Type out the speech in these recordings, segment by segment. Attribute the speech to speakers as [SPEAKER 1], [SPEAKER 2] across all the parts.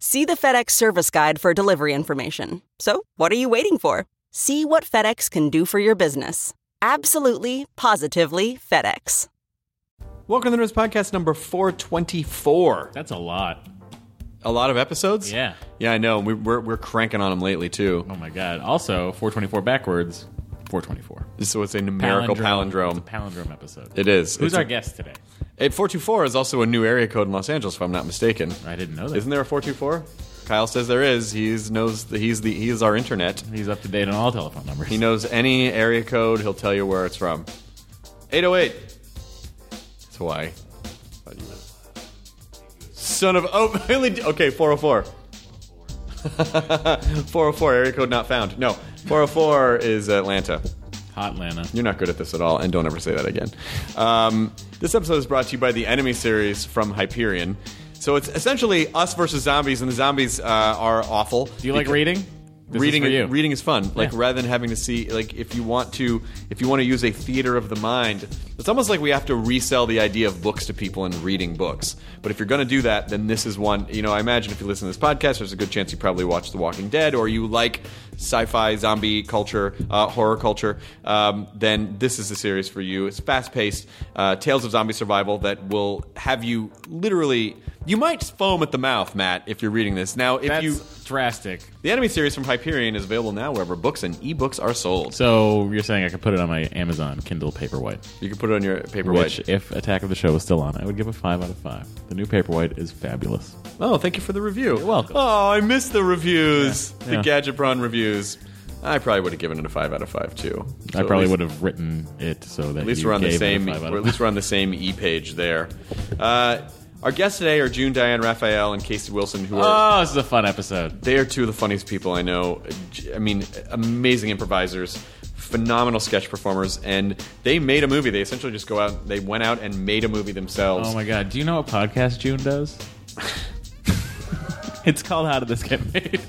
[SPEAKER 1] See the FedEx service guide for delivery information. So, what are you waiting for? See what FedEx can do for your business. Absolutely, positively FedEx.
[SPEAKER 2] Welcome to the Nerds Podcast number 424.
[SPEAKER 3] That's a lot.
[SPEAKER 2] A lot of episodes?
[SPEAKER 3] Yeah.
[SPEAKER 2] Yeah, I know. We, we're, we're cranking on them lately, too.
[SPEAKER 3] Oh my god. Also, 424 backwards, 424.
[SPEAKER 2] So it's a numerical palindrome.
[SPEAKER 3] It's a palindrome episode.
[SPEAKER 2] It is.
[SPEAKER 3] Who's
[SPEAKER 2] It's
[SPEAKER 3] our
[SPEAKER 2] a-
[SPEAKER 3] guest today?
[SPEAKER 2] Eh, 424 is also a new area code in Los Angeles, if I'm not mistaken.
[SPEAKER 3] I didn't know that.
[SPEAKER 2] Isn't there a 424? Kyle says there is. He's knows the, he's the he is our internet.
[SPEAKER 3] He's up to date on all telephone numbers.
[SPEAKER 2] He knows any area code. He'll tell you where it's from. 808. It's Hawaii. Thought you were- Son of oh really? d- Okay, 404. 404 area code not found. No, 404 is Atlanta.
[SPEAKER 3] Hot Lana.
[SPEAKER 2] You're not good at this at all, and don't ever say that again. Um, this episode is brought to you by the Enemy series from Hyperion. So it's essentially us versus zombies, and the zombies uh, are awful.
[SPEAKER 3] Do you like
[SPEAKER 2] Because-
[SPEAKER 3] reading? This is
[SPEAKER 2] reading
[SPEAKER 3] for you.
[SPEAKER 2] reading is fun. Like
[SPEAKER 3] Yeah.
[SPEAKER 2] rather than having to see like if you want to if you want to use a theater of the mind, it's almost like we have to resell the idea of books to people and reading books. But if you're going to do that, then this is one. You know, I imagine if you listen to this podcast, there's a good chance you probably watch The Walking Dead or you like sci-fi, zombie culture, uh, horror culture. Um, then this is the series for you. It's fast-paced uh, tales of zombie survival that will have you literally. You might foam at the mouth, Matt, if you're reading this. Now, if
[SPEAKER 3] That's
[SPEAKER 2] you
[SPEAKER 3] drastic.
[SPEAKER 2] the anime series from Hyperion is available now wherever books and ebooks are sold. So
[SPEAKER 3] So you're saying I could put it on my Amazon Kindle Paperwhite,
[SPEAKER 2] you can put it on your paperweight.
[SPEAKER 3] which, if Attack of the Show was still on, I would give a five out of five. The new Paperwhite is fabulous.
[SPEAKER 2] Oh, thank you for the review. You're
[SPEAKER 3] welcome.
[SPEAKER 2] Oh, I missed the reviews,
[SPEAKER 3] Yeah,
[SPEAKER 2] the
[SPEAKER 3] yeah.
[SPEAKER 2] Gadgetron reviews. I probably would have given it a five out of five too.
[SPEAKER 3] I probably would have written it so that
[SPEAKER 2] At least
[SPEAKER 3] you
[SPEAKER 2] we're on the
[SPEAKER 3] gave it a
[SPEAKER 2] same.
[SPEAKER 3] five out
[SPEAKER 2] Or at
[SPEAKER 3] of
[SPEAKER 2] least we're on the same e page there. Uh, our guests today are June Diane Raphael and Casey Wilson, who are
[SPEAKER 3] Oh, this is a fun episode.
[SPEAKER 2] They are two of the funniest people I know. I mean, amazing improvisers, phenomenal sketch performers, and they made a movie. They essentially just go out, they went out and made a movie themselves.
[SPEAKER 3] Oh my god. Do you know what podcast June does? it's called How Did This Get Made?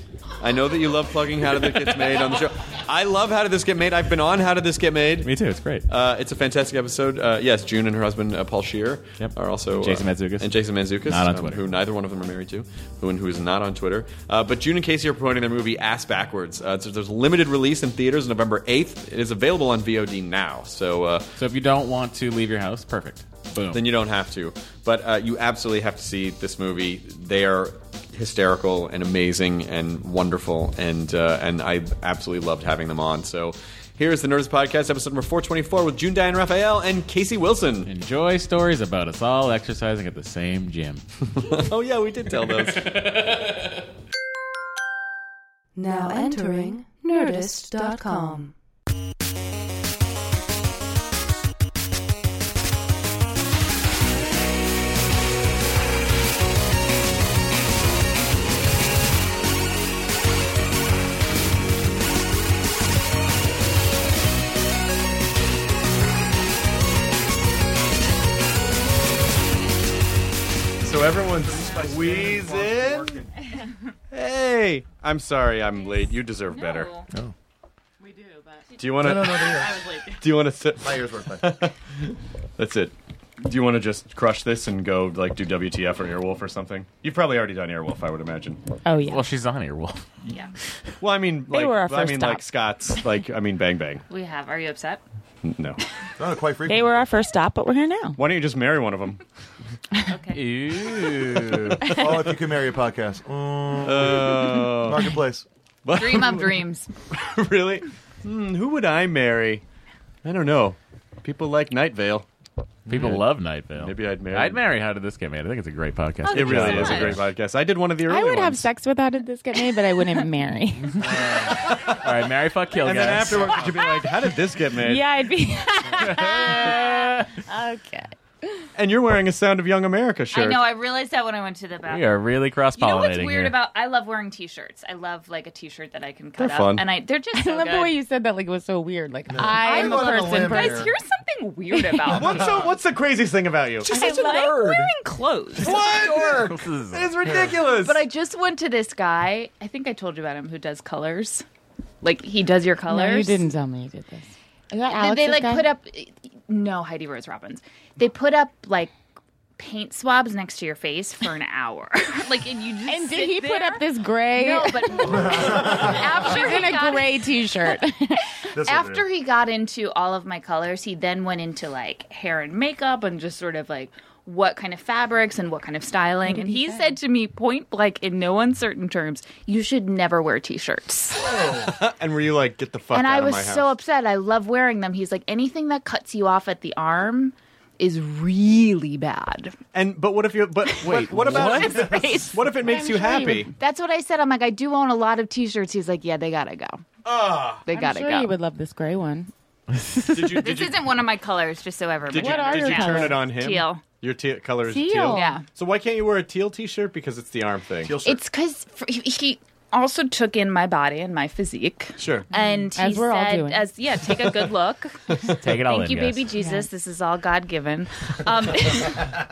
[SPEAKER 2] I know that you love plugging How Did This Get Made on the show. I love How Did This Get Made. I've been on How Did This Get Made.
[SPEAKER 3] Me too. It's great.
[SPEAKER 2] Uh, it's a fantastic episode. Uh, yes, June and her husband uh, Paul Shear
[SPEAKER 3] Yep.
[SPEAKER 2] are also
[SPEAKER 3] And Jason
[SPEAKER 2] uh,
[SPEAKER 3] Mantzoukas.
[SPEAKER 2] and Jason Manzukis,
[SPEAKER 3] Not on Twitter.
[SPEAKER 2] who neither one of them are married to, who and who is not on Twitter. Uh, but June and Casey are promoting their movie Ass Backwards. Uh, so there's limited release in theaters November 8th. It is available on VOD now, so uh,
[SPEAKER 3] so if you don't want to leave your house, perfect. Boom.
[SPEAKER 2] then you don't have to. But uh, you absolutely have to see this movie. They are hysterical and amazing and wonderful, and uh, and I absolutely loved having them on. So here is the Nerdist Podcast, episode number 424, with June Diane Raphael and Casey Wilson.
[SPEAKER 3] Enjoy stories about us all exercising at the same gym.
[SPEAKER 2] oh yeah, we did tell those.
[SPEAKER 4] Now entering Nerdist.com.
[SPEAKER 2] so everyone's squeezing. Hey, I'm sorry I'm late. You deserve better.
[SPEAKER 5] We do, but
[SPEAKER 2] Do you want to?
[SPEAKER 5] I was like,
[SPEAKER 2] Do you want to sit? My ears were That's it. Do you want to just crush this and go like do WTF or Earwolf or something? You've probably already done Earwolf, I would imagine.
[SPEAKER 6] Oh yeah.
[SPEAKER 3] Well, she's on here, Wolf.
[SPEAKER 5] yeah,
[SPEAKER 2] Well, I mean, like,
[SPEAKER 6] were our
[SPEAKER 2] I
[SPEAKER 6] first
[SPEAKER 2] mean,
[SPEAKER 6] stop.
[SPEAKER 2] like Scott's, like, I mean, Bang Bang.
[SPEAKER 5] we have. Are you upset?
[SPEAKER 2] N- No.
[SPEAKER 6] they were our first stop, but we're here now.
[SPEAKER 2] Why don't you just marry one of them?
[SPEAKER 5] Okay.
[SPEAKER 3] Ew.
[SPEAKER 7] oh, if you could marry a podcast. Mm, marketplace.
[SPEAKER 2] But
[SPEAKER 7] Dream of dreams.
[SPEAKER 2] really, Hmm, who would I marry? I don't know. People like Night Vale.
[SPEAKER 3] People love Night Vale.
[SPEAKER 2] Maybe I'd marry.
[SPEAKER 3] I'd marry How Did This Get Made? I think it's a great podcast.
[SPEAKER 2] It really is a great podcast. I did one of the early
[SPEAKER 8] I would
[SPEAKER 2] ones.
[SPEAKER 8] have sex with How Did This Get Made, but I wouldn't marry.
[SPEAKER 3] All right, marry, fuck, kill,
[SPEAKER 2] and
[SPEAKER 3] guys.
[SPEAKER 2] then afterwards, you'd be like, "How did this get made?"
[SPEAKER 8] yeah, I'd be. okay.
[SPEAKER 2] And you're wearing a Sound of Young America
[SPEAKER 7] I
[SPEAKER 2] shirt.
[SPEAKER 7] know. I realized that when I went to the bathroom.
[SPEAKER 3] we are really cross pollinating.
[SPEAKER 7] You know what's weird about? I love wearing T-shirts. I love like a T-shirt that I can cut
[SPEAKER 2] They're
[SPEAKER 7] up,
[SPEAKER 2] fun.
[SPEAKER 7] and I they're just. So
[SPEAKER 8] I love
[SPEAKER 7] good.
[SPEAKER 8] the way you said that. Like it was so weird. Like I
[SPEAKER 9] I'm
[SPEAKER 8] am a
[SPEAKER 9] on a
[SPEAKER 8] person.
[SPEAKER 9] limb
[SPEAKER 8] person-
[SPEAKER 9] here.
[SPEAKER 7] guys. Here's something weird about me.
[SPEAKER 2] What's so? What's the craziest thing about you?
[SPEAKER 9] She's
[SPEAKER 7] I
[SPEAKER 9] such a
[SPEAKER 7] like
[SPEAKER 9] nerd.
[SPEAKER 7] wearing clothes.
[SPEAKER 2] What?
[SPEAKER 3] is-
[SPEAKER 2] It's ridiculous.
[SPEAKER 7] But I just went to this guy. I think I told you about him who does colors. Like he does your colors.
[SPEAKER 8] No, you didn't tell me you did this. Is that
[SPEAKER 7] They-
[SPEAKER 8] Alex?
[SPEAKER 7] they like put up no Heidi Rose Robbins. They put up like paint swabs next to your face for an hour. like and you just
[SPEAKER 8] And
[SPEAKER 7] sit
[SPEAKER 8] did he put
[SPEAKER 7] there.
[SPEAKER 8] up this gray?
[SPEAKER 7] No, but after
[SPEAKER 8] in
[SPEAKER 7] he
[SPEAKER 8] a
[SPEAKER 7] got
[SPEAKER 8] gray T-shirt.
[SPEAKER 9] This will
[SPEAKER 7] after
[SPEAKER 9] do.
[SPEAKER 7] he got into all of my colors, he then went into like hair and makeup and just sort of like what kind of fabrics and what kind of styling. And he said to me point blank in no uncertain terms, you should never wear t shirts.
[SPEAKER 2] and were you like, "Get the fuck
[SPEAKER 7] And
[SPEAKER 2] out
[SPEAKER 7] I
[SPEAKER 2] of
[SPEAKER 7] was
[SPEAKER 2] my house"?
[SPEAKER 7] so upset. I love wearing them. He's like, anything that cuts you off at the arm is really bad.
[SPEAKER 2] and but what if you? But wait, what, about?
[SPEAKER 7] It's-
[SPEAKER 2] What if it makes you happy?
[SPEAKER 7] That's what I said. I'm like, I do own a lot of t shirts. He's like, yeah, they gotta go. they
[SPEAKER 8] I'm
[SPEAKER 7] gotta
[SPEAKER 8] sure
[SPEAKER 7] go.
[SPEAKER 8] you would love this gray one.
[SPEAKER 2] Did you? Ah. Did
[SPEAKER 7] this
[SPEAKER 2] you?
[SPEAKER 7] isn't one of my colors, just so everybody
[SPEAKER 2] Did you,
[SPEAKER 8] What are
[SPEAKER 2] did
[SPEAKER 8] your
[SPEAKER 2] you turn
[SPEAKER 8] colors?
[SPEAKER 2] it on him?
[SPEAKER 7] Teal.
[SPEAKER 2] Your te- color is teal.
[SPEAKER 8] Teal.
[SPEAKER 7] Yeah.
[SPEAKER 2] So why can't you wear a teal T-shirt? Because it's the arm thing.
[SPEAKER 9] Teal shirt.
[SPEAKER 7] It's because he also took in my body and my physique.
[SPEAKER 2] Sure.
[SPEAKER 7] And he
[SPEAKER 8] As we're all
[SPEAKER 7] said,
[SPEAKER 8] doing.
[SPEAKER 7] as yeah, take a good look.
[SPEAKER 3] Take it all
[SPEAKER 7] Thank
[SPEAKER 3] in,
[SPEAKER 7] you,
[SPEAKER 3] guys.
[SPEAKER 7] baby Jesus. This is all God given. Um,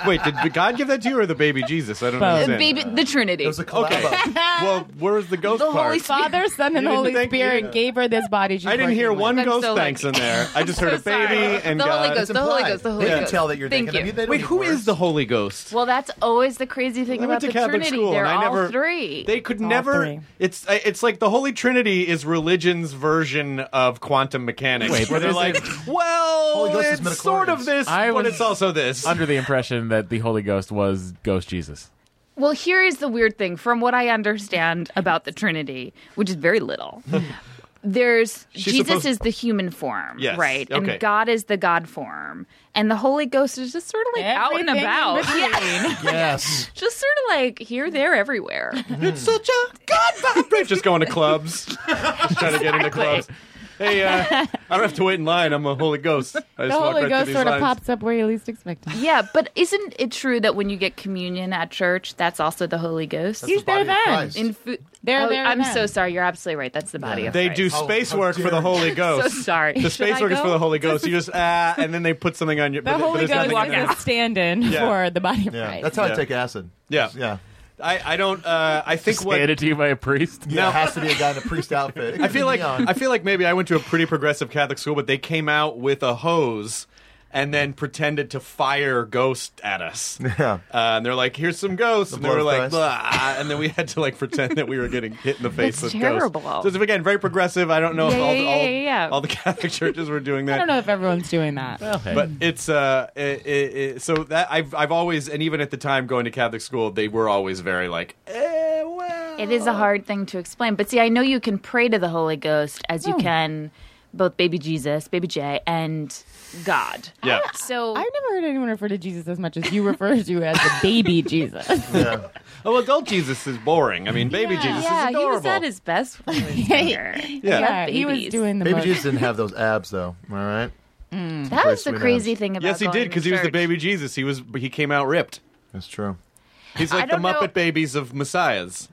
[SPEAKER 2] Wait, did God give that to you or the baby Jesus? I don't understand.
[SPEAKER 7] baby, the Trinity.
[SPEAKER 9] It was a collab.
[SPEAKER 2] Well, where was the ghost
[SPEAKER 7] The
[SPEAKER 2] part?
[SPEAKER 7] Holy Spirit.
[SPEAKER 8] Father, Son, and
[SPEAKER 2] didn't
[SPEAKER 8] Holy
[SPEAKER 2] think-
[SPEAKER 8] Spirit
[SPEAKER 2] yeah.
[SPEAKER 8] gave her this body. She's
[SPEAKER 2] I didn't hear
[SPEAKER 8] working with.
[SPEAKER 2] one
[SPEAKER 7] I'm
[SPEAKER 2] ghost
[SPEAKER 7] so
[SPEAKER 2] thanks in
[SPEAKER 7] lucky.
[SPEAKER 2] there. I just heard a
[SPEAKER 7] sorry.
[SPEAKER 2] baby and
[SPEAKER 7] The Holy
[SPEAKER 2] God.
[SPEAKER 7] Ghost, the Holy
[SPEAKER 9] implied.
[SPEAKER 7] Ghost, the Holy
[SPEAKER 9] They can
[SPEAKER 7] Ghost.
[SPEAKER 9] tell that you're
[SPEAKER 7] Thank
[SPEAKER 9] thinking
[SPEAKER 7] you.
[SPEAKER 9] of me. They don't
[SPEAKER 2] Wait,
[SPEAKER 9] need
[SPEAKER 2] who
[SPEAKER 9] words.
[SPEAKER 2] is the Holy Ghost?
[SPEAKER 7] Well, that's always the crazy thing
[SPEAKER 2] I went
[SPEAKER 7] about
[SPEAKER 2] to
[SPEAKER 7] the
[SPEAKER 2] Catholic
[SPEAKER 7] Trinity.
[SPEAKER 2] school
[SPEAKER 7] They're
[SPEAKER 2] and I
[SPEAKER 7] all
[SPEAKER 2] never.
[SPEAKER 7] three.
[SPEAKER 2] They could
[SPEAKER 8] all
[SPEAKER 2] never.
[SPEAKER 8] three.
[SPEAKER 2] It's I- it's like the Holy Trinity is religion's version of quantum mechanics,
[SPEAKER 3] Wait,
[SPEAKER 2] where
[SPEAKER 3] but
[SPEAKER 2] they're
[SPEAKER 3] is
[SPEAKER 2] like,
[SPEAKER 3] it-
[SPEAKER 2] well,
[SPEAKER 9] Holy Ghost is
[SPEAKER 2] it's sort of
[SPEAKER 9] midichlorians.
[SPEAKER 2] this,
[SPEAKER 3] I
[SPEAKER 2] but
[SPEAKER 3] was- Mhm.
[SPEAKER 2] it's also this.
[SPEAKER 3] Under the impression that the Holy Ghost was Ghost Jesus.
[SPEAKER 7] Well, here is the weird thing from what I understand about the Trinity, which is very little. There's Jesus
[SPEAKER 2] supposed-
[SPEAKER 7] is the human form,
[SPEAKER 2] Yes,
[SPEAKER 7] right?
[SPEAKER 2] okay.
[SPEAKER 7] And God is the God form. And the Holy Ghost is just sort of like out and
[SPEAKER 8] Everything in
[SPEAKER 7] about. Yeah.
[SPEAKER 9] Yes.
[SPEAKER 7] just sort of like here, there, everywhere.
[SPEAKER 2] It's such a God vibe. Just going to clubs. Just trying to get into clubs. Hey, uh, I don't have to wait in line. I'm a Holy Ghost. I just
[SPEAKER 8] The
[SPEAKER 2] walk
[SPEAKER 8] Holy
[SPEAKER 2] right through
[SPEAKER 8] Ghost
[SPEAKER 2] these
[SPEAKER 8] sort of
[SPEAKER 2] lines.
[SPEAKER 8] pops up where you least expect it.
[SPEAKER 7] yeah, but isn't it true that when you get communion at church, that's also the Holy Ghost?
[SPEAKER 9] That's the body of
[SPEAKER 8] there then.
[SPEAKER 9] Christ.
[SPEAKER 7] In food,
[SPEAKER 8] There,
[SPEAKER 7] oh,
[SPEAKER 8] there,
[SPEAKER 7] I'm
[SPEAKER 8] then.
[SPEAKER 7] so sorry. You're absolutely right. That's the body of
[SPEAKER 2] They
[SPEAKER 7] Christ.
[SPEAKER 2] do
[SPEAKER 9] Oh, How-
[SPEAKER 2] space
[SPEAKER 9] how
[SPEAKER 2] work for
[SPEAKER 9] dare
[SPEAKER 2] the Holy
[SPEAKER 7] So
[SPEAKER 2] Ghost.
[SPEAKER 7] sorry.
[SPEAKER 2] The space
[SPEAKER 7] I
[SPEAKER 2] work is
[SPEAKER 7] go?
[SPEAKER 2] for the Holy Ghost. You just ah, and then they put something on your.
[SPEAKER 8] The
[SPEAKER 2] but,
[SPEAKER 8] Holy
[SPEAKER 2] but there's
[SPEAKER 8] Ghost
[SPEAKER 2] nothing in
[SPEAKER 8] is
[SPEAKER 2] there.
[SPEAKER 8] a stand-in
[SPEAKER 2] Yeah.
[SPEAKER 8] for the body of
[SPEAKER 9] Yeah.
[SPEAKER 8] Christ.
[SPEAKER 9] That's how
[SPEAKER 2] Yeah.
[SPEAKER 9] I take acid.
[SPEAKER 2] Yeah.
[SPEAKER 9] Yeah.
[SPEAKER 2] I, I don't. Uh, I think what.
[SPEAKER 3] Handed to you by a priest.
[SPEAKER 9] Yeah, it has to be a guy in a priest outfit.
[SPEAKER 2] I feel like I feel like maybe I went to a pretty progressive Catholic school, but they came out with a hose and then pretended to fire ghost at us.
[SPEAKER 9] Yeah.
[SPEAKER 2] Uh, and they're like, "Here's some ghosts," and they
[SPEAKER 9] blood
[SPEAKER 2] were
[SPEAKER 9] of
[SPEAKER 2] like,
[SPEAKER 9] Christ.
[SPEAKER 2] "Blah," and then we had to like pretend that we were getting hit in the face
[SPEAKER 7] That's
[SPEAKER 2] with
[SPEAKER 7] terrible.
[SPEAKER 2] ghosts. So it's, again, very progressive. I don't know if
[SPEAKER 7] Yeah,
[SPEAKER 2] all,
[SPEAKER 7] yeah,
[SPEAKER 2] all,
[SPEAKER 7] yeah, yeah, yeah.
[SPEAKER 2] all the Catholic churches were doing that.
[SPEAKER 8] I don't know if everyone's doing that.
[SPEAKER 2] But it's uh, it, it, it, so that I've I've always and even at the time going to Catholic school, they were always very like, eh, well,
[SPEAKER 7] It is a hard thing to explain. But see, I know you can pray to the Holy Ghost as
[SPEAKER 8] Oh.
[SPEAKER 7] you can both baby Jesus, baby J, and God.
[SPEAKER 2] yeah.
[SPEAKER 7] So uh,
[SPEAKER 8] I've never heard anyone refer to Jesus as much as you refer to as the baby Jesus.
[SPEAKER 2] Oh, adult Jesus is boring. I mean, baby Jesus
[SPEAKER 7] yeah,
[SPEAKER 2] is
[SPEAKER 7] he was
[SPEAKER 2] adorable.
[SPEAKER 7] at his best when he was younger.
[SPEAKER 8] yeah, he was
[SPEAKER 7] babies.
[SPEAKER 8] doing the
[SPEAKER 9] Baby
[SPEAKER 8] most.
[SPEAKER 9] Jesus didn't have those abs, though. All right.
[SPEAKER 7] That was the
[SPEAKER 9] Sweet
[SPEAKER 7] crazy thing about
[SPEAKER 2] yes, he
[SPEAKER 7] going
[SPEAKER 2] did
[SPEAKER 7] to
[SPEAKER 2] because he was the
[SPEAKER 7] church.
[SPEAKER 2] baby Jesus. He was he came out ripped.
[SPEAKER 9] That's true.
[SPEAKER 2] He's like the
[SPEAKER 7] don't know-
[SPEAKER 2] Muppet babies of messiahs.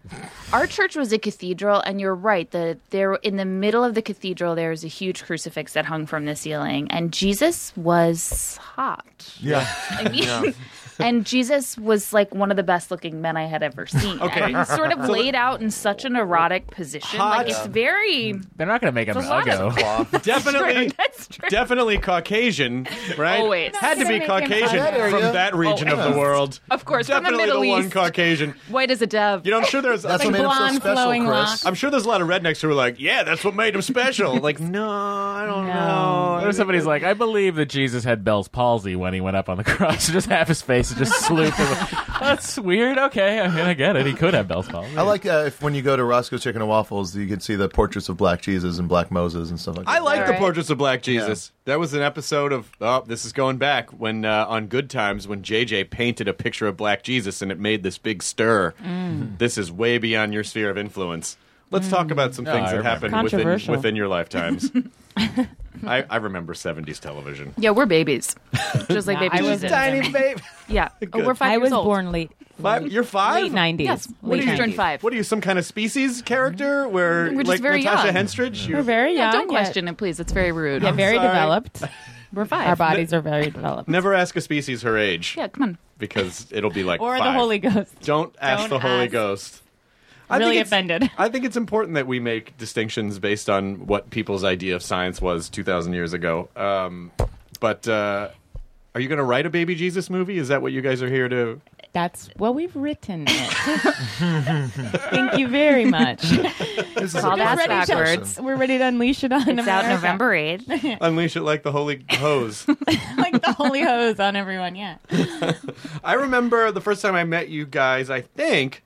[SPEAKER 7] Our church was a cathedral, and you're right. The there in the middle of the cathedral, there was a huge crucifix that hung from the ceiling, and Jesus was hot.
[SPEAKER 9] Yeah.
[SPEAKER 7] I mean, and Jesus was like one of the best looking men I had ever seen.
[SPEAKER 2] Okay.
[SPEAKER 7] And he's sort of laid out in such an erotic position.
[SPEAKER 2] Hot.
[SPEAKER 7] Like it's very
[SPEAKER 3] They're not going to make him an
[SPEAKER 7] a lot of-
[SPEAKER 3] uggo.
[SPEAKER 2] Definitely,
[SPEAKER 7] that's true.
[SPEAKER 2] definitely Caucasian, right?
[SPEAKER 7] Always.
[SPEAKER 2] had to be
[SPEAKER 8] Not gonna make him
[SPEAKER 2] Caucasian
[SPEAKER 9] That area.
[SPEAKER 2] from that region of the
[SPEAKER 9] Always.
[SPEAKER 2] world.
[SPEAKER 7] Of course, from the
[SPEAKER 2] definitely
[SPEAKER 7] Middle
[SPEAKER 2] one
[SPEAKER 7] East.
[SPEAKER 2] Caucasian.
[SPEAKER 7] White as a dove.
[SPEAKER 2] You know, I'm sure there's
[SPEAKER 9] That's what made him so
[SPEAKER 8] blonde
[SPEAKER 9] special,
[SPEAKER 8] flowing
[SPEAKER 9] Chris.
[SPEAKER 2] I'm sure there's a lot of rednecks who are like, yeah, that's what made him special. like, no, I don't know.
[SPEAKER 3] Or somebody's like, I believe that Jesus had Bell's palsy when he went up on the cross. just half his face is just slewed. through.
[SPEAKER 10] That's weird. Okay, I mean, I get it. He could have Bell's palsy.
[SPEAKER 9] I like uh, if when you go to Roscoe's Chicken and Waffles, you can see the portraits of Black Jesus and Black Moses and stuff like that.
[SPEAKER 2] I like the
[SPEAKER 7] Alright.
[SPEAKER 2] Portraits of Black Jesus. That was an episode of oh, this is going back when uh, on Good Times when JJ painted a picture of Black Jesus and it made this big stir.
[SPEAKER 7] Mm.
[SPEAKER 2] This is way beyond your sphere of influence. Let's talk about some
[SPEAKER 10] No,
[SPEAKER 2] things
[SPEAKER 10] I
[SPEAKER 2] that
[SPEAKER 10] remember.
[SPEAKER 2] happened within
[SPEAKER 4] Controversial.
[SPEAKER 2] within your lifetimes. I, I remember '70s television.
[SPEAKER 7] Yeah, we're babies. Just like
[SPEAKER 4] Yeah,
[SPEAKER 7] baby
[SPEAKER 4] I was
[SPEAKER 7] Jesus.
[SPEAKER 4] tiny
[SPEAKER 2] babe.
[SPEAKER 7] Yeah,
[SPEAKER 2] Good.
[SPEAKER 7] we're five
[SPEAKER 4] I
[SPEAKER 7] years
[SPEAKER 4] was
[SPEAKER 7] old.
[SPEAKER 4] born late.
[SPEAKER 2] Five, you're five.
[SPEAKER 4] Late 90s.
[SPEAKER 7] Yes, we
[SPEAKER 4] late
[SPEAKER 7] just turned
[SPEAKER 4] 90s.
[SPEAKER 7] five. Mm-hmm.
[SPEAKER 2] What are you, some kind of species character? Where
[SPEAKER 7] We're just
[SPEAKER 2] like
[SPEAKER 7] very
[SPEAKER 2] Natasha
[SPEAKER 7] young.
[SPEAKER 2] Henstridge?
[SPEAKER 4] We're
[SPEAKER 2] You,
[SPEAKER 4] very
[SPEAKER 7] Yeah,
[SPEAKER 4] young.
[SPEAKER 7] don't
[SPEAKER 4] yet.
[SPEAKER 7] question it, please. It's very rude.
[SPEAKER 4] Yeah, very
[SPEAKER 2] sorry.
[SPEAKER 4] developed.
[SPEAKER 7] We're
[SPEAKER 4] Our
[SPEAKER 7] five.
[SPEAKER 4] bodies are very developed.
[SPEAKER 2] never ask a species her age
[SPEAKER 7] Yeah, come on.
[SPEAKER 2] because it'll be like
[SPEAKER 4] Or the
[SPEAKER 2] five.
[SPEAKER 4] Holy Ghost.
[SPEAKER 2] Don't ask
[SPEAKER 4] Don't
[SPEAKER 2] the Holy
[SPEAKER 4] ask.
[SPEAKER 2] Ghost.
[SPEAKER 4] Really
[SPEAKER 2] it's-
[SPEAKER 4] offended.
[SPEAKER 2] I think it's important that we make distinctions based on what people's idea of science was 2,000 years ago. Um, but uh, are you going to write a Baby Jesus movie? Is that what you guys are here to?
[SPEAKER 4] That's what we've written. It. Thank you very much.
[SPEAKER 9] This is
[SPEAKER 7] Call
[SPEAKER 9] a
[SPEAKER 7] that
[SPEAKER 9] perfect
[SPEAKER 7] backwards.
[SPEAKER 9] person.
[SPEAKER 4] We're ready to unleash it on
[SPEAKER 7] It's out
[SPEAKER 4] America.
[SPEAKER 7] November 8th.
[SPEAKER 2] Unleash it like the Holy Hose.
[SPEAKER 4] like the holy hose on everyone. Yeah.
[SPEAKER 2] I remember the first time I met you guys, I think,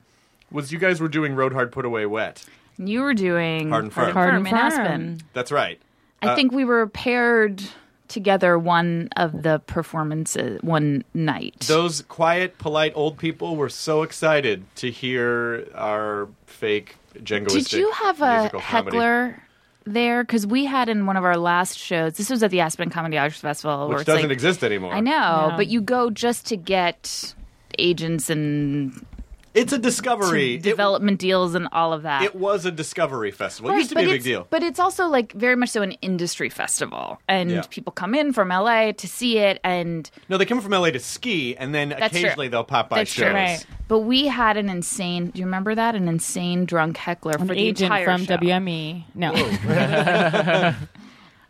[SPEAKER 2] was you guys were doing Road Hard Put Away Wet.
[SPEAKER 7] You were doing
[SPEAKER 2] Hard and firm. Uh,
[SPEAKER 4] Hard
[SPEAKER 7] Firm
[SPEAKER 4] and
[SPEAKER 7] in
[SPEAKER 4] firm.
[SPEAKER 7] Aspen.
[SPEAKER 2] That's right.
[SPEAKER 7] I think we were paired together one of the performances one night.
[SPEAKER 2] Those quiet, polite old people were so excited to hear our fake Django.
[SPEAKER 7] Did you have a heckler there? Because we had in one of our last shows. This was at the Aspen Comedy Arts Festival, where
[SPEAKER 2] Which
[SPEAKER 7] it's
[SPEAKER 2] doesn't
[SPEAKER 7] like,
[SPEAKER 2] exist anymore.
[SPEAKER 7] I know,
[SPEAKER 4] No.
[SPEAKER 7] but you go just to get agents and
[SPEAKER 2] It's a discovery. It-
[SPEAKER 7] development deals and all of that.
[SPEAKER 2] It was a discovery festival.
[SPEAKER 7] Right,
[SPEAKER 2] it used to
[SPEAKER 7] but
[SPEAKER 2] be a big
[SPEAKER 7] it's-
[SPEAKER 2] deal.
[SPEAKER 7] But it's also like very much so an industry festival, and
[SPEAKER 2] Yeah.
[SPEAKER 7] people come in from LA to see it, and
[SPEAKER 2] No, they come from LA to ski, and then
[SPEAKER 7] That's true.
[SPEAKER 2] occasionally they'll pop by
[SPEAKER 7] That's true.
[SPEAKER 2] shows.
[SPEAKER 4] Right.
[SPEAKER 7] But we had an insane. Do you remember that? An insane drunk heckler
[SPEAKER 4] An
[SPEAKER 7] for the
[SPEAKER 4] agent
[SPEAKER 7] entire
[SPEAKER 4] from
[SPEAKER 7] show.
[SPEAKER 4] WME. No.
[SPEAKER 7] and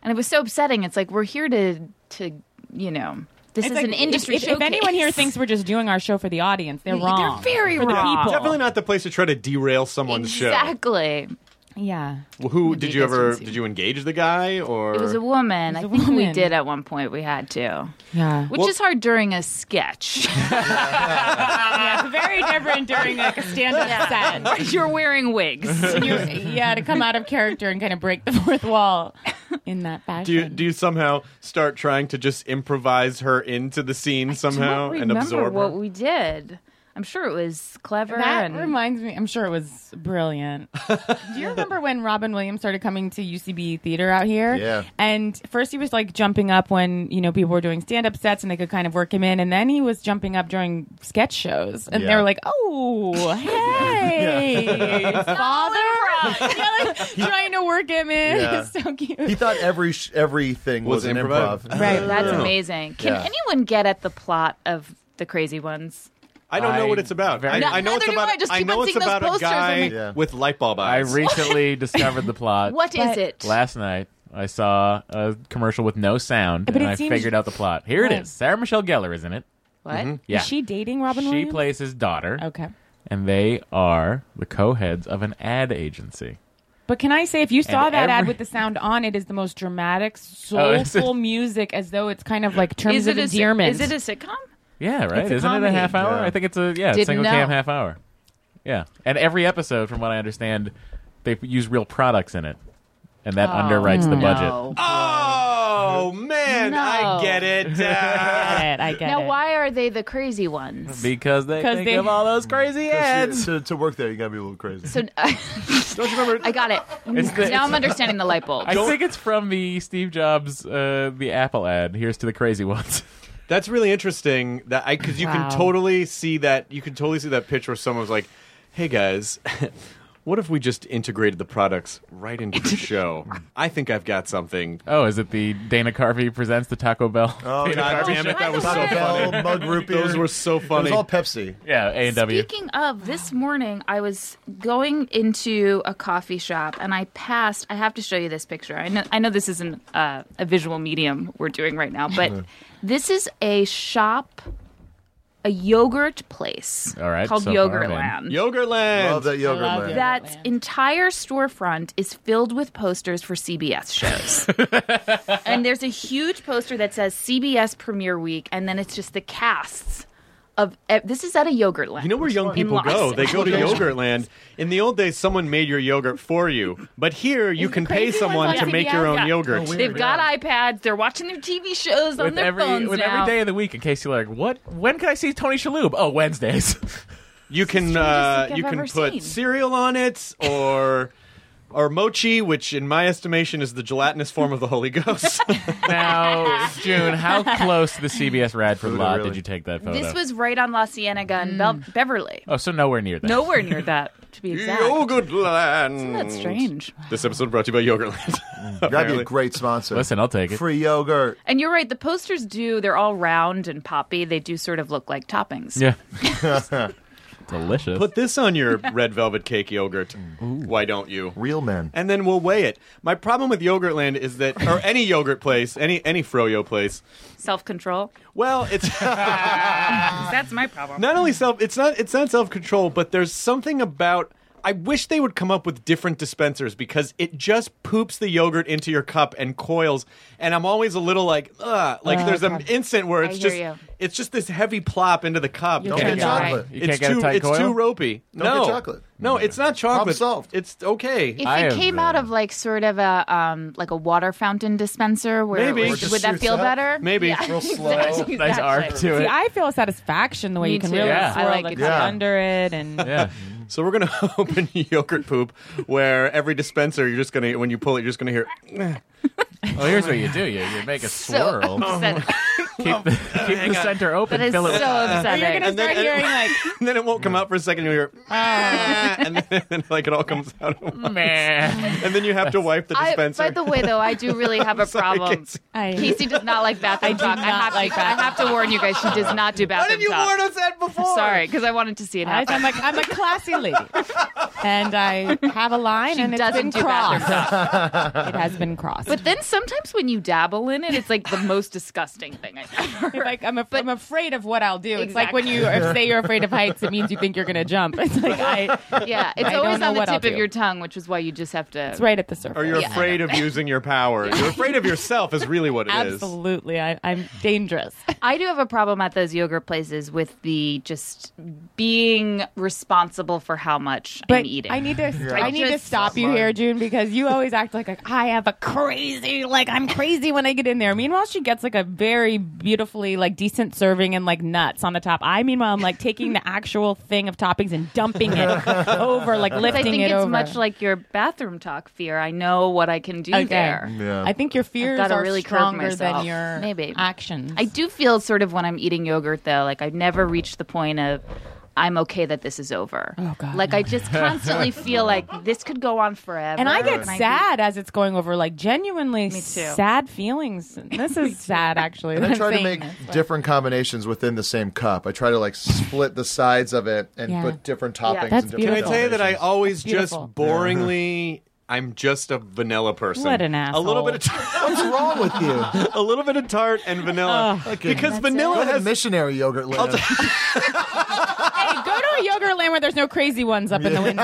[SPEAKER 7] it was so upsetting. It's like we're here to to you know this
[SPEAKER 4] It's
[SPEAKER 7] is
[SPEAKER 4] like,
[SPEAKER 7] an industry.
[SPEAKER 4] If, if, if anyone
[SPEAKER 7] showcase.
[SPEAKER 4] here thinks we're just doing our show for the audience, they're
[SPEAKER 7] They're
[SPEAKER 4] wrong.
[SPEAKER 7] very
[SPEAKER 4] For the
[SPEAKER 7] wrong.
[SPEAKER 4] people.
[SPEAKER 2] Definitely not the place to try to derail someone's
[SPEAKER 7] exactly,
[SPEAKER 4] Yeah.
[SPEAKER 2] show. Who did
[SPEAKER 7] you
[SPEAKER 2] you
[SPEAKER 7] guys
[SPEAKER 2] ever?
[SPEAKER 7] didn't see
[SPEAKER 2] Did you engage the guy or?
[SPEAKER 7] it was a woman. I
[SPEAKER 4] It was a
[SPEAKER 7] think we
[SPEAKER 4] woman.
[SPEAKER 7] did at one point. We had to,
[SPEAKER 4] Yeah.
[SPEAKER 7] which is hard during a sketch.
[SPEAKER 4] yeah. It's very different during like a stand-up set.
[SPEAKER 7] You're wearing wigs.
[SPEAKER 4] You, yeah, to come out of character and kind of break the fourth wall in that fashion.
[SPEAKER 2] do you, do you somehow start trying to just improvise her into the scene somehow
[SPEAKER 7] I don't
[SPEAKER 2] and
[SPEAKER 7] remember
[SPEAKER 2] absorb
[SPEAKER 7] what
[SPEAKER 2] her?
[SPEAKER 7] we did. I'm sure it was clever.
[SPEAKER 4] That
[SPEAKER 7] and
[SPEAKER 4] reminds me. I'm sure it was brilliant. Do you remember when Robin Williams started coming to UCB theater out here?
[SPEAKER 9] Yeah.
[SPEAKER 4] And first he was like jumping up when you know people were doing stand up sets and they could kind of work him in, and then he was jumping up during sketch shows, and they
[SPEAKER 9] Yeah.
[SPEAKER 4] were like, "Oh, hey, father!" yeah, like, trying to work him in.
[SPEAKER 9] Yeah.
[SPEAKER 4] It's so cute.
[SPEAKER 9] He thought every sh- everything was,
[SPEAKER 2] Was
[SPEAKER 9] an
[SPEAKER 2] improv.
[SPEAKER 9] improv.
[SPEAKER 4] Right.
[SPEAKER 7] That's amazing. Can
[SPEAKER 9] Yeah.
[SPEAKER 7] anyone get at the plot of the crazy ones?
[SPEAKER 2] I don't know
[SPEAKER 3] I-
[SPEAKER 2] what it's about. I,
[SPEAKER 3] No,
[SPEAKER 2] I know
[SPEAKER 7] neither
[SPEAKER 2] it's
[SPEAKER 7] do
[SPEAKER 2] about.
[SPEAKER 7] I. Just keep
[SPEAKER 2] know
[SPEAKER 7] on
[SPEAKER 2] it's
[SPEAKER 7] seeing those
[SPEAKER 2] about a
[SPEAKER 7] posters.
[SPEAKER 2] guy
[SPEAKER 7] I'm like-
[SPEAKER 9] Yeah.
[SPEAKER 2] with light bulb
[SPEAKER 3] I
[SPEAKER 2] eyes.
[SPEAKER 3] recently discovered the plot.
[SPEAKER 7] What is
[SPEAKER 4] But-
[SPEAKER 7] it?
[SPEAKER 3] Last night, I saw a commercial with no sound,
[SPEAKER 4] But
[SPEAKER 3] and
[SPEAKER 4] it
[SPEAKER 3] I
[SPEAKER 4] seems-
[SPEAKER 3] figured out the plot. Here it
[SPEAKER 4] Right.
[SPEAKER 3] is. Sarah Michelle Gellar is in it.
[SPEAKER 7] what?
[SPEAKER 3] Yeah,
[SPEAKER 4] Is she dating Robin
[SPEAKER 3] She
[SPEAKER 4] Williams?
[SPEAKER 3] plays his daughter,
[SPEAKER 4] Okay.
[SPEAKER 3] and they are the co-heads of an ad agency.
[SPEAKER 4] But can I say, if you saw
[SPEAKER 3] And
[SPEAKER 4] that ad
[SPEAKER 3] every-
[SPEAKER 4] with the sound on, it is the most dramatic,
[SPEAKER 3] Oh, is it-
[SPEAKER 4] soulful music, as though it's kind of like terms
[SPEAKER 7] Is it
[SPEAKER 4] of
[SPEAKER 7] a,
[SPEAKER 4] endearment.
[SPEAKER 7] Is it a sitcom?
[SPEAKER 3] Yeah, right.
[SPEAKER 4] It's
[SPEAKER 3] Isn't
[SPEAKER 4] a
[SPEAKER 3] it a
[SPEAKER 4] comedy.
[SPEAKER 3] half hour?
[SPEAKER 9] Yeah.
[SPEAKER 3] I think it's a yeah it's
[SPEAKER 7] Didn't
[SPEAKER 3] single cam
[SPEAKER 7] know.
[SPEAKER 3] half hour. Yeah, and every episode, from what I understand, they use real products in it, and that underwrites the budget.
[SPEAKER 7] Oh. No.
[SPEAKER 2] Oh man, I
[SPEAKER 7] No.
[SPEAKER 2] get it.
[SPEAKER 4] I
[SPEAKER 2] Ah.
[SPEAKER 4] get it. I get
[SPEAKER 7] Now,
[SPEAKER 4] it.
[SPEAKER 7] why are they the crazy ones?
[SPEAKER 3] Because they
[SPEAKER 4] 'Cause
[SPEAKER 3] think
[SPEAKER 4] they-
[SPEAKER 3] of all those crazy ads.
[SPEAKER 9] To, to work there, you gotta be a little crazy.
[SPEAKER 7] So,
[SPEAKER 2] Don't you remember?
[SPEAKER 7] I got it.
[SPEAKER 3] the- it's-
[SPEAKER 7] now I'm understanding the light bulb.
[SPEAKER 3] I think it's from the Steve Jobs, uh, the Apple ad. Here's to the crazy ones.
[SPEAKER 2] That's really interesting. That I because you
[SPEAKER 4] Wow.
[SPEAKER 2] can totally see that you can totally see that pitch where someone's like, "Hey guys, what if we just integrated the products right into the show? I think I've got something."
[SPEAKER 3] Oh, is it the Dana Carvey presents the Taco Bell?
[SPEAKER 9] Oh,
[SPEAKER 3] Dana
[SPEAKER 9] God
[SPEAKER 3] Carvey
[SPEAKER 2] damn
[SPEAKER 3] show?
[SPEAKER 2] it, that was so
[SPEAKER 9] Taco
[SPEAKER 2] funny.
[SPEAKER 9] Bell, mug root beer.
[SPEAKER 2] Those were so
[SPEAKER 9] It
[SPEAKER 2] funny.
[SPEAKER 9] was all Pepsi.
[SPEAKER 3] Yeah, A and W.
[SPEAKER 7] Speaking of, this morning I was going into a coffee shop and I passed. I have to show you this picture. I know, I know this isn't uh, a visual medium we're doing right now,
[SPEAKER 3] Mm-hmm.
[SPEAKER 7] but this is a shop, a yogurt place
[SPEAKER 3] All right,
[SPEAKER 7] called
[SPEAKER 3] so far I'm in.
[SPEAKER 7] Yogurtland.
[SPEAKER 2] Yogurtland.
[SPEAKER 9] Love that yogurt
[SPEAKER 4] Love
[SPEAKER 9] land.
[SPEAKER 4] it.
[SPEAKER 7] that entire storefront is filled with posters for CBS shows. and there's a huge poster that says CBS Premiere Week, and then it's just the casts of e- this is at a yogurt land.
[SPEAKER 2] You know where young
[SPEAKER 7] in
[SPEAKER 2] people go?
[SPEAKER 7] Lawson.
[SPEAKER 2] They go to Yogurtland. In the old days, someone made your yogurt for you, but here you can pay
[SPEAKER 7] Crazy
[SPEAKER 2] someone
[SPEAKER 7] ones
[SPEAKER 2] to
[SPEAKER 7] on
[SPEAKER 2] make
[SPEAKER 7] TV
[SPEAKER 2] your own
[SPEAKER 7] ads.
[SPEAKER 2] yogurt.
[SPEAKER 7] They've got iPads. They're watching their TV shows on
[SPEAKER 3] with
[SPEAKER 7] their
[SPEAKER 3] every
[SPEAKER 7] phones
[SPEAKER 3] with
[SPEAKER 7] now.
[SPEAKER 3] every day of the week. In case you're like, what? When can I see Tony Shalhoub? Oh, Wednesdays.
[SPEAKER 2] You can
[SPEAKER 3] strangest
[SPEAKER 2] uh,
[SPEAKER 3] thing
[SPEAKER 2] you
[SPEAKER 3] I've
[SPEAKER 2] can
[SPEAKER 3] ever
[SPEAKER 2] put
[SPEAKER 3] seen.
[SPEAKER 2] cereal on it or or mochi, which in my estimation is the gelatinous form of the Holy Ghost.
[SPEAKER 3] now, June, how close to the CBS Radford
[SPEAKER 2] Photo,
[SPEAKER 3] lot
[SPEAKER 2] really.
[SPEAKER 3] did you take that photo?
[SPEAKER 7] This was right on La Cienega and Bel- Beverly.
[SPEAKER 3] oh, so nowhere near that.
[SPEAKER 7] Nowhere near that, to be exact.
[SPEAKER 2] Yogurtland.
[SPEAKER 7] Isn't that strange?
[SPEAKER 2] This episode brought to you by Yogurtland.
[SPEAKER 9] That'd be a great sponsor.
[SPEAKER 3] Listen, I'll take it.
[SPEAKER 9] Free yogurt.
[SPEAKER 7] And you're right. The posters do. They're all round and poppy. They do sort of look like toppings.
[SPEAKER 2] Yeah.
[SPEAKER 3] Delicious.
[SPEAKER 2] Put this on your red velvet cake yogurt. Why don't you?
[SPEAKER 9] Real men.
[SPEAKER 2] And then we'll weigh it. My problem with Yogurtland is that, or any yogurt place, any any froyo place.
[SPEAKER 7] Self control.
[SPEAKER 2] Well, it's
[SPEAKER 7] that's my problem.
[SPEAKER 2] Not only self, it's not it's not self control, but there's something about. I wish they would come up with different dispensers because it just poops the yogurt into your cup and coils, and I'm always a little like, ugh. Like
[SPEAKER 3] Oh,
[SPEAKER 2] there's an
[SPEAKER 3] God.
[SPEAKER 2] instant where
[SPEAKER 3] I
[SPEAKER 2] it's
[SPEAKER 3] hear
[SPEAKER 2] just
[SPEAKER 3] you.
[SPEAKER 2] it's just this heavy plop into the cup.
[SPEAKER 3] You Don't can't get get it. chocolate. You
[SPEAKER 2] It's
[SPEAKER 3] can't get a
[SPEAKER 2] too
[SPEAKER 3] tight
[SPEAKER 2] it's
[SPEAKER 3] coil?
[SPEAKER 2] too ropey.
[SPEAKER 3] Don't
[SPEAKER 2] no
[SPEAKER 3] get chocolate.
[SPEAKER 2] No, it's not chocolate.
[SPEAKER 9] solved.
[SPEAKER 2] It's okay. Ah.
[SPEAKER 7] If it came out of like sort of a um like a water fountain dispenser, where it
[SPEAKER 2] Maybe.
[SPEAKER 7] was-
[SPEAKER 2] Or just
[SPEAKER 7] would that
[SPEAKER 2] shoots
[SPEAKER 7] feel
[SPEAKER 2] up.
[SPEAKER 7] better?
[SPEAKER 2] Maybe.
[SPEAKER 7] Yeah,
[SPEAKER 2] Real slow.
[SPEAKER 7] exactly.
[SPEAKER 3] Nice arc
[SPEAKER 7] Exactly.
[SPEAKER 3] to
[SPEAKER 4] See,
[SPEAKER 3] it.
[SPEAKER 4] I feel satisfaction the way
[SPEAKER 7] Me
[SPEAKER 4] you can
[SPEAKER 7] too.
[SPEAKER 4] really
[SPEAKER 7] Yeah. I
[SPEAKER 4] swirl
[SPEAKER 7] like
[SPEAKER 4] the
[SPEAKER 7] it
[SPEAKER 4] cup
[SPEAKER 7] too.
[SPEAKER 4] under it and
[SPEAKER 3] Yeah.
[SPEAKER 2] So we're gonna open yogurt poop, where every dispenser you're just gonna when you pull it, you're just gonna hear. "Eh."
[SPEAKER 3] Oh, here's what you do. You, you make a
[SPEAKER 7] So Oh,
[SPEAKER 3] swirl.
[SPEAKER 7] upset.
[SPEAKER 3] keep the, keep the center open.
[SPEAKER 7] That is
[SPEAKER 3] fill it with-
[SPEAKER 7] so upsetting. You're gonna
[SPEAKER 2] And then-
[SPEAKER 7] start hearing like
[SPEAKER 2] and then it won't come out for a second. You'll hear, "Ah," and then like it all comes out. At once. and then you have to wipe the
[SPEAKER 7] Mm. I,
[SPEAKER 2] dispenser.
[SPEAKER 7] by the way, though, I do really have a
[SPEAKER 2] sorry,
[SPEAKER 7] problem.
[SPEAKER 2] Casey.
[SPEAKER 7] Casey does not like bathroom talk. I have,
[SPEAKER 4] like
[SPEAKER 7] to, I have to warn you guys, she does not do bathroom talk.
[SPEAKER 4] you warn us
[SPEAKER 2] that before?
[SPEAKER 7] Sorry, because I wanted to see it
[SPEAKER 4] I,
[SPEAKER 7] happen.
[SPEAKER 4] am like I'm a classy lady, and I have a line,
[SPEAKER 7] She
[SPEAKER 4] and it's
[SPEAKER 7] doesn't
[SPEAKER 4] been
[SPEAKER 7] do
[SPEAKER 4] crossed.
[SPEAKER 7] bathroom
[SPEAKER 4] it has been crossed.
[SPEAKER 7] But then sometimes when you dabble in it, it's like the most disgusting thing I've ever heard.
[SPEAKER 4] like I'm, af- I'm afraid of what I'll do. It's like when you
[SPEAKER 7] Exactly.
[SPEAKER 4] say you're afraid of heights, it means you think you're going to jump. It's like I
[SPEAKER 7] Yeah,
[SPEAKER 4] I
[SPEAKER 7] it's
[SPEAKER 4] don't
[SPEAKER 7] always
[SPEAKER 4] know
[SPEAKER 7] on the
[SPEAKER 4] what I'll
[SPEAKER 7] tip of
[SPEAKER 4] do.
[SPEAKER 7] your tongue, which is why you just have to.
[SPEAKER 4] It's right at the surface.
[SPEAKER 2] or you're afraid of using your power. You're afraid of yourself is really what it is.
[SPEAKER 4] Absolutely, I, I'm dangerous.
[SPEAKER 7] I do have a problem at those yogurt places with the just being responsible for how much I'm
[SPEAKER 4] But
[SPEAKER 7] eating.
[SPEAKER 4] I need to I need to
[SPEAKER 7] just-
[SPEAKER 4] stop you here, June, because you always act like, like, I have a crazy like I'm crazy when I get in there. Meanwhile, she gets like a very beautifully like decent serving and like nuts on the top. I meanwhile I'm like taking the actual thing of toppings and dumping it over, like
[SPEAKER 7] Because
[SPEAKER 4] lifting
[SPEAKER 7] I think
[SPEAKER 4] it
[SPEAKER 7] it's
[SPEAKER 4] over.
[SPEAKER 7] much like your bathroom talk fear. I know what I can do
[SPEAKER 4] Okay.
[SPEAKER 7] there.
[SPEAKER 4] Yeah. I think your fears
[SPEAKER 7] gotta
[SPEAKER 4] are
[SPEAKER 7] really curb
[SPEAKER 4] stronger than
[SPEAKER 7] myself.
[SPEAKER 4] your
[SPEAKER 7] Maybe.
[SPEAKER 4] actions.
[SPEAKER 7] I do feel sort of when I'm eating yogurt though, like I've never reached the point of I'm okay that this is over. Oh god. Like I just constantly feel like this could go on forever.
[SPEAKER 4] and I get
[SPEAKER 7] I-
[SPEAKER 4] sad as it's going over, like genuinely sad feelings. This is sad, actually.
[SPEAKER 9] And I
[SPEAKER 4] that
[SPEAKER 9] try
[SPEAKER 4] I'm
[SPEAKER 9] to
[SPEAKER 4] saying
[SPEAKER 9] make
[SPEAKER 4] this, but-
[SPEAKER 9] different combinations within the same cup. I try to like split the sides of it and
[SPEAKER 4] Yeah.
[SPEAKER 9] put different
[SPEAKER 4] Yeah.
[SPEAKER 9] toppings. and
[SPEAKER 4] That's
[SPEAKER 9] different
[SPEAKER 2] Can I tell you that I
[SPEAKER 9] combinations.
[SPEAKER 2] always
[SPEAKER 9] Beautiful.
[SPEAKER 2] just boringly? I'm just a vanilla person.
[SPEAKER 9] What an
[SPEAKER 2] A little bit of
[SPEAKER 9] What's wrong with you?
[SPEAKER 2] a little bit of tart and vanilla
[SPEAKER 7] Oh,
[SPEAKER 2] because vanilla
[SPEAKER 9] Go to
[SPEAKER 2] has
[SPEAKER 9] missionary yogurt. Land.
[SPEAKER 4] hey, go to a yogurt land where there's no crazy ones up in the window.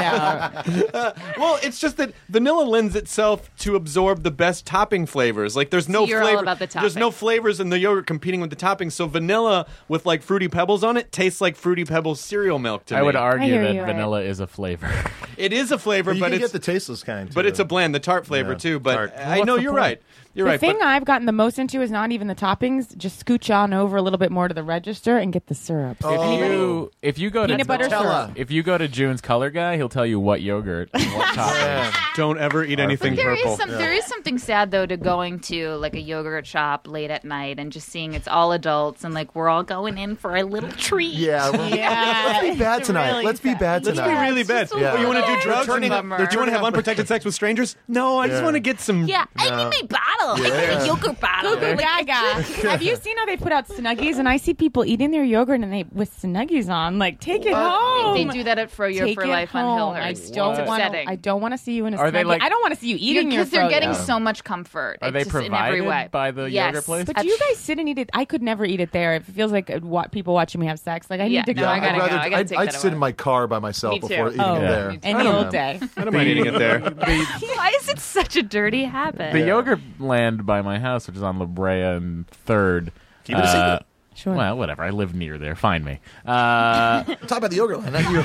[SPEAKER 2] well, it's just that vanilla lends itself to absorb the best topping flavors. Like there's no
[SPEAKER 7] So you're all
[SPEAKER 2] flavor.
[SPEAKER 7] about the
[SPEAKER 2] there's no flavors in the yogurt competing with the toppings. So vanilla with like fruity pebbles on it tastes like fruity pebbles cereal milk to
[SPEAKER 3] I
[SPEAKER 2] me.
[SPEAKER 3] would argue that vanilla is a flavor.
[SPEAKER 2] It is a flavor,
[SPEAKER 9] you
[SPEAKER 2] but
[SPEAKER 9] can get
[SPEAKER 2] it's
[SPEAKER 9] the tasteless kind.
[SPEAKER 2] but
[SPEAKER 9] too.
[SPEAKER 2] it's a blend, the tart flavor too. But I
[SPEAKER 9] What's
[SPEAKER 2] know
[SPEAKER 9] the
[SPEAKER 2] you're
[SPEAKER 9] point?
[SPEAKER 2] right. You're
[SPEAKER 4] the
[SPEAKER 2] right.
[SPEAKER 4] thing
[SPEAKER 2] but
[SPEAKER 4] I've gotten the most into is not even the toppings. Just scooch on over a little bit more to the register and get the syrup.
[SPEAKER 3] If you if you go to
[SPEAKER 4] Peanut butter Nutella. syrup.
[SPEAKER 3] if you go to June's color guy, he'll tell you what yogurt, and what topping.
[SPEAKER 2] Don't ever eat anything
[SPEAKER 7] But there is some there is something sad though to going to like a yogurt shop late at night and just seeing it's all adults and like we're all going in for a little treat.
[SPEAKER 9] Yeah, well, Let's be bad tonight. let's be bad
[SPEAKER 2] Let's
[SPEAKER 9] tonight.
[SPEAKER 2] be really bad.
[SPEAKER 9] Yeah.
[SPEAKER 2] Oh, you want to do drugs?
[SPEAKER 9] They're turning up-
[SPEAKER 2] and,
[SPEAKER 9] they're
[SPEAKER 2] do you want
[SPEAKER 9] turning
[SPEAKER 2] to have
[SPEAKER 9] up-
[SPEAKER 2] unprotected sex with strangers? No, I just
[SPEAKER 9] Yeah.
[SPEAKER 2] want to get some.
[SPEAKER 4] Yeah,
[SPEAKER 7] I need my bottle. I need
[SPEAKER 2] Yeah.
[SPEAKER 7] a yogurt bottle.
[SPEAKER 4] Goo Goo
[SPEAKER 7] Like, I
[SPEAKER 4] Gaga.
[SPEAKER 7] just-
[SPEAKER 4] Have you seen how they put out Snuggies? And I see people eating their yogurt and they with Snuggies on. Like, take it home.
[SPEAKER 7] They do that at Froyo
[SPEAKER 4] Take
[SPEAKER 7] for
[SPEAKER 4] it
[SPEAKER 7] Life
[SPEAKER 4] home.
[SPEAKER 7] on Hillhurst.
[SPEAKER 4] I
[SPEAKER 7] It's
[SPEAKER 4] don't want.
[SPEAKER 7] upsetting.
[SPEAKER 4] I don't want to see you in a
[SPEAKER 3] Are
[SPEAKER 4] Snuggie.
[SPEAKER 3] they like-
[SPEAKER 4] I don't want to see you eating your
[SPEAKER 7] because they're
[SPEAKER 4] froyo.
[SPEAKER 7] getting so much comfort.
[SPEAKER 3] Are
[SPEAKER 7] It's
[SPEAKER 3] they
[SPEAKER 7] just in every
[SPEAKER 3] provided
[SPEAKER 7] way.
[SPEAKER 3] by the
[SPEAKER 7] yes.
[SPEAKER 3] yogurt place?
[SPEAKER 4] But do you guys sit and eat it? I could never eat it there. It feels like uh, wa- people watching me have sex. Like I need
[SPEAKER 7] Yeah.
[SPEAKER 4] to go.
[SPEAKER 7] No, I
[SPEAKER 9] I'd
[SPEAKER 7] gotta
[SPEAKER 9] rather-
[SPEAKER 7] go. I gotta
[SPEAKER 9] I'd-
[SPEAKER 7] take
[SPEAKER 9] I'd
[SPEAKER 7] that
[SPEAKER 9] sit in my car by myself
[SPEAKER 7] Me too.
[SPEAKER 9] before eating
[SPEAKER 4] Oh,
[SPEAKER 9] it
[SPEAKER 4] yeah.
[SPEAKER 9] there.
[SPEAKER 4] Me too. Any old day.
[SPEAKER 2] I don't mind eating it there.
[SPEAKER 7] Why is it such a dirty habit?
[SPEAKER 3] The yogurt land by my house, which is on La Brea and Third.
[SPEAKER 7] Keep it a secret.
[SPEAKER 4] Sure.
[SPEAKER 3] Well, whatever. I live near there. Find me. Uh,
[SPEAKER 11] Talk about the yogurt line, not you.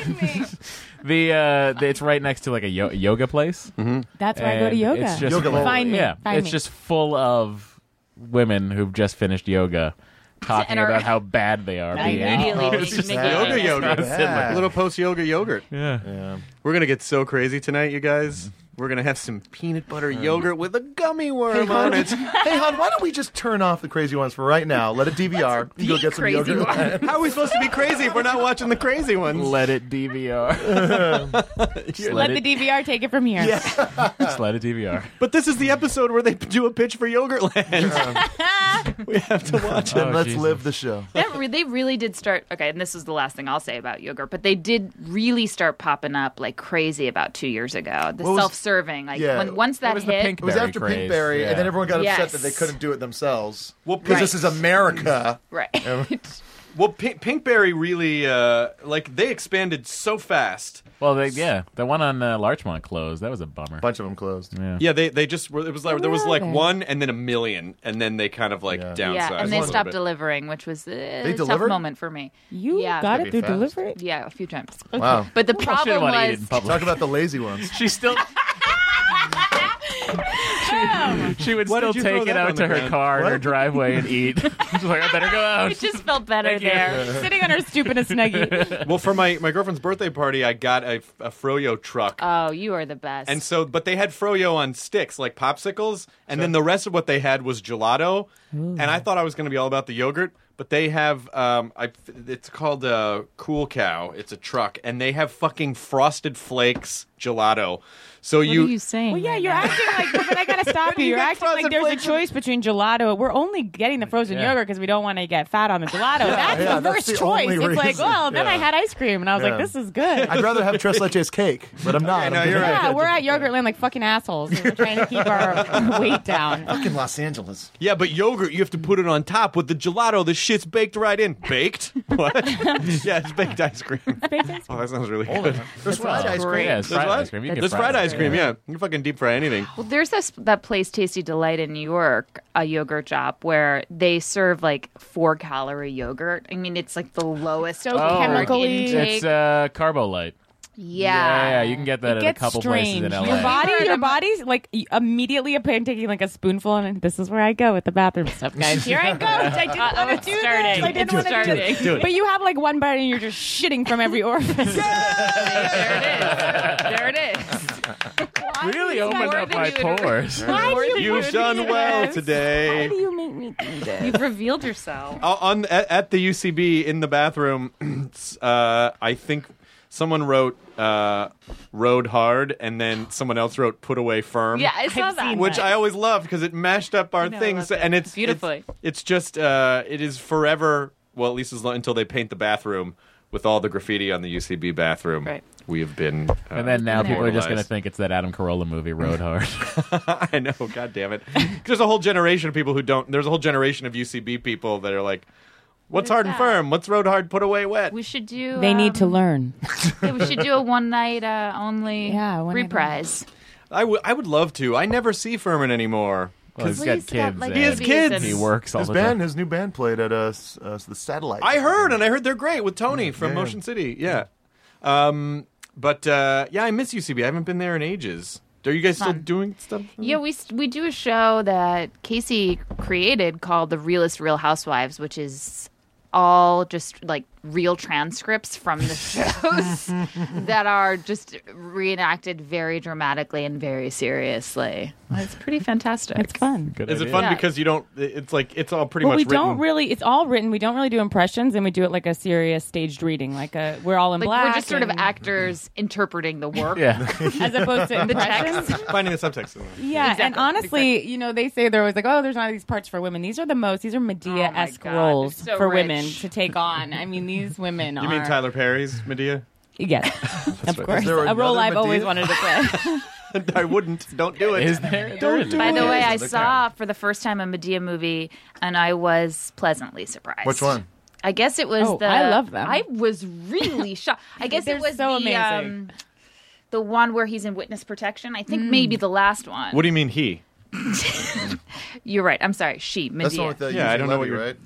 [SPEAKER 3] the, uh, the- it's right next to like a yo- yoga place. Mm-hmm.
[SPEAKER 4] That's where I go to yoga.
[SPEAKER 3] It's just
[SPEAKER 4] Yoga
[SPEAKER 3] full,
[SPEAKER 4] land. Find me.
[SPEAKER 3] Yeah,
[SPEAKER 4] Find
[SPEAKER 3] it's
[SPEAKER 4] me.
[SPEAKER 3] just full of women who've just finished yoga. Talking
[SPEAKER 7] And are-
[SPEAKER 3] about how bad they are.
[SPEAKER 7] I
[SPEAKER 3] being.
[SPEAKER 7] immediately
[SPEAKER 2] It's just Oh, yoga yogurt. Little post yoga yogurt.
[SPEAKER 3] Yeah.
[SPEAKER 2] We're going to get so crazy tonight, you guys. We're going to have some peanut butter yogurt with a gummy worm
[SPEAKER 9] Hey,
[SPEAKER 2] on
[SPEAKER 9] hon.
[SPEAKER 2] it.
[SPEAKER 9] hey, hon, why don't we just turn off the crazy ones for right now? Let it DVR. You go get some
[SPEAKER 2] crazy
[SPEAKER 9] yogurt.
[SPEAKER 2] one. How are we supposed to be crazy if we're not watching the crazy ones?
[SPEAKER 3] Let it DVR.
[SPEAKER 4] Just let the DVR take it from here.
[SPEAKER 3] Just let it DVR.
[SPEAKER 2] But this is the episode where they do a pitch for Yogurtland. we have to watch it.
[SPEAKER 3] Oh,
[SPEAKER 9] Then let's live the show.
[SPEAKER 7] that re- they really did start. Okay, and this is the last thing I'll say about yogurt, but they did really start popping up like crazy about two years ago. The
[SPEAKER 9] What was-
[SPEAKER 7] self-serving, like
[SPEAKER 9] yeah.
[SPEAKER 7] when, once that
[SPEAKER 9] was
[SPEAKER 7] hit,
[SPEAKER 9] It was after Pinkberry, and then everyone got upset
[SPEAKER 7] Yes.
[SPEAKER 9] that they couldn't do it themselves. Well,
[SPEAKER 2] Right.
[SPEAKER 9] because this is America.
[SPEAKER 7] right.
[SPEAKER 2] Well, Pink- Pinkberry really, uh, like, they expanded so fast.
[SPEAKER 3] Well, they, yeah, the one on uh, Larchmont closed. That was a bummer.
[SPEAKER 9] bunch of them closed.
[SPEAKER 3] Yeah.
[SPEAKER 2] Yeah, they, they just were, it was like, there was
[SPEAKER 7] Where are
[SPEAKER 2] like
[SPEAKER 7] they?
[SPEAKER 2] one and then a million, and then they kind of like downsized.
[SPEAKER 7] Yeah, and
[SPEAKER 2] a
[SPEAKER 7] they
[SPEAKER 2] little
[SPEAKER 7] stopped
[SPEAKER 2] bit.
[SPEAKER 7] delivering, which was uh, a tough
[SPEAKER 2] delivered?
[SPEAKER 7] moment for me.
[SPEAKER 4] You
[SPEAKER 7] yeah.
[SPEAKER 4] got
[SPEAKER 9] That'd
[SPEAKER 4] it
[SPEAKER 9] be
[SPEAKER 4] through
[SPEAKER 9] fast.
[SPEAKER 4] delivery.
[SPEAKER 7] Yeah, a few times.
[SPEAKER 9] Wow.
[SPEAKER 7] But the
[SPEAKER 3] I shouldn't
[SPEAKER 7] problem
[SPEAKER 3] want to eat it in
[SPEAKER 7] was
[SPEAKER 3] public.
[SPEAKER 9] Talk about the lazy ones.
[SPEAKER 3] She still. She would
[SPEAKER 2] Why
[SPEAKER 3] still
[SPEAKER 2] did you throw
[SPEAKER 3] take it
[SPEAKER 2] that on
[SPEAKER 3] out
[SPEAKER 2] the
[SPEAKER 3] to her
[SPEAKER 2] ground?
[SPEAKER 3] car in her
[SPEAKER 2] What?
[SPEAKER 3] driveway and eat. She's like, I better go out.
[SPEAKER 4] It just felt better
[SPEAKER 3] Thank you.
[SPEAKER 4] there. Sitting on her stoop in a snuggie.
[SPEAKER 2] well, for my, my girlfriend's birthday party, I got a, a Froyo truck.
[SPEAKER 7] oh, you are the best.
[SPEAKER 2] And so, but they had froyo on sticks, like popsicles, and then the rest of what they had was gelato. And I thought I was going to be all about the yogurt, but they have, um, I, it's called uh, Cool Cow. It's a truck, and they have fucking frosted flakes gelato. So
[SPEAKER 7] what
[SPEAKER 2] you,
[SPEAKER 7] are you saying?
[SPEAKER 4] Well, yeah,
[SPEAKER 7] right
[SPEAKER 4] you're
[SPEAKER 7] now?
[SPEAKER 4] acting like, but I gotta stop you.
[SPEAKER 2] you
[SPEAKER 4] You're
[SPEAKER 2] got
[SPEAKER 4] acting like
[SPEAKER 2] frozen
[SPEAKER 4] there's a
[SPEAKER 2] flakes in-
[SPEAKER 4] choice between gelato. We're only getting the frozen
[SPEAKER 3] Yeah.
[SPEAKER 4] yogurt because we don't want to get fat on the gelato. that's
[SPEAKER 9] Mm, yeah,
[SPEAKER 4] the
[SPEAKER 9] that's
[SPEAKER 4] first
[SPEAKER 9] the
[SPEAKER 4] choice.
[SPEAKER 9] only
[SPEAKER 4] It's like,
[SPEAKER 9] reason.
[SPEAKER 4] well, then
[SPEAKER 9] Yeah.
[SPEAKER 4] I had ice cream, and I was
[SPEAKER 9] Yeah.
[SPEAKER 4] like, this is good.
[SPEAKER 9] I'd rather have tres leches cake, but I'm not.
[SPEAKER 2] no,
[SPEAKER 9] I'm
[SPEAKER 2] you're
[SPEAKER 9] gonna-
[SPEAKER 4] yeah, we're at Yogurtland like fucking assholes. and We're trying to keep our weight down.
[SPEAKER 9] Fucking Los Angeles.
[SPEAKER 2] yeah, but yogurt you have to put it on top with the gelato. The shit's baked right in. Baked? What? yeah, it's baked ice cream. Oh, that sounds really good.
[SPEAKER 9] There's fried ice cream.
[SPEAKER 3] Yeah, it's
[SPEAKER 2] There's
[SPEAKER 3] fried
[SPEAKER 2] what?
[SPEAKER 3] ice cream. You can get
[SPEAKER 2] There's fried ice cream. Yeah, you can fucking deep fry anything.
[SPEAKER 7] Well, there's this that place Tasty Delight in New York, a yogurt shop where they serve like four calorie yogurt. I mean, it's like the lowest so
[SPEAKER 4] Oh, chemically-
[SPEAKER 7] intake.
[SPEAKER 3] It's uh, Carbolite.
[SPEAKER 7] yeah.
[SPEAKER 3] yeah, you can get that at a
[SPEAKER 4] Gets
[SPEAKER 3] couple
[SPEAKER 4] strange.
[SPEAKER 3] places in LA.
[SPEAKER 4] Your body, your body's like y- immediately upon taking like a spoonful, and this is where I go with the bathroom stuff, guys. Here I go. I didn't
[SPEAKER 7] Uh-oh,
[SPEAKER 4] want
[SPEAKER 7] it's
[SPEAKER 4] to do
[SPEAKER 7] starting.
[SPEAKER 4] this. I didn't
[SPEAKER 7] It's
[SPEAKER 4] want to do
[SPEAKER 7] starting.
[SPEAKER 4] this. But you have like one bite, and you're just shitting from every orifice.
[SPEAKER 7] there it is. There it is.
[SPEAKER 3] really
[SPEAKER 7] It's
[SPEAKER 3] opened
[SPEAKER 7] more
[SPEAKER 3] up
[SPEAKER 7] than
[SPEAKER 3] my
[SPEAKER 7] you would-
[SPEAKER 3] pores.
[SPEAKER 4] Why do you
[SPEAKER 2] You've
[SPEAKER 4] put
[SPEAKER 2] done
[SPEAKER 4] me
[SPEAKER 2] well
[SPEAKER 4] this?
[SPEAKER 2] today.
[SPEAKER 4] Why do you make me do this?
[SPEAKER 7] You've revealed yourself.
[SPEAKER 2] Uh, on at, at the UCB in the bathroom, uh, I think someone wrote uh, "rode hard" and then someone else wrote "put away firm."
[SPEAKER 7] Yeah, I saw that.
[SPEAKER 2] Which I always loved because it mashed up our
[SPEAKER 7] know, I
[SPEAKER 2] things,
[SPEAKER 7] love it.
[SPEAKER 2] and it's it's-
[SPEAKER 7] Beautifully.
[SPEAKER 2] It's, just uh, it is forever. Well, at least as long, until they paint the bathroom with all the graffiti on the UCB bathroom.
[SPEAKER 7] Right.
[SPEAKER 2] We have been, uh,
[SPEAKER 3] And then now people are just going to
[SPEAKER 2] immortalized.
[SPEAKER 3] think it's that Adam Carolla movie, Road Hard.
[SPEAKER 2] I know. God damn it. There's a whole generation of people who don't. There's a whole generation of UCB people that are like, "What's
[SPEAKER 7] What
[SPEAKER 2] hard
[SPEAKER 7] is
[SPEAKER 2] and
[SPEAKER 7] that?
[SPEAKER 2] firm? What's road hard? Put away wet."
[SPEAKER 7] we should do.
[SPEAKER 4] They need to
[SPEAKER 7] um,
[SPEAKER 4] learn.
[SPEAKER 7] yeah, we should do a one night uh, only
[SPEAKER 4] Yeah, one night only.
[SPEAKER 7] reprise.
[SPEAKER 2] I, w- I would love to. I never see Furman anymore.
[SPEAKER 3] Well, he's
[SPEAKER 7] Well,
[SPEAKER 3] got
[SPEAKER 7] he's got,
[SPEAKER 3] kids.
[SPEAKER 7] like,
[SPEAKER 3] and
[SPEAKER 7] He
[SPEAKER 2] has babies kids. and-
[SPEAKER 3] He works all
[SPEAKER 9] His
[SPEAKER 3] the
[SPEAKER 9] band,
[SPEAKER 3] time.
[SPEAKER 9] his new band played at uh, s- uh, the Satellite.
[SPEAKER 2] I heard, and I heard they're great with Tony from
[SPEAKER 9] Yeah.
[SPEAKER 2] Motion City. Yeah. Um, but uh, yeah, I miss UCB. I haven't been there in ages. Are you guys still
[SPEAKER 7] Fun.
[SPEAKER 2] doing stuff?
[SPEAKER 7] Yeah, we s- we do a show that Casey created called The Realest Real Housewives, which is all just like real transcripts from the shows that are just reenacted very dramatically and very seriously. It's pretty fantastic.
[SPEAKER 4] It's fun.
[SPEAKER 3] Good
[SPEAKER 2] Is it
[SPEAKER 3] idea.
[SPEAKER 2] fun
[SPEAKER 7] Yeah.
[SPEAKER 2] because you don't? It's like it's all pretty
[SPEAKER 4] Well,
[SPEAKER 2] much
[SPEAKER 4] we
[SPEAKER 2] written.
[SPEAKER 4] don't really. It's all written. We don't really do impressions, and we do it like a serious staged reading. Like a, we're all in
[SPEAKER 7] Like
[SPEAKER 4] black.
[SPEAKER 7] we're just sort of
[SPEAKER 4] and-
[SPEAKER 7] actors interpreting the work
[SPEAKER 3] Yeah.
[SPEAKER 4] as opposed to
[SPEAKER 7] the
[SPEAKER 4] impressions.
[SPEAKER 7] text.
[SPEAKER 2] Finding the subtext. in there.
[SPEAKER 4] Yeah, and
[SPEAKER 7] Exactly,
[SPEAKER 4] honestly, you know, they say they're always like, "Oh, there's not these parts for women." These are the most. These are Medea esque
[SPEAKER 7] Oh God,
[SPEAKER 4] roles
[SPEAKER 7] it's so
[SPEAKER 4] for
[SPEAKER 7] rich.
[SPEAKER 4] women to take on. I mean, these women
[SPEAKER 2] You
[SPEAKER 4] are.
[SPEAKER 2] mean Tyler Perry's Medea?
[SPEAKER 4] Yes, of
[SPEAKER 2] right.
[SPEAKER 4] course.
[SPEAKER 9] Is there
[SPEAKER 4] A role
[SPEAKER 9] another
[SPEAKER 4] I've always
[SPEAKER 9] Medea?
[SPEAKER 4] wanted to play.
[SPEAKER 2] I wouldn't. Don't do it.
[SPEAKER 3] Is there?
[SPEAKER 2] Don't
[SPEAKER 3] there is.
[SPEAKER 2] do
[SPEAKER 7] By
[SPEAKER 2] it.
[SPEAKER 7] the way, I
[SPEAKER 3] Look
[SPEAKER 7] saw for the first time a Medea movie, and I was pleasantly surprised.
[SPEAKER 9] Which one?
[SPEAKER 7] I guess it was
[SPEAKER 4] Oh,
[SPEAKER 7] the.
[SPEAKER 4] I love them.
[SPEAKER 7] I was really shocked. I guess
[SPEAKER 4] They're
[SPEAKER 7] it was
[SPEAKER 4] so
[SPEAKER 7] the
[SPEAKER 4] amazing. Mm.
[SPEAKER 7] um, the one where he's in witness protection. I think maybe the last one.
[SPEAKER 2] What do you mean he?
[SPEAKER 7] you- are right. I'm sorry. She Medea.
[SPEAKER 9] That's the one with the
[SPEAKER 2] Yeah, I don't know what
[SPEAKER 9] Levy,
[SPEAKER 2] you're-
[SPEAKER 9] right?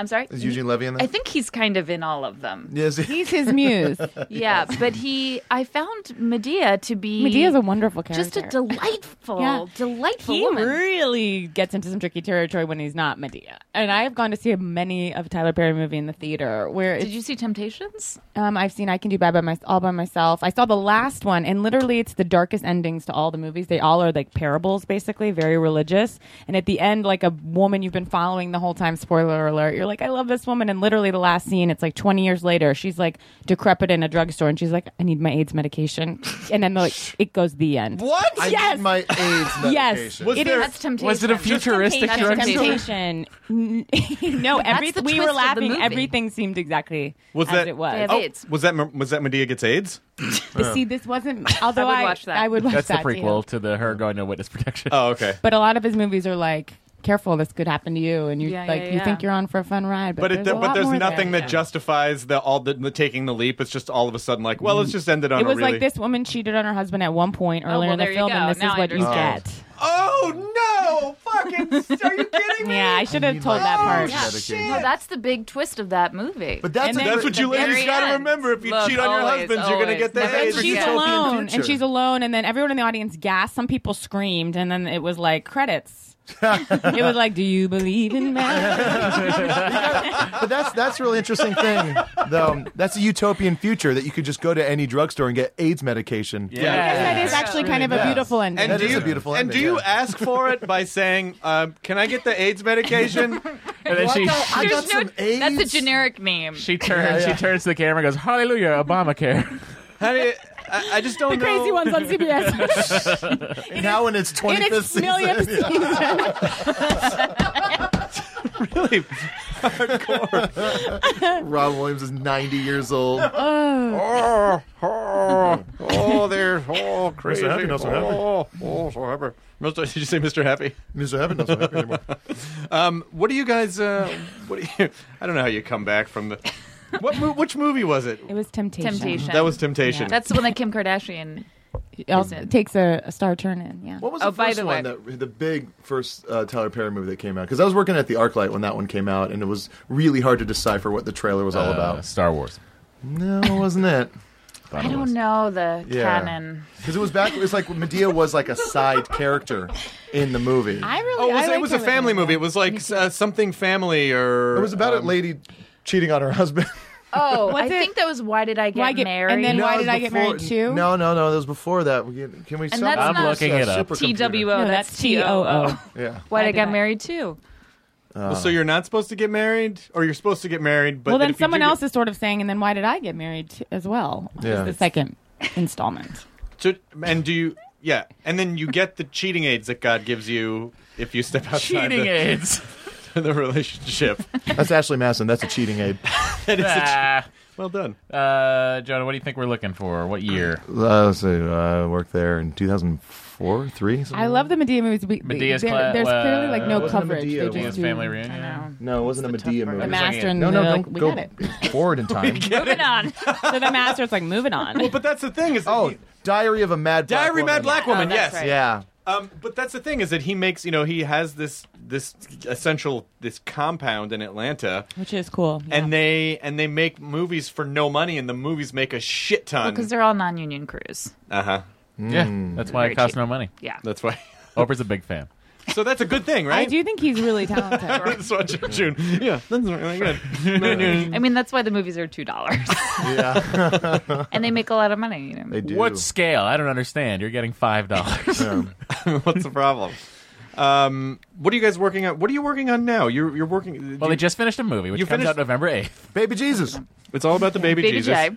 [SPEAKER 7] I'm sorry.
[SPEAKER 9] Is Eugene Levy in that?
[SPEAKER 7] I think he's kind of in all of them.
[SPEAKER 9] Yes.
[SPEAKER 4] He's his muse.
[SPEAKER 7] Yeah, but he. I found Medea to be.
[SPEAKER 4] Medea's a wonderful
[SPEAKER 7] Just a
[SPEAKER 4] character.
[SPEAKER 7] delightful,
[SPEAKER 4] Yeah.
[SPEAKER 7] delightful
[SPEAKER 4] he
[SPEAKER 7] woman.
[SPEAKER 4] really gets into some tricky territory when he's not Medea. And I have gone to see many of Tyler Perry movie in the theater. Where
[SPEAKER 7] Did
[SPEAKER 4] it's-
[SPEAKER 7] you see Temptations?
[SPEAKER 4] Um, I've seen I Can Do Bad by my, all by myself. I saw the last one, and literally, it's the darkest endings to all the movies. They all are like parables, basically, very religious. And at the end, like a woman you've been following the whole time. Spoiler alert! You're like, I love this woman, and literally, the last scene, it's like 20 years later. She's like decrepit in a drugstore, and she's like, I need my AIDS medication. And then like it goes the end.
[SPEAKER 9] What? I
[SPEAKER 4] yes.
[SPEAKER 9] need my AIDS medication.
[SPEAKER 4] Yes.
[SPEAKER 9] Was
[SPEAKER 4] it
[SPEAKER 9] there-
[SPEAKER 4] is-
[SPEAKER 9] That's Temptation. was it a
[SPEAKER 4] Just
[SPEAKER 9] futuristic drugstore?
[SPEAKER 4] Temptation. Temptation. no,
[SPEAKER 7] That's
[SPEAKER 4] every,
[SPEAKER 7] the
[SPEAKER 4] we
[SPEAKER 7] twist of
[SPEAKER 4] were
[SPEAKER 7] the
[SPEAKER 4] laughing.
[SPEAKER 7] movie.
[SPEAKER 4] Everything seemed exactly
[SPEAKER 2] Was
[SPEAKER 4] as
[SPEAKER 2] that
[SPEAKER 4] it was.
[SPEAKER 2] Oh, was that was that Medea gets AIDS?
[SPEAKER 4] But See, this wasn't. Although I
[SPEAKER 7] would watch that.
[SPEAKER 4] I would watch
[SPEAKER 3] That's the
[SPEAKER 4] that too.
[SPEAKER 3] prequel to the her going to witness protection.
[SPEAKER 2] Oh, okay.
[SPEAKER 4] But a lot of his movies are like, careful, this could happen to you, and you
[SPEAKER 7] Yeah,
[SPEAKER 4] like
[SPEAKER 7] yeah,
[SPEAKER 4] you
[SPEAKER 7] yeah.
[SPEAKER 4] think you're on for a fun ride, but,
[SPEAKER 2] But
[SPEAKER 4] there's,
[SPEAKER 2] it,
[SPEAKER 4] a
[SPEAKER 2] but
[SPEAKER 4] lot
[SPEAKER 2] there's
[SPEAKER 4] more there.
[SPEAKER 2] nothing that justifies the all the, the taking the leap. It's just all of a sudden like, well, let's just end it on
[SPEAKER 4] Mm. It
[SPEAKER 2] a
[SPEAKER 4] was
[SPEAKER 2] really
[SPEAKER 4] like this woman cheated on her husband at one point
[SPEAKER 7] Oh,
[SPEAKER 4] earlier
[SPEAKER 7] well,
[SPEAKER 4] in the
[SPEAKER 7] there you
[SPEAKER 4] film,
[SPEAKER 7] go.
[SPEAKER 4] and this
[SPEAKER 7] Now
[SPEAKER 4] is
[SPEAKER 7] I
[SPEAKER 4] what you
[SPEAKER 7] understand.
[SPEAKER 4] get.
[SPEAKER 2] Oh no! Fucking are you kidding me?
[SPEAKER 4] Yeah, I should have told that part.
[SPEAKER 7] Yeah. No, that's the big twist of that movie.
[SPEAKER 9] But that's
[SPEAKER 4] And
[SPEAKER 9] what-
[SPEAKER 4] then
[SPEAKER 9] that's what
[SPEAKER 4] the
[SPEAKER 9] you
[SPEAKER 4] very
[SPEAKER 9] ladies got to
[SPEAKER 4] end.
[SPEAKER 9] remember. If you
[SPEAKER 7] Look,
[SPEAKER 9] cheat on your
[SPEAKER 7] always,
[SPEAKER 9] husbands, you're going to
[SPEAKER 7] always.
[SPEAKER 9] get
[SPEAKER 7] But
[SPEAKER 9] that
[SPEAKER 7] then
[SPEAKER 9] AIDS.
[SPEAKER 4] And she's
[SPEAKER 9] Utopian
[SPEAKER 4] alone, and
[SPEAKER 9] future.
[SPEAKER 4] she's alone, and then everyone in the audience gasped. Some people screamed, and then it was like credits. it was like, "Do you believe in marriage?"
[SPEAKER 9] but that's that's a really interesting thing, though. That's a utopian future that you could just go to any drugstore and get AIDS medication.
[SPEAKER 2] Yeah. I guess
[SPEAKER 4] that is actually kind of a beautiful ending.
[SPEAKER 9] And
[SPEAKER 2] And
[SPEAKER 9] that
[SPEAKER 2] do
[SPEAKER 9] is
[SPEAKER 2] you,
[SPEAKER 9] a beautiful
[SPEAKER 2] and
[SPEAKER 9] ending.
[SPEAKER 2] do you
[SPEAKER 9] yeah.
[SPEAKER 2] ask for it by saying, um, "Can I get the AIDS medication?" and
[SPEAKER 3] then she- I
[SPEAKER 7] There's no- That's a generic name.
[SPEAKER 3] She turns. She turns to the camera. and Goes, Hallelujah, Obamacare.
[SPEAKER 2] How do you, I, I just don't
[SPEAKER 4] the
[SPEAKER 2] know.
[SPEAKER 4] crazy ones on CBS.
[SPEAKER 9] now in its
[SPEAKER 4] in
[SPEAKER 9] 25th
[SPEAKER 4] its
[SPEAKER 9] season.
[SPEAKER 4] millionth season.
[SPEAKER 2] really
[SPEAKER 9] Ron Williams is 90 years old.
[SPEAKER 2] oh, oh, oh, they're oh crazy.
[SPEAKER 9] Happy, not so happy.
[SPEAKER 2] Oh, oh, so happy. Mr. Did you say Mr. Happy?
[SPEAKER 9] Mr. Heaven doesn't happen anymore.
[SPEAKER 2] Um, what do you guys? Uh, what do you? I don't know how you come back from the. What? mo- Which movie was it?
[SPEAKER 4] it was temptation.
[SPEAKER 7] Temptation.
[SPEAKER 2] That was Temptation.
[SPEAKER 7] That's the one that Kim Kardashian.
[SPEAKER 4] It also
[SPEAKER 7] Is it?
[SPEAKER 4] takes a, a star turn in. Yeah.
[SPEAKER 9] What was
[SPEAKER 7] Oh,
[SPEAKER 9] the
[SPEAKER 7] by
[SPEAKER 9] first
[SPEAKER 7] the way-
[SPEAKER 9] one? That, the big first uh, Tyler Perry movie that came out? Because I was working at the ArcLight when that one came out, and it was really hard to decipher what the trailer was all
[SPEAKER 3] Uh,
[SPEAKER 9] about.
[SPEAKER 3] Star Wars.
[SPEAKER 9] No, Oh, wasn't it?
[SPEAKER 3] Thought
[SPEAKER 7] I
[SPEAKER 3] it was.
[SPEAKER 7] don't know the
[SPEAKER 9] Yeah.
[SPEAKER 7] canon.
[SPEAKER 9] Because it was back. It was like Medea was like a side character in the movie.
[SPEAKER 4] I really.
[SPEAKER 2] Oh, it
[SPEAKER 4] I
[SPEAKER 2] was,
[SPEAKER 4] like
[SPEAKER 2] it was a
[SPEAKER 4] Tyler
[SPEAKER 2] family
[SPEAKER 4] Perry.
[SPEAKER 2] movie. It was like uh, something family or.
[SPEAKER 9] It was about a
[SPEAKER 2] um,
[SPEAKER 9] lady cheating on her husband.
[SPEAKER 7] Oh, I
[SPEAKER 4] What's it?
[SPEAKER 7] think that was Why Did I Get
[SPEAKER 4] Why Get-
[SPEAKER 7] Married?
[SPEAKER 4] and then
[SPEAKER 9] No, it
[SPEAKER 4] why
[SPEAKER 9] was
[SPEAKER 4] did I get
[SPEAKER 9] before-
[SPEAKER 4] married too?
[SPEAKER 9] No, no, no. That was before that. We get- Can we?
[SPEAKER 7] And
[SPEAKER 9] stop-
[SPEAKER 7] that's I'm not-
[SPEAKER 3] looking it up.
[SPEAKER 7] TWO.
[SPEAKER 4] No,
[SPEAKER 7] that's
[SPEAKER 4] that's TOO.
[SPEAKER 7] TOO.
[SPEAKER 9] Yeah.
[SPEAKER 7] Why Did I
[SPEAKER 4] did
[SPEAKER 7] Get
[SPEAKER 4] I-
[SPEAKER 7] Married Too?
[SPEAKER 2] Well, so you're not supposed to get married, or you're supposed to get married, but
[SPEAKER 4] well, then
[SPEAKER 2] if you
[SPEAKER 4] someone
[SPEAKER 2] do get-
[SPEAKER 4] else is sort of saying, and then why did I get married t- as well?
[SPEAKER 9] Yeah.
[SPEAKER 4] Is the second installment.
[SPEAKER 2] So, and do you? Yeah, and then you get the cheating aids that God gives you if you step outside
[SPEAKER 3] Cheating
[SPEAKER 2] the,
[SPEAKER 3] AIDS.
[SPEAKER 2] the relationship.
[SPEAKER 9] That's Ashley Madison. That's a cheating aid.
[SPEAKER 2] That is a che-
[SPEAKER 3] Ah.
[SPEAKER 2] well done.
[SPEAKER 3] Uh, Jonah, what do you think we're looking for? What year?
[SPEAKER 9] Uh, let's see. I worked there in 2004, three.
[SPEAKER 4] I love the Medea movies. We, we-
[SPEAKER 3] Medea's
[SPEAKER 4] there-
[SPEAKER 3] cla-
[SPEAKER 4] there's
[SPEAKER 3] uh,
[SPEAKER 4] clearly like no
[SPEAKER 9] wasn't a
[SPEAKER 4] coverage.
[SPEAKER 9] Medea
[SPEAKER 4] They
[SPEAKER 9] one.
[SPEAKER 4] just do,
[SPEAKER 3] Family
[SPEAKER 7] I
[SPEAKER 3] reunion.
[SPEAKER 7] know.
[SPEAKER 9] No, it wasn't
[SPEAKER 7] That's
[SPEAKER 9] a
[SPEAKER 7] the
[SPEAKER 9] Medea
[SPEAKER 7] tough part.
[SPEAKER 9] movie.
[SPEAKER 4] The
[SPEAKER 9] It was
[SPEAKER 4] master
[SPEAKER 9] like,
[SPEAKER 4] and
[SPEAKER 9] no, no,
[SPEAKER 4] the-
[SPEAKER 9] don't
[SPEAKER 4] we
[SPEAKER 9] go
[SPEAKER 4] got it.
[SPEAKER 9] forward in time.
[SPEAKER 7] Moving on.
[SPEAKER 4] So the master's like moving on.
[SPEAKER 2] Well, but that's the thing is that
[SPEAKER 9] Oh,
[SPEAKER 2] he-
[SPEAKER 9] Diary of a Mad Black
[SPEAKER 2] Diary
[SPEAKER 9] Woman.
[SPEAKER 2] Mad Black
[SPEAKER 7] Oh,
[SPEAKER 2] Woman.
[SPEAKER 7] that's
[SPEAKER 2] yes.
[SPEAKER 7] right.
[SPEAKER 9] Yeah.
[SPEAKER 2] Um, but that's the thing is that he makes you know he has this this essential this compound in Atlanta.
[SPEAKER 4] which is cool. yeah.
[SPEAKER 2] And they and they make movies for no money, and the movies make a shit ton.
[SPEAKER 7] Because they're all non-union crews.
[SPEAKER 2] uh huh.
[SPEAKER 3] Yeah, that's why it
[SPEAKER 7] Very
[SPEAKER 3] costs
[SPEAKER 7] cheap.
[SPEAKER 3] no money.
[SPEAKER 7] Yeah.
[SPEAKER 2] That's why.
[SPEAKER 3] Oprah's a big fan.
[SPEAKER 2] So that's a good thing,
[SPEAKER 4] I
[SPEAKER 2] right?
[SPEAKER 4] do think he's really talented.
[SPEAKER 2] That's what June- June. Yeah, that's really good.
[SPEAKER 7] I mean, that's why the movies are two dollars,
[SPEAKER 9] Yeah.
[SPEAKER 7] and they make a lot of money. You know.
[SPEAKER 9] They do.
[SPEAKER 3] What scale? I don't understand. You're getting five dollars.
[SPEAKER 2] What's the problem? Um, what are you guys working on? What are you working on now? You're you're working.
[SPEAKER 3] well,
[SPEAKER 2] you-
[SPEAKER 3] they just finished a movie, which
[SPEAKER 2] You
[SPEAKER 3] comes
[SPEAKER 2] finished-
[SPEAKER 3] out November eighth.
[SPEAKER 9] Baby Jesus.
[SPEAKER 2] it's all about the baby,
[SPEAKER 7] Baby
[SPEAKER 2] Jesus.
[SPEAKER 7] J.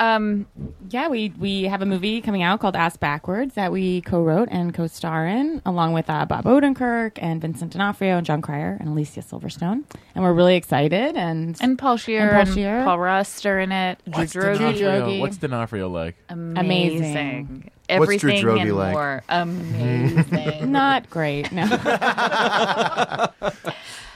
[SPEAKER 7] Um,
[SPEAKER 4] yeah, we we have a movie coming out called Ass Backwards that we co-wrote and co-star in, along with uh, Bob Odenkirk and Vincent D'Onofrio and John Cryer and Alicia Silverstone, and we're really excited. And,
[SPEAKER 7] and Paul Shear and
[SPEAKER 4] Paul
[SPEAKER 7] Paul,
[SPEAKER 4] Scheer.
[SPEAKER 7] Rust are in it. Drew Drogi,
[SPEAKER 3] D'Onofrio, what's D'Onofrio like?
[SPEAKER 7] amazing.
[SPEAKER 4] Amazing.
[SPEAKER 9] What's Drew
[SPEAKER 7] Everything and
[SPEAKER 9] Drogi like?
[SPEAKER 7] more. Amazing.
[SPEAKER 4] not great. No.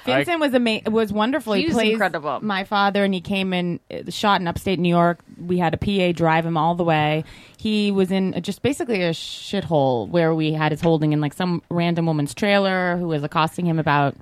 [SPEAKER 4] Vincent was ama- was wonderful.
[SPEAKER 7] He
[SPEAKER 4] He,
[SPEAKER 7] was
[SPEAKER 4] plays
[SPEAKER 7] incredible.
[SPEAKER 4] my father, and he came in uh, shot in upstate New York. We had a PA drive him all the way. He was in uh, just basically a shithole where we had his holding in like some random woman's trailer who was accosting him about.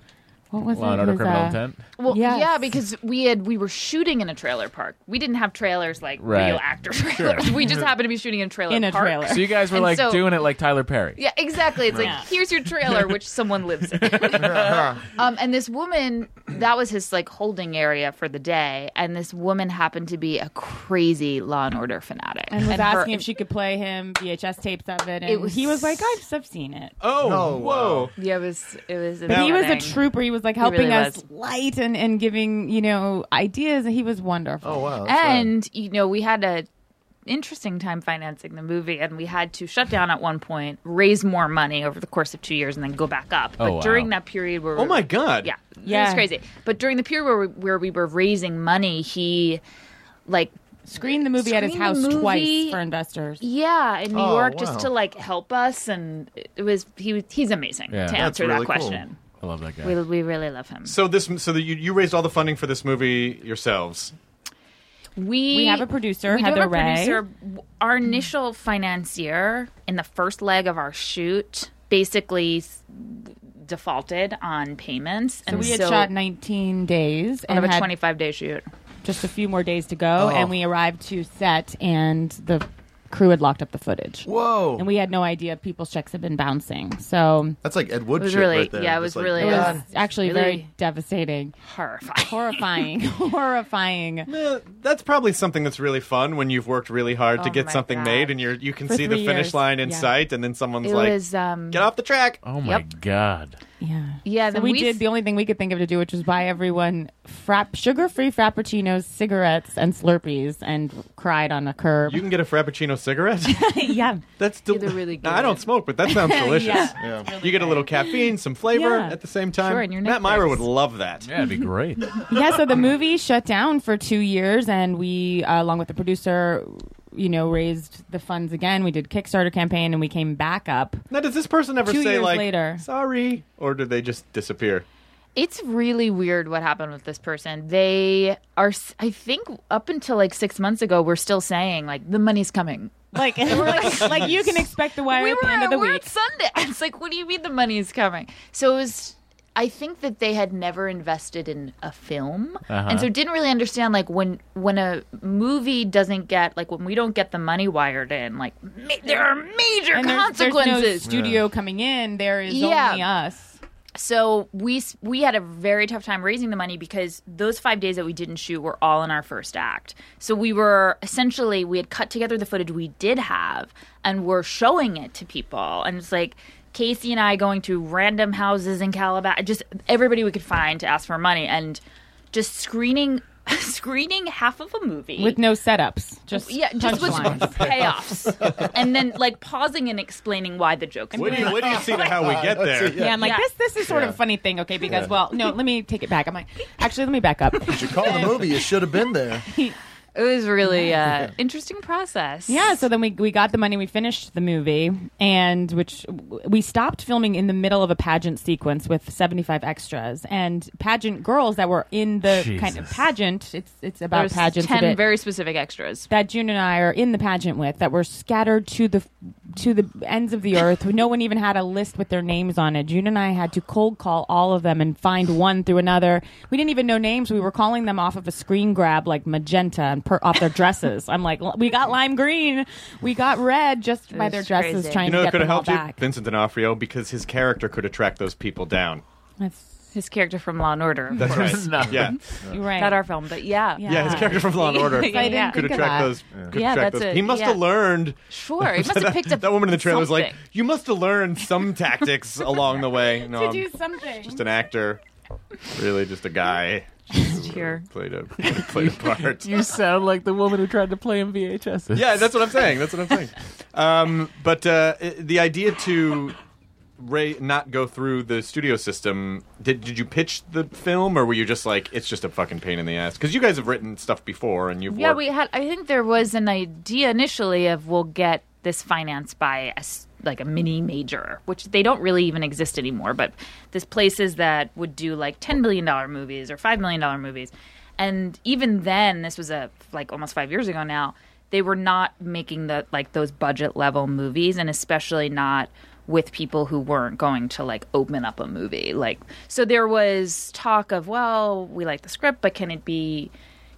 [SPEAKER 4] What was
[SPEAKER 3] Law
[SPEAKER 4] it?
[SPEAKER 3] and Order
[SPEAKER 4] It was,
[SPEAKER 3] Criminal
[SPEAKER 4] uh,
[SPEAKER 3] Intent?
[SPEAKER 7] Well,
[SPEAKER 4] Yes.
[SPEAKER 7] yeah, because we had we were shooting in a trailer park. We didn't have trailers like
[SPEAKER 3] Right.
[SPEAKER 7] real actor trailers.
[SPEAKER 3] Sure.
[SPEAKER 7] We just happened to be shooting in a trailer park.
[SPEAKER 3] So you guys were
[SPEAKER 7] And
[SPEAKER 3] like
[SPEAKER 7] so-
[SPEAKER 3] doing it like Tyler Perry.
[SPEAKER 7] Yeah, exactly. It's
[SPEAKER 3] Yeah.
[SPEAKER 7] like here's your trailer, which someone lives in.
[SPEAKER 3] Uh-huh.
[SPEAKER 7] um, and this woman, that was his like holding area for the day, and this woman happened to be a crazy Law and Order fanatic,
[SPEAKER 4] and was
[SPEAKER 7] her-
[SPEAKER 4] asking if she could play him VHS tapes of it, and
[SPEAKER 7] It was-
[SPEAKER 4] he was like, "I've I've seen it."
[SPEAKER 2] Oh,
[SPEAKER 7] whoa! Yeah, it was it was.
[SPEAKER 4] But he was a
[SPEAKER 7] amazing.
[SPEAKER 4] trooper. He was like
[SPEAKER 7] He
[SPEAKER 4] helping
[SPEAKER 7] really
[SPEAKER 4] us
[SPEAKER 7] was.
[SPEAKER 4] light and, and giving you know ideas. and He was wonderful. Oh
[SPEAKER 9] wow!
[SPEAKER 7] and you know we had a interesting time financing the movie and we had to shut down at one point raise more money over the course of two years and then go back up
[SPEAKER 2] Oh,
[SPEAKER 7] but
[SPEAKER 2] wow.
[SPEAKER 7] during that period where we
[SPEAKER 2] Oh, my God.
[SPEAKER 7] yeah yeah
[SPEAKER 2] Yeah.
[SPEAKER 7] it's crazy but during the period where we, where we were raising money he like
[SPEAKER 4] screened the movie at his house
[SPEAKER 7] movie-
[SPEAKER 4] twice for investors.
[SPEAKER 7] yeah in new
[SPEAKER 4] Oh,
[SPEAKER 7] york
[SPEAKER 4] wow.
[SPEAKER 7] just to like help us and it was he was he's amazing
[SPEAKER 2] Yeah.
[SPEAKER 7] to
[SPEAKER 2] That's
[SPEAKER 7] answer
[SPEAKER 2] really
[SPEAKER 7] that question
[SPEAKER 3] I love that guy.
[SPEAKER 7] we, we really love him
[SPEAKER 2] So this, so that you, you raised all the funding for this movie yourselves.
[SPEAKER 7] We,
[SPEAKER 4] We have a producer,
[SPEAKER 7] We do
[SPEAKER 4] Heather
[SPEAKER 7] have a
[SPEAKER 4] Ray.
[SPEAKER 7] producer. Our initial financier in the first leg of our shoot basically s- defaulted on payments,
[SPEAKER 4] So
[SPEAKER 7] and
[SPEAKER 4] we had
[SPEAKER 7] so
[SPEAKER 4] shot 19 days
[SPEAKER 7] out
[SPEAKER 4] and
[SPEAKER 7] of a
[SPEAKER 4] had
[SPEAKER 7] 25 day shoot.
[SPEAKER 4] just a few more days to go,
[SPEAKER 7] Oh.
[SPEAKER 4] and we arrived to set, and the crew had locked up the footage.
[SPEAKER 9] Whoa!
[SPEAKER 4] And we had no idea people's checks had been bouncing. So
[SPEAKER 9] That's like Ed Wood
[SPEAKER 4] It was
[SPEAKER 9] shit
[SPEAKER 4] really-
[SPEAKER 9] right there.
[SPEAKER 4] yeah, it
[SPEAKER 9] Just
[SPEAKER 4] was
[SPEAKER 9] like,
[SPEAKER 4] really- It was actually
[SPEAKER 7] really
[SPEAKER 4] very devastating,
[SPEAKER 7] horrifying,
[SPEAKER 4] horrifying, horrifying.
[SPEAKER 2] Eh, That's probably something that's really fun when you've worked really hard to
[SPEAKER 4] Oh
[SPEAKER 2] get
[SPEAKER 4] my
[SPEAKER 2] something
[SPEAKER 4] God.
[SPEAKER 2] made, and you're you can
[SPEAKER 4] For
[SPEAKER 2] see the
[SPEAKER 4] three
[SPEAKER 2] finish
[SPEAKER 4] years.
[SPEAKER 2] line in
[SPEAKER 4] Yeah.
[SPEAKER 2] sight, and then someone's
[SPEAKER 7] It
[SPEAKER 2] like,
[SPEAKER 7] was um,
[SPEAKER 2] "Get off the track!"
[SPEAKER 3] Oh
[SPEAKER 7] my Yep.
[SPEAKER 3] god!
[SPEAKER 4] Yeah.
[SPEAKER 7] Yeah,
[SPEAKER 4] So
[SPEAKER 7] then
[SPEAKER 4] we,
[SPEAKER 7] we
[SPEAKER 4] did the only thing we could think of to do, which was buy everyone frap- sugar-free frappuccinos, cigarettes, and Slurpees, and cried on a curb.
[SPEAKER 2] You can get a frappuccino cigarette.
[SPEAKER 4] yeah,
[SPEAKER 2] that's del-
[SPEAKER 7] really
[SPEAKER 2] Now, I don't smoke, but that sounds
[SPEAKER 4] Yeah.
[SPEAKER 2] delicious.
[SPEAKER 4] Yeah. It's
[SPEAKER 2] you get a little caffeine, some flavor
[SPEAKER 4] Yeah.
[SPEAKER 2] at the same time.
[SPEAKER 4] Sure, and your
[SPEAKER 2] Matt
[SPEAKER 4] Netflix.
[SPEAKER 2] Myra would love that.
[SPEAKER 3] Yeah, it'd be great.
[SPEAKER 4] yeah, so the movie shut down for two years, and we, uh, along with the producer, you know, raised the funds again. We did Kickstarter campaign, and we came back up.
[SPEAKER 2] now, does this person ever
[SPEAKER 4] Two
[SPEAKER 2] say
[SPEAKER 4] years
[SPEAKER 2] like,
[SPEAKER 4] later.
[SPEAKER 2] "Sorry," or do they just disappear?
[SPEAKER 7] It's really weird what happened with this person. They are, s- I think, up until like six months ago, we're still saying like the money's coming.
[SPEAKER 4] Like, and we're like, like you can expect the wire
[SPEAKER 7] we
[SPEAKER 4] at the
[SPEAKER 7] were
[SPEAKER 4] end of the
[SPEAKER 7] we're
[SPEAKER 4] week.
[SPEAKER 7] at Sundance. Like, what do you mean the money's coming? So it was. I think that they had never invested in a film,
[SPEAKER 8] Uh-huh.
[SPEAKER 7] and so didn't really understand like when when a movie doesn't get like when we don't get the money wired in, like ma- there are major
[SPEAKER 4] And there's- there's no
[SPEAKER 7] consequences.
[SPEAKER 4] studio coming in. There is only us.
[SPEAKER 7] So we s- we had a very tough time raising the money because those five days that we didn't shoot were all in our first act. So we were essentially we had cut together the footage we did have and we're showing it to people, and it's like. Casey and I going to random houses in Calabas, just everybody we could find to ask for money, and just screening, screening half of a movie
[SPEAKER 4] with no setups. Just
[SPEAKER 7] yeah, just with
[SPEAKER 4] punchlines.
[SPEAKER 7] payoffs, and then like pausing and explaining why the jokes.
[SPEAKER 2] What do you- what do you see to how we get there?
[SPEAKER 4] Yeah, I'm like this. This is sort of
[SPEAKER 7] Yeah.
[SPEAKER 4] a funny thing, okay? Because
[SPEAKER 7] Yeah.
[SPEAKER 4] well, no, let me take it back. I'm like, actually, let me back up.
[SPEAKER 9] You should call the movie. You should have been there.
[SPEAKER 7] It was really uh, interesting process.
[SPEAKER 4] Yeah, so then we we got the money, we finished the movie, and which we stopped filming in the middle of a pageant sequence with 75 extras and pageant girls that were in the kind of
[SPEAKER 7] Jesus.
[SPEAKER 4] pageant. It's it's about
[SPEAKER 7] There's
[SPEAKER 4] pageants. a
[SPEAKER 7] ten
[SPEAKER 4] bit,
[SPEAKER 7] very specific extras.
[SPEAKER 4] that June and I are in the pageant with that were scattered to the to the ends of the earth. no one even had a list with their names on it. June and I had to cold call all of them and find one through another. We didn't even know names. We were calling them off of a screen grab like magenta and per, off their dresses. I'm like, we got lime green, we got red just by their dresses, trying
[SPEAKER 2] you know,
[SPEAKER 4] to
[SPEAKER 2] who
[SPEAKER 4] get
[SPEAKER 2] could
[SPEAKER 4] them
[SPEAKER 2] have
[SPEAKER 4] all
[SPEAKER 2] helped
[SPEAKER 4] back.
[SPEAKER 2] you, Vincent D'Onofrio, because his character could attract those people down.
[SPEAKER 4] That's
[SPEAKER 7] his character from Law and Order. Of
[SPEAKER 2] That's
[SPEAKER 7] course.
[SPEAKER 2] right. No. Yeah.
[SPEAKER 4] You're right.
[SPEAKER 7] Not our film, but yeah.
[SPEAKER 2] Yeah, his character from Law and Order
[SPEAKER 7] Yeah, yeah, yeah.
[SPEAKER 2] could attract those. Could
[SPEAKER 7] Yeah,
[SPEAKER 2] attract
[SPEAKER 7] that's
[SPEAKER 2] those.
[SPEAKER 7] a-
[SPEAKER 2] he must
[SPEAKER 7] yeah.
[SPEAKER 2] have learned.
[SPEAKER 7] Sure, he must have
[SPEAKER 2] That-
[SPEAKER 7] picked up
[SPEAKER 2] That woman in the trailer was like,
[SPEAKER 7] something.
[SPEAKER 2] "You must have learned some tactics along the way." No,
[SPEAKER 4] to
[SPEAKER 2] I'm
[SPEAKER 4] do something.
[SPEAKER 2] just an actor, really, just a guy.
[SPEAKER 7] Here.
[SPEAKER 2] Played a played a part.
[SPEAKER 3] You sound like the woman who tried to play him VHS.
[SPEAKER 2] Yeah, that's what I'm saying. That's what I'm saying. Um, but uh, i- the idea to Ray not go through the studio system. Did did you pitch the film, or were you just like, it's just a fucking pain in the ass? Because you guys have written stuff before, and you've
[SPEAKER 7] Yeah,
[SPEAKER 2] worked-
[SPEAKER 7] we had. I think there was an idea initially of we'll get this financed by a s like a mini major, which they don't really even exist anymore. But this places that would do like ten million dollar movies or five million dollar movies, and even then, this was a like almost five years ago now. They were not making the like those budget level movies, and especially not with people who weren't going to like open up a movie. Like, so there was talk of, well, we like the script, but can it be,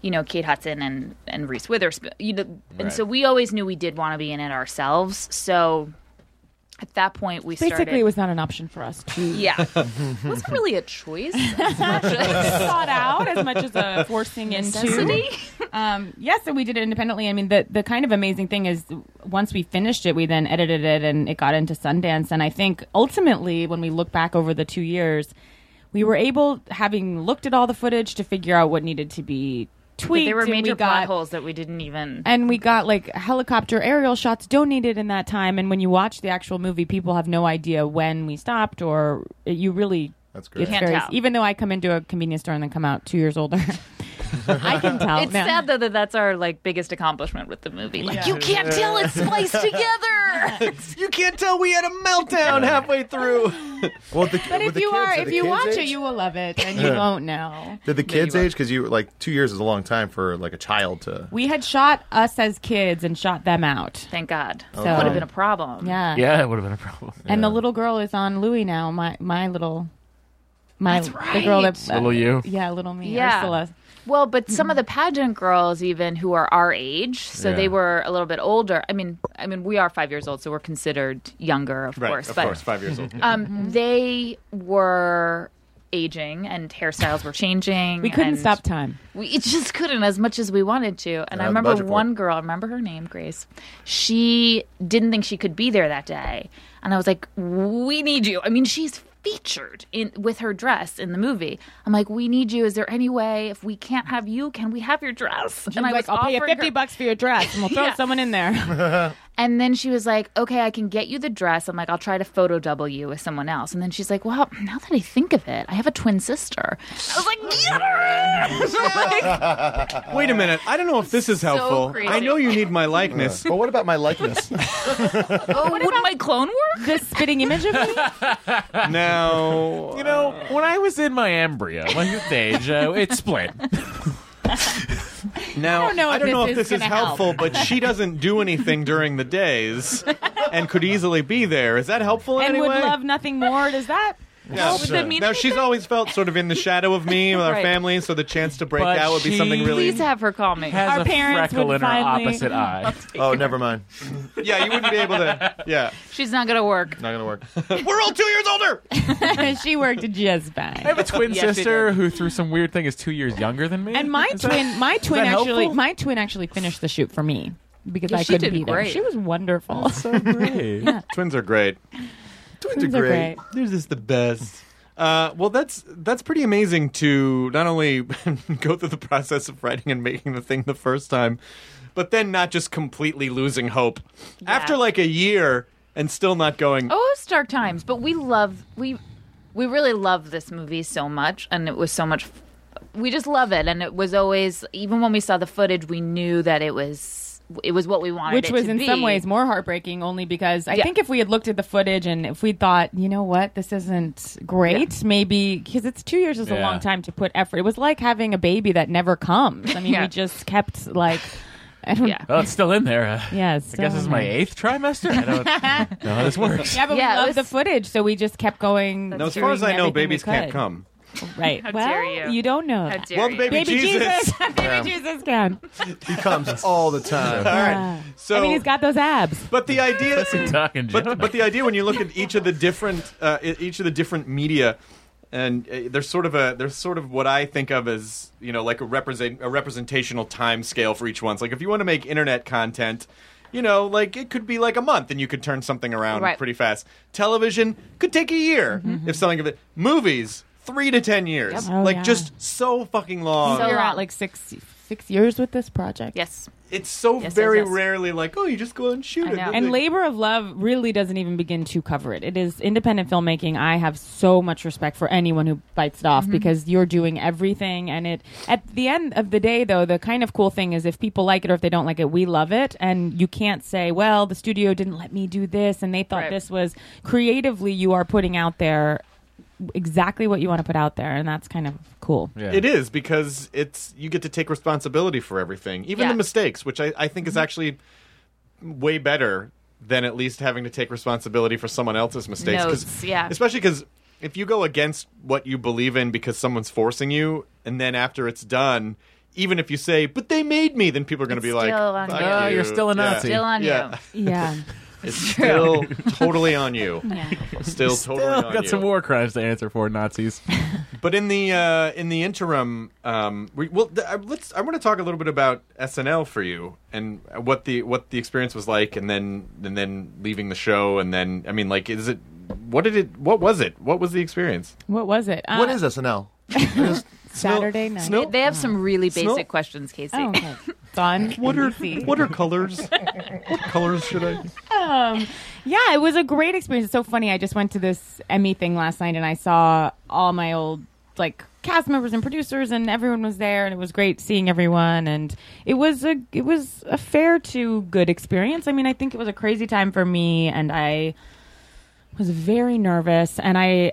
[SPEAKER 7] you know, Kate Hudson and and Reese Witherspoon? You know,
[SPEAKER 8] Right.
[SPEAKER 7] and so we always knew we did want to be in it ourselves. So at that point, we
[SPEAKER 4] Basically,
[SPEAKER 7] started.
[SPEAKER 4] it was not an option for us. To...
[SPEAKER 7] Yeah. wasn't really a choice as much as
[SPEAKER 4] thought out as much as a forcing into.
[SPEAKER 7] Necessity?
[SPEAKER 4] Um, yes, and we did it independently. I mean, the the kind of amazing thing is once we finished it, we then edited it and it got into Sundance. And I think ultimately, when we look back over the two years, we were able, having looked at all the footage, to figure out what needed to be tweaked.
[SPEAKER 7] there were
[SPEAKER 4] and we
[SPEAKER 7] major
[SPEAKER 4] got-
[SPEAKER 7] plot holes that we didn't even.
[SPEAKER 4] and we got like helicopter aerial shots donated in that time and when you watch the actual movie people have no idea when we stopped or you really that's
[SPEAKER 7] great. Can't tell.
[SPEAKER 4] even though i come into a convenience store and then come out two years older i can tell
[SPEAKER 7] It's
[SPEAKER 4] now.
[SPEAKER 7] sad though that that's our like biggest accomplishment with the movie. Like you can't tell it's spliced together.
[SPEAKER 2] you can't tell we had a meltdown halfway through.
[SPEAKER 9] Well, the,
[SPEAKER 4] but
[SPEAKER 9] with
[SPEAKER 4] if
[SPEAKER 9] the
[SPEAKER 4] you
[SPEAKER 9] kids,
[SPEAKER 4] are
[SPEAKER 9] are
[SPEAKER 4] if
[SPEAKER 9] the
[SPEAKER 4] you
[SPEAKER 9] kids
[SPEAKER 4] watch
[SPEAKER 9] age?
[SPEAKER 4] it you will love it and you
[SPEAKER 9] Yeah.
[SPEAKER 4] won't know
[SPEAKER 9] Did the kids age? Because you like two years is a long time for like a child to.
[SPEAKER 4] we had shot us as kids and shot them out
[SPEAKER 7] thank god
[SPEAKER 9] That would've been a
[SPEAKER 7] problem
[SPEAKER 4] yeah
[SPEAKER 3] it would have been a problem.
[SPEAKER 4] and the little girl is on louie now my my little my
[SPEAKER 7] That's
[SPEAKER 4] the girl
[SPEAKER 7] right.
[SPEAKER 4] that
[SPEAKER 3] Little you.
[SPEAKER 4] yeah little me
[SPEAKER 7] Yeah.
[SPEAKER 4] Ursula. Mm-hmm.
[SPEAKER 7] Well, but some of the pageant girls, even who are our age, so
[SPEAKER 4] Yeah.
[SPEAKER 7] they were a little bit older. I mean, I mean, we are five years old, so we're considered younger, of
[SPEAKER 2] Right,
[SPEAKER 7] course.
[SPEAKER 2] of
[SPEAKER 7] but,
[SPEAKER 2] course, Mm-hmm. five years old, yeah.
[SPEAKER 7] Um,
[SPEAKER 4] Mm-hmm.
[SPEAKER 7] They were aging, and hairstyles were changing.
[SPEAKER 4] we couldn't
[SPEAKER 7] and
[SPEAKER 4] stop time
[SPEAKER 7] We it just couldn't as much as we wanted to. And
[SPEAKER 4] Yeah,
[SPEAKER 7] I
[SPEAKER 4] the
[SPEAKER 7] remember
[SPEAKER 4] budget for
[SPEAKER 7] one girl, I remember her name, Grace. She didn't think she could be there that day. And I was like, "We need you." I mean, she's featured in with her dress in the movie. I'm like, "We need you. Is there any way if we can't have you, can we have your dress?"
[SPEAKER 4] She was like, "I'll pay you
[SPEAKER 7] offering
[SPEAKER 4] 50 bucks for your dress, and we'll throw
[SPEAKER 7] Yeah.
[SPEAKER 4] someone in there."
[SPEAKER 7] And then she was like, okay, I can get you the dress. I'm like, I'll try to photo double you with someone else. And then she's like, well, now that I think of it, I have a twin sister. I was
[SPEAKER 4] Oh,
[SPEAKER 7] like, get her! Like,
[SPEAKER 2] Wait a minute. I don't know if this is helpful.
[SPEAKER 7] crazy.
[SPEAKER 2] I know you need my likeness.
[SPEAKER 9] but what about my likeness?
[SPEAKER 7] oh, would my clone work?
[SPEAKER 4] The spitting image of me?
[SPEAKER 2] now,
[SPEAKER 3] you know, when I was in my embryo, like this age, uh, it split.
[SPEAKER 2] Now,
[SPEAKER 3] I don't know if this
[SPEAKER 2] if this
[SPEAKER 3] is
[SPEAKER 2] is,
[SPEAKER 3] gonna help.
[SPEAKER 2] helpful, but she doesn't do anything during the days and could easily be there. Is that helpful in
[SPEAKER 4] and
[SPEAKER 2] any
[SPEAKER 4] would
[SPEAKER 2] way?
[SPEAKER 4] love nothing more. Does that help with the meaning?
[SPEAKER 2] Now she's always felt sort of in the shadow of me with our
[SPEAKER 4] Right.
[SPEAKER 2] family, so the chance to break
[SPEAKER 3] But
[SPEAKER 2] out would be
[SPEAKER 3] she
[SPEAKER 2] something really.
[SPEAKER 7] Please have her call me.
[SPEAKER 3] Has a freckle in her opposite eye.
[SPEAKER 9] oh, never mind.
[SPEAKER 2] yeah, you wouldn't be able to. Yeah,
[SPEAKER 7] She's not going to work.
[SPEAKER 9] not gonna work.
[SPEAKER 2] We're all two years older.
[SPEAKER 4] she worked just fine.
[SPEAKER 3] I have a twin sister who, through some weird thing, is two years younger than me.
[SPEAKER 4] And my
[SPEAKER 3] Is that-
[SPEAKER 4] twin, my
[SPEAKER 3] is
[SPEAKER 4] twin
[SPEAKER 3] that
[SPEAKER 4] actually,
[SPEAKER 3] helpful?
[SPEAKER 4] my twin actually finished the shoot for me because
[SPEAKER 3] Yeah,
[SPEAKER 4] I
[SPEAKER 3] she
[SPEAKER 4] couldn't
[SPEAKER 3] did
[SPEAKER 4] be there.
[SPEAKER 3] great.
[SPEAKER 4] She was wonderful.
[SPEAKER 2] Twins are great. Twins,
[SPEAKER 4] Twins are great.
[SPEAKER 2] They're just the best. Uh, well, that's that's pretty amazing to not only go through the process of writing and making the thing the first time, but then not just completely losing hope after like a year and still not going.
[SPEAKER 7] Oh, it's dark times, but we love we we really love this movie so much, and it was so much. We just love it, and it was always even when we saw the footage, we knew that it was it was what we wanted.
[SPEAKER 4] Which
[SPEAKER 7] it
[SPEAKER 4] was
[SPEAKER 7] to
[SPEAKER 4] in
[SPEAKER 7] be.
[SPEAKER 4] some ways more heartbreaking, only because I
[SPEAKER 7] Yeah.
[SPEAKER 4] think if we had looked at the footage and if we thought, you know what, this isn't great, maybe because it's two years is a
[SPEAKER 3] Yeah.
[SPEAKER 4] long time to put effort. It was like having a baby that never comes. I mean,
[SPEAKER 3] Yeah.
[SPEAKER 4] we just kept like, I don't. Yeah.
[SPEAKER 3] Oh, it's still in there. Uh,
[SPEAKER 4] Yeah,
[SPEAKER 3] I
[SPEAKER 4] it's
[SPEAKER 3] guess this
[SPEAKER 4] still
[SPEAKER 3] is
[SPEAKER 4] in
[SPEAKER 3] my
[SPEAKER 4] there.
[SPEAKER 3] eighth trimester. I don't know how this works.
[SPEAKER 4] but
[SPEAKER 7] Yeah, it
[SPEAKER 4] we loved
[SPEAKER 7] was-
[SPEAKER 4] the footage, so we just kept going.
[SPEAKER 2] now, as far as I know, babies can't come.
[SPEAKER 4] Right.
[SPEAKER 7] How
[SPEAKER 4] well,
[SPEAKER 7] dare you.
[SPEAKER 4] don't know.
[SPEAKER 7] How
[SPEAKER 4] that.
[SPEAKER 7] dare Well, the you. baby
[SPEAKER 4] Jesus.
[SPEAKER 7] Jesus.
[SPEAKER 4] baby
[SPEAKER 2] Yeah.
[SPEAKER 4] Jesus can.
[SPEAKER 9] He comes all the time.
[SPEAKER 2] All right.
[SPEAKER 4] Yeah.
[SPEAKER 2] So-
[SPEAKER 4] I mean, he's got those abs.
[SPEAKER 2] But the idea but, but the idea when you look at each of the different uh, e- each of the different media and uh, there's sort of a there's sort of what I think of as you know like a represent a representational time scale for each one. It's like if you want to make internet content, you know, like it could be like a month and you could turn something around
[SPEAKER 7] Right.
[SPEAKER 2] pretty fast. Television could take a year if something of it. Movies three to ten years,
[SPEAKER 4] Mm-hmm. Yep. Oh,
[SPEAKER 2] like
[SPEAKER 4] yeah.
[SPEAKER 2] just so fucking long.
[SPEAKER 4] So you're at like six six years with this project.
[SPEAKER 7] Yes.
[SPEAKER 2] it's so
[SPEAKER 4] Yes,
[SPEAKER 2] very
[SPEAKER 4] yes, yes.
[SPEAKER 2] rarely like oh you just go and shoot it
[SPEAKER 4] And labor of love really doesn't even begin to cover it. It is independent filmmaking. I have so much respect for anyone who bites it off
[SPEAKER 8] Mhm.
[SPEAKER 4] because you're doing everything. And it at the end of the day, though, the kind of cool thing is if people like it or if they don't like it, we love it. And you can't say, well, the studio didn't let me do this, and they thought
[SPEAKER 8] Right.
[SPEAKER 4] this was creatively. You are putting out there exactly what you want to put out there, and that's kind of cool.
[SPEAKER 2] It is because it's you get to take responsibility for everything, even
[SPEAKER 4] Yeah.
[SPEAKER 7] Mm-hmm.
[SPEAKER 2] the mistakes, which I, I think is actually way better than at least having to take responsibility for someone else's mistakes. 'Cause-
[SPEAKER 7] Notes, yeah.
[SPEAKER 2] Especially because if you go against what you believe in because someone's forcing you, and then after it's done, even if you say, "But they made me," then people are going to be like,
[SPEAKER 7] still on
[SPEAKER 2] "Fuck
[SPEAKER 7] you." No,
[SPEAKER 2] you.
[SPEAKER 7] you're still a Nazi. Still on you. Yeah.
[SPEAKER 2] it's still totally on you.
[SPEAKER 7] Yeah.
[SPEAKER 2] Still totally on
[SPEAKER 3] got
[SPEAKER 2] you.
[SPEAKER 3] some war crimes to answer for Nazis.
[SPEAKER 2] But in the uh, in the interim, um, we, well, th- uh, let's. I want to talk a little bit about SNL for you and what the what the experience was like, and then and then leaving the show, and then I mean, like, is it what did it? What was it? What was the experience?
[SPEAKER 4] What was it? Uh,
[SPEAKER 9] what is SNL?
[SPEAKER 4] Saturday night?
[SPEAKER 7] They- They have some really basic
[SPEAKER 4] Snow-
[SPEAKER 7] questions, Casey.
[SPEAKER 4] Oh, okay. Fun.
[SPEAKER 2] What are
[SPEAKER 4] easy.
[SPEAKER 2] what are colors? what colors should I?
[SPEAKER 4] um, yeah, it was a great experience. It's so funny. I just went to this Emmy thing last night and I saw all my old like cast members and producers and everyone was there and it was great seeing everyone and it was a it was a fair to good experience. I mean, I think it was a crazy time for me and I was very nervous and I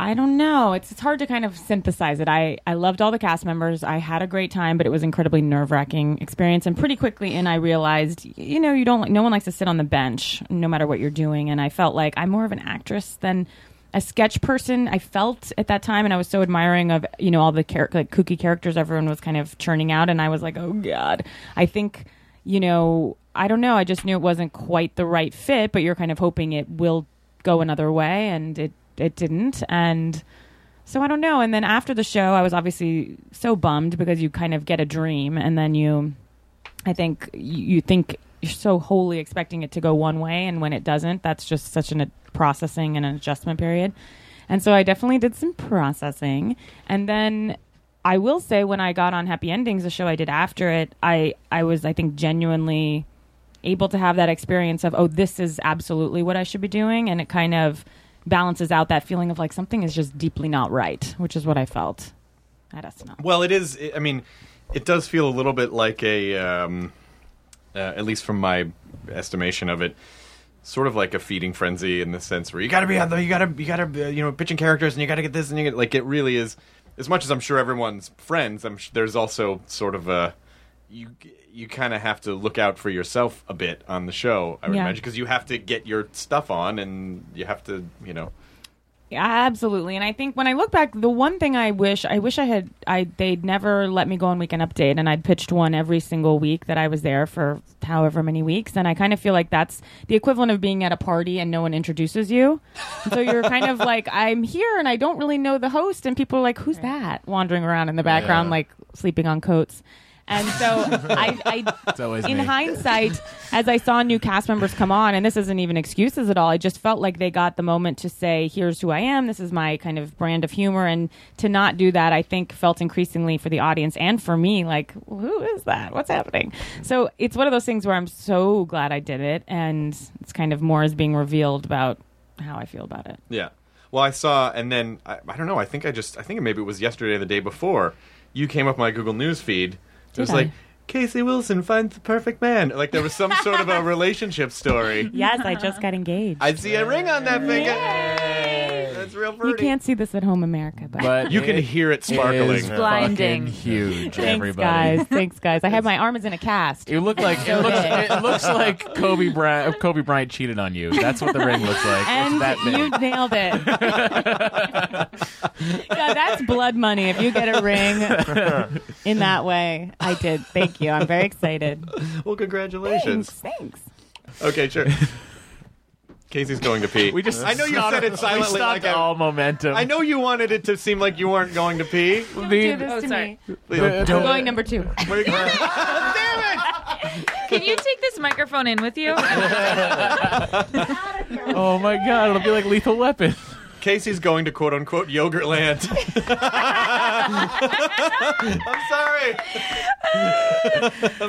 [SPEAKER 4] I don't know. It's it's hard to kind of synthesize it. I, I loved all the cast members. I had a great time, but it was incredibly nerve wracking experience. And pretty quickly in I realized, y- you know, you don't like no one likes to sit on the bench no matter what you're doing. And I felt like I'm more of an actress than a sketch person. I felt at that time, and I was so admiring of you know all the char- like kooky characters everyone was kind of churning out, and I was like, oh god, I think you know I don't know. I just knew it wasn't quite the right fit, but you're kind of hoping it will go another way and it it didn't and so I don't know and then after the show I was obviously so bummed because you kind of get a dream and then you I think you, you think you're so wholly expecting it to go one way and when it doesn't that's just such an a processing and an adjustment period and so I definitely did some processing and then I will say when I got on Happy Endings the show I did after it I I was I think genuinely able to have that experience of oh this is absolutely what i should be doing and it kind of balances out that feeling of like something is just deeply not right which is what i felt at snl
[SPEAKER 2] Well, it is. I mean, it does feel a little bit like a, um, uh, at least from my estimation of it, sort of like a feeding frenzy in the sense where you got to be out there, you got to, you got to, uh, you know, pitching characters, and you got to get this, and you get like it really is. As much as I'm sure everyone's friends, I'm sh- there's also sort of a you you kind of have to look out for yourself a bit on the show. I would
[SPEAKER 4] Yeah.
[SPEAKER 2] imagine because you have to get your stuff on, and you have to, you know.
[SPEAKER 4] Yeah, absolutely. And I think when I look back, the one thing I wish I wish I had I they'd never let me go on weekend update and I'd pitched one every single week that I was there for however many weeks and I kind of feel like that's the equivalent of being at a party and no one introduces you. And so you're kind of like I'm here and I don't really know the host and people are like who's that wandering around in the background
[SPEAKER 3] Yeah.
[SPEAKER 4] like sleeping on coats. And so I, I
[SPEAKER 3] It's always
[SPEAKER 4] in
[SPEAKER 3] me.
[SPEAKER 4] hindsight, as I saw new cast members come on, and this isn't even excuses at all, I just felt like they got the moment to say, here's who I am, this is my kind of brand of humor. And to not do that, I think felt increasingly for the audience and for me, like, who is that? What's happening? So it's one of those things where I'm so glad I did it. And it's kind of more is being revealed about how I feel about it.
[SPEAKER 2] Yeah. Well, I saw, and then I, I don't know. I think I just, I think maybe it was yesterday or the day before. You came up my Google News feed. It
[SPEAKER 4] Did
[SPEAKER 2] was
[SPEAKER 4] I?
[SPEAKER 2] like Casey Wilson finds the perfect man. Like there was some sort of a relationship story.
[SPEAKER 4] Yes, I just got engaged.
[SPEAKER 2] I see a ring on that finger. That's real
[SPEAKER 4] You
[SPEAKER 2] pretty.
[SPEAKER 4] can't see this at home, America, but.
[SPEAKER 3] But
[SPEAKER 2] You can
[SPEAKER 3] it
[SPEAKER 2] hear it
[SPEAKER 3] is
[SPEAKER 2] sparkling.
[SPEAKER 3] fucking
[SPEAKER 7] Blinding.
[SPEAKER 3] huge,
[SPEAKER 4] Thanks,
[SPEAKER 3] everybody.
[SPEAKER 4] guys. Thanks, guys. I have my arm is in a cast.
[SPEAKER 3] You look like it
[SPEAKER 4] So
[SPEAKER 3] looks.
[SPEAKER 4] big.
[SPEAKER 3] It looks like Kobe Bryant. Kobe Bryant cheated on you. That's what the ring looks like. it's
[SPEAKER 4] And
[SPEAKER 3] that big.
[SPEAKER 4] you nailed it. yeah, that's blood money. If you get a ring in that way, I did. Thank you. I'm very excited.
[SPEAKER 2] Well, congratulations.
[SPEAKER 4] Thanks. thanks.
[SPEAKER 2] Okay, sure. Casey's going to pee.
[SPEAKER 3] We just.
[SPEAKER 2] I know you
[SPEAKER 3] stopped-
[SPEAKER 2] said it silently.
[SPEAKER 3] We stopped
[SPEAKER 2] like I-
[SPEAKER 3] all momentum.
[SPEAKER 2] I know you wanted it to seem like you weren't going to pee.
[SPEAKER 4] Do this
[SPEAKER 7] Oh,
[SPEAKER 4] to me.
[SPEAKER 2] Please-
[SPEAKER 4] I'm going number two.
[SPEAKER 7] Can you take this microphone in with you?
[SPEAKER 3] oh my god! It'll be like Lethal Weapon.
[SPEAKER 2] Casey's going to quote unquote yogurt land. I'm sorry.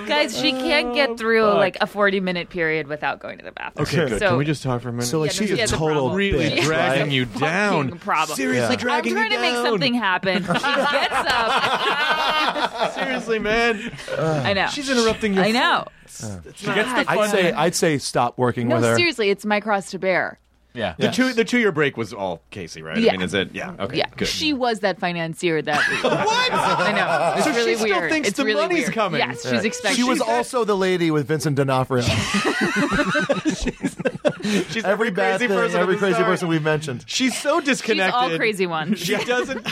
[SPEAKER 7] Guys, she can't get through like a 40 minute period without going to the bathroom. So,
[SPEAKER 2] just talk for a minute?
[SPEAKER 9] So like
[SPEAKER 7] Yeah, no,
[SPEAKER 9] she's
[SPEAKER 7] she
[SPEAKER 9] a
[SPEAKER 7] has a
[SPEAKER 9] total
[SPEAKER 7] problem.
[SPEAKER 2] really
[SPEAKER 9] bitch,
[SPEAKER 7] Yeah.
[SPEAKER 2] dragging
[SPEAKER 9] right?
[SPEAKER 2] you
[SPEAKER 7] fucking
[SPEAKER 2] down.
[SPEAKER 7] Problem.
[SPEAKER 9] Seriously Yeah.
[SPEAKER 7] like,
[SPEAKER 9] dragging
[SPEAKER 7] I'm trying
[SPEAKER 9] you
[SPEAKER 7] to make
[SPEAKER 9] down.
[SPEAKER 7] something happen. She gets up.
[SPEAKER 2] Seriously, man.
[SPEAKER 7] I know.
[SPEAKER 2] She's interrupting your.
[SPEAKER 7] I know.
[SPEAKER 2] It's
[SPEAKER 7] gets the
[SPEAKER 2] not-
[SPEAKER 7] fun
[SPEAKER 9] I'd say I'd say stop working
[SPEAKER 7] No,
[SPEAKER 9] with her.
[SPEAKER 7] seriously, it's my cross to bear.
[SPEAKER 2] Yeah. The
[SPEAKER 3] Yes.
[SPEAKER 2] two the two year break was all Casey, right?
[SPEAKER 7] Yeah.
[SPEAKER 2] I mean, is it? Yeah. Okay.
[SPEAKER 7] yeah,
[SPEAKER 2] Good.
[SPEAKER 7] she was that financier that week. what? I know. It's
[SPEAKER 2] So she
[SPEAKER 7] really
[SPEAKER 2] still
[SPEAKER 7] weird.
[SPEAKER 2] thinks
[SPEAKER 7] it's
[SPEAKER 2] the
[SPEAKER 7] really
[SPEAKER 2] money's
[SPEAKER 7] weird.
[SPEAKER 2] coming.
[SPEAKER 7] Yes,
[SPEAKER 9] Yeah.
[SPEAKER 7] she's expecting.
[SPEAKER 9] She was also the lady with Vincent D'Onofrio.
[SPEAKER 2] She's
[SPEAKER 9] every, bad
[SPEAKER 2] crazy
[SPEAKER 9] thing,
[SPEAKER 2] person at
[SPEAKER 9] every
[SPEAKER 2] the
[SPEAKER 9] crazy
[SPEAKER 2] start.
[SPEAKER 9] person we've mentioned.
[SPEAKER 2] She's so disconnected.
[SPEAKER 7] all crazy ones.
[SPEAKER 2] She doesn't.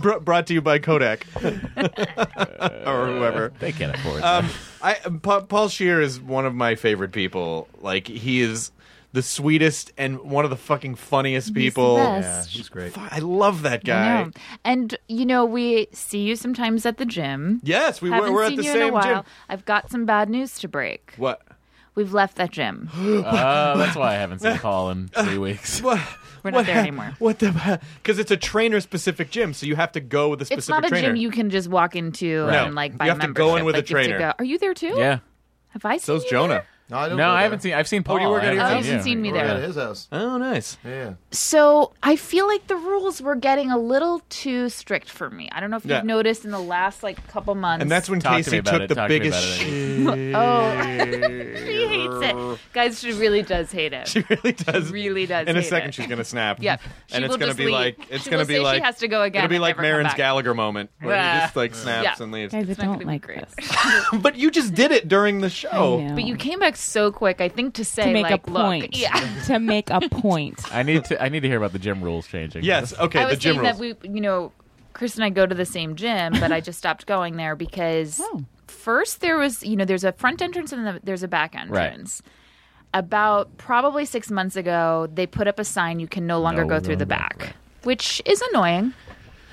[SPEAKER 2] Br- brought to you by Kodak or whoever.
[SPEAKER 3] They can't afford.
[SPEAKER 2] Um, I Pa- Paul Shear is one of my favorite people. Like he is the sweetest and one of the fucking funniest people.
[SPEAKER 7] best. Yeah,
[SPEAKER 9] he's great.
[SPEAKER 2] I love that
[SPEAKER 7] I
[SPEAKER 2] guy.
[SPEAKER 7] know. And you know, we see you sometimes at the gym.
[SPEAKER 2] Yes, we were,
[SPEAKER 7] Haven't
[SPEAKER 2] we're at
[SPEAKER 7] seen
[SPEAKER 2] the
[SPEAKER 7] you
[SPEAKER 2] same
[SPEAKER 7] in a while.
[SPEAKER 2] gym.
[SPEAKER 7] I've got some bad news to break.
[SPEAKER 2] What?
[SPEAKER 7] We've left that gym.
[SPEAKER 3] Uh, that's why I haven't seen Paul in three weeks.
[SPEAKER 2] What?
[SPEAKER 7] We're not there anymore.
[SPEAKER 2] What the? Because it's a trainer specific gym, so you have to go with a specific
[SPEAKER 7] It's not a
[SPEAKER 2] trainer.
[SPEAKER 7] gym you can just walk into
[SPEAKER 2] Right.
[SPEAKER 7] and like
[SPEAKER 2] You
[SPEAKER 7] buy
[SPEAKER 2] have to go in
[SPEAKER 7] membership.
[SPEAKER 2] with a
[SPEAKER 7] Like, you have to
[SPEAKER 2] trainer.
[SPEAKER 7] go- Are you there too?
[SPEAKER 3] Yeah.
[SPEAKER 7] Have I seen
[SPEAKER 2] So's
[SPEAKER 7] you
[SPEAKER 2] Jonah.
[SPEAKER 7] there?
[SPEAKER 9] No, I, don't
[SPEAKER 3] No,
[SPEAKER 9] go
[SPEAKER 3] I
[SPEAKER 9] there.
[SPEAKER 3] haven't seen. I've seen
[SPEAKER 2] Oh,
[SPEAKER 3] Paul.
[SPEAKER 2] you work at
[SPEAKER 3] I
[SPEAKER 2] his
[SPEAKER 3] haven't
[SPEAKER 2] house?
[SPEAKER 3] seen
[SPEAKER 7] You haven't seen me
[SPEAKER 9] We're
[SPEAKER 7] there.
[SPEAKER 9] at his house.
[SPEAKER 2] Oh, nice.
[SPEAKER 9] Yeah.
[SPEAKER 7] So I feel like the rules were getting a little too strict for me. I don't know if
[SPEAKER 2] Yeah.
[SPEAKER 7] you've noticed in the last like couple months.
[SPEAKER 2] And that's when
[SPEAKER 3] Talk to me
[SPEAKER 2] Casey
[SPEAKER 3] about
[SPEAKER 2] took
[SPEAKER 3] it.
[SPEAKER 2] the
[SPEAKER 3] Talk to me
[SPEAKER 2] biggest
[SPEAKER 3] about
[SPEAKER 2] shit.
[SPEAKER 7] Oh. she hates it. Guys, she really does hate it.
[SPEAKER 2] She really does.
[SPEAKER 7] really does.
[SPEAKER 2] In a
[SPEAKER 7] hate
[SPEAKER 2] second,
[SPEAKER 7] it.
[SPEAKER 2] she's gonna snap.
[SPEAKER 7] Yep. She
[SPEAKER 2] and it's
[SPEAKER 7] will
[SPEAKER 2] gonna
[SPEAKER 7] just
[SPEAKER 2] be
[SPEAKER 7] leave.
[SPEAKER 2] like it's
[SPEAKER 7] She
[SPEAKER 2] gonna
[SPEAKER 7] will
[SPEAKER 2] be
[SPEAKER 7] say she
[SPEAKER 2] like
[SPEAKER 7] has to go again
[SPEAKER 2] It'll be
[SPEAKER 7] and
[SPEAKER 2] like
[SPEAKER 7] never come
[SPEAKER 2] Marin's
[SPEAKER 7] back.
[SPEAKER 2] Gallagher moment where he
[SPEAKER 7] Yeah.
[SPEAKER 2] just like snaps
[SPEAKER 7] Yeah.
[SPEAKER 2] and leaves.
[SPEAKER 4] Guys, I
[SPEAKER 7] It's not
[SPEAKER 4] don't
[SPEAKER 7] gonna be
[SPEAKER 4] like
[SPEAKER 7] great.
[SPEAKER 4] this.
[SPEAKER 2] But you just did it during the show.
[SPEAKER 4] I know.
[SPEAKER 7] But you came back so quick, I think, to say
[SPEAKER 4] to make
[SPEAKER 7] like,
[SPEAKER 4] a
[SPEAKER 7] look,
[SPEAKER 4] point.
[SPEAKER 7] yeah.
[SPEAKER 4] To make a point.
[SPEAKER 3] I need to. I need to hear about the gym rules changing.
[SPEAKER 2] Yes. Okay.
[SPEAKER 7] I was
[SPEAKER 2] the gym
[SPEAKER 7] saying
[SPEAKER 2] rules.
[SPEAKER 7] that we, you know, Chris and I go to the same gym, but I just stopped going there because
[SPEAKER 2] Oh.
[SPEAKER 7] first there was, you know, there's a front entrance and then there's a back entrance. About probably six months ago, they put up a sign you can no longer
[SPEAKER 3] No
[SPEAKER 7] go through
[SPEAKER 3] going
[SPEAKER 7] the
[SPEAKER 3] back,
[SPEAKER 7] back,
[SPEAKER 3] right.
[SPEAKER 7] which is annoying.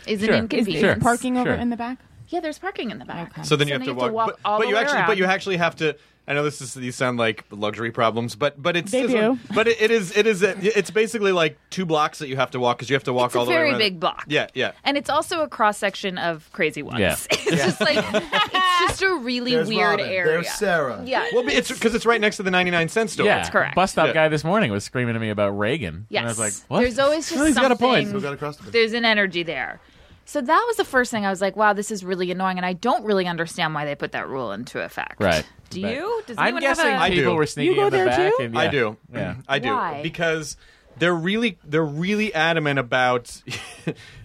[SPEAKER 7] Is
[SPEAKER 3] Sure.
[SPEAKER 7] an
[SPEAKER 3] Is-
[SPEAKER 4] Is
[SPEAKER 7] inconvenience.
[SPEAKER 4] there parking over
[SPEAKER 3] Sure.
[SPEAKER 4] in the back?
[SPEAKER 7] Yeah, there's parking in the back.
[SPEAKER 2] so then you have to walk. but-
[SPEAKER 7] all
[SPEAKER 2] but,
[SPEAKER 7] the
[SPEAKER 2] you
[SPEAKER 7] way
[SPEAKER 2] actually,
[SPEAKER 7] around.
[SPEAKER 2] but you actually have to. I know this is these sound like luxury problems, but but it's
[SPEAKER 4] They
[SPEAKER 2] it's-
[SPEAKER 4] do.
[SPEAKER 2] But it, it is it is it's basically like two blocks that you have to walk because you have to walk
[SPEAKER 7] It's
[SPEAKER 2] all
[SPEAKER 7] a
[SPEAKER 2] the way
[SPEAKER 7] very
[SPEAKER 2] around.
[SPEAKER 7] big block.
[SPEAKER 2] Yeah, yeah.
[SPEAKER 7] And it's also a cross section of crazy ones.
[SPEAKER 3] Yeah.
[SPEAKER 7] It's just like it's just a really
[SPEAKER 9] There's
[SPEAKER 7] weird
[SPEAKER 9] Robin.
[SPEAKER 7] area.
[SPEAKER 9] There's Sarah.
[SPEAKER 7] Yeah.
[SPEAKER 2] Well, it's because it's right next to the ninety nine cent store.
[SPEAKER 3] Yeah.
[SPEAKER 7] That's correct.
[SPEAKER 3] Bus stop
[SPEAKER 2] Yeah.
[SPEAKER 3] guy this morning was screaming at me about Reagan.
[SPEAKER 7] Yes.
[SPEAKER 3] And I was like, what?
[SPEAKER 7] There's always just
[SPEAKER 3] Well, he's got a point.
[SPEAKER 7] something-
[SPEAKER 9] Still got across the bridge.
[SPEAKER 7] There's an energy there. So that was the first thing I was like, wow, this is really annoying, and I don't really understand why they put that rule into effect.
[SPEAKER 3] Right.
[SPEAKER 7] Do
[SPEAKER 3] But-
[SPEAKER 7] you? Does
[SPEAKER 3] I'm
[SPEAKER 7] anyone
[SPEAKER 3] guessing
[SPEAKER 7] have a...
[SPEAKER 2] I do.
[SPEAKER 3] people were sneaking
[SPEAKER 4] You go
[SPEAKER 3] in the
[SPEAKER 4] there
[SPEAKER 3] back.
[SPEAKER 4] too?
[SPEAKER 3] and- yeah.
[SPEAKER 2] I do.
[SPEAKER 3] Yeah.
[SPEAKER 2] I do
[SPEAKER 7] Why?
[SPEAKER 2] because they're really they're really adamant about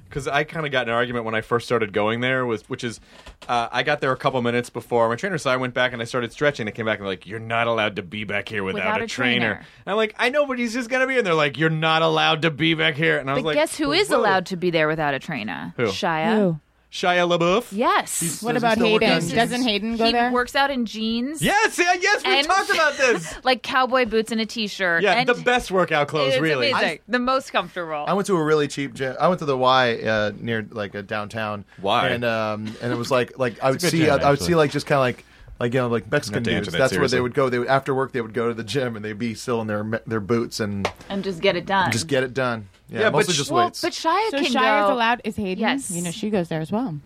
[SPEAKER 2] because I kind of got in an argument when I first started going there was which is uh, I got there a couple minutes before my trainer, so I went back and I started stretching. They came back and they're like, "You're not allowed to be back here without,
[SPEAKER 7] Without
[SPEAKER 2] a,
[SPEAKER 7] a
[SPEAKER 2] trainer.
[SPEAKER 7] trainer.
[SPEAKER 2] And I'm like, "I know, but he's just gonna be." And they're like, "You're not allowed to be back here." And I was
[SPEAKER 7] But
[SPEAKER 2] like,
[SPEAKER 7] guess who is
[SPEAKER 2] "Whoa."
[SPEAKER 7] allowed to be there without a trainer?
[SPEAKER 2] Who?
[SPEAKER 7] Shia.
[SPEAKER 4] Ooh.
[SPEAKER 2] Shia LaBeouf.
[SPEAKER 7] Yes.
[SPEAKER 4] What
[SPEAKER 9] Does he
[SPEAKER 4] about
[SPEAKER 9] still work
[SPEAKER 4] Hayden?
[SPEAKER 9] out?
[SPEAKER 4] Doesn't Hayden go
[SPEAKER 7] he
[SPEAKER 4] there?
[SPEAKER 7] works out in jeans.
[SPEAKER 2] Yes, yeah, yes, we
[SPEAKER 7] And-
[SPEAKER 2] talked about this.
[SPEAKER 7] Like cowboy boots and a t-shirt.
[SPEAKER 2] Yeah,
[SPEAKER 7] and
[SPEAKER 2] the best workout clothes,
[SPEAKER 7] It's
[SPEAKER 2] really.
[SPEAKER 7] amazing. the most comfortable.
[SPEAKER 9] I went to a really cheap gym. I went to the Y uh, near like a downtown.
[SPEAKER 2] Why?
[SPEAKER 9] And um, and it was like like I would
[SPEAKER 3] good
[SPEAKER 9] see
[SPEAKER 3] gym,
[SPEAKER 9] I, I would
[SPEAKER 3] actually.
[SPEAKER 9] see like just kind of like like you know like Mexican
[SPEAKER 2] Not to
[SPEAKER 9] dudes.
[SPEAKER 2] answer that
[SPEAKER 9] That's where
[SPEAKER 2] seriously.
[SPEAKER 9] they would go. They would after work they would go to the gym and they'd be still in their me- their boots and
[SPEAKER 7] and just get it done.
[SPEAKER 9] just get it done. Yeah,
[SPEAKER 2] Yeah, but
[SPEAKER 9] mostly
[SPEAKER 2] sh-
[SPEAKER 9] just
[SPEAKER 7] well,
[SPEAKER 9] weights.
[SPEAKER 7] but Shia
[SPEAKER 4] So
[SPEAKER 7] can
[SPEAKER 4] Shire's
[SPEAKER 7] go.
[SPEAKER 4] allowed is Hayden.
[SPEAKER 7] Yes.
[SPEAKER 4] You know, she goes there as well.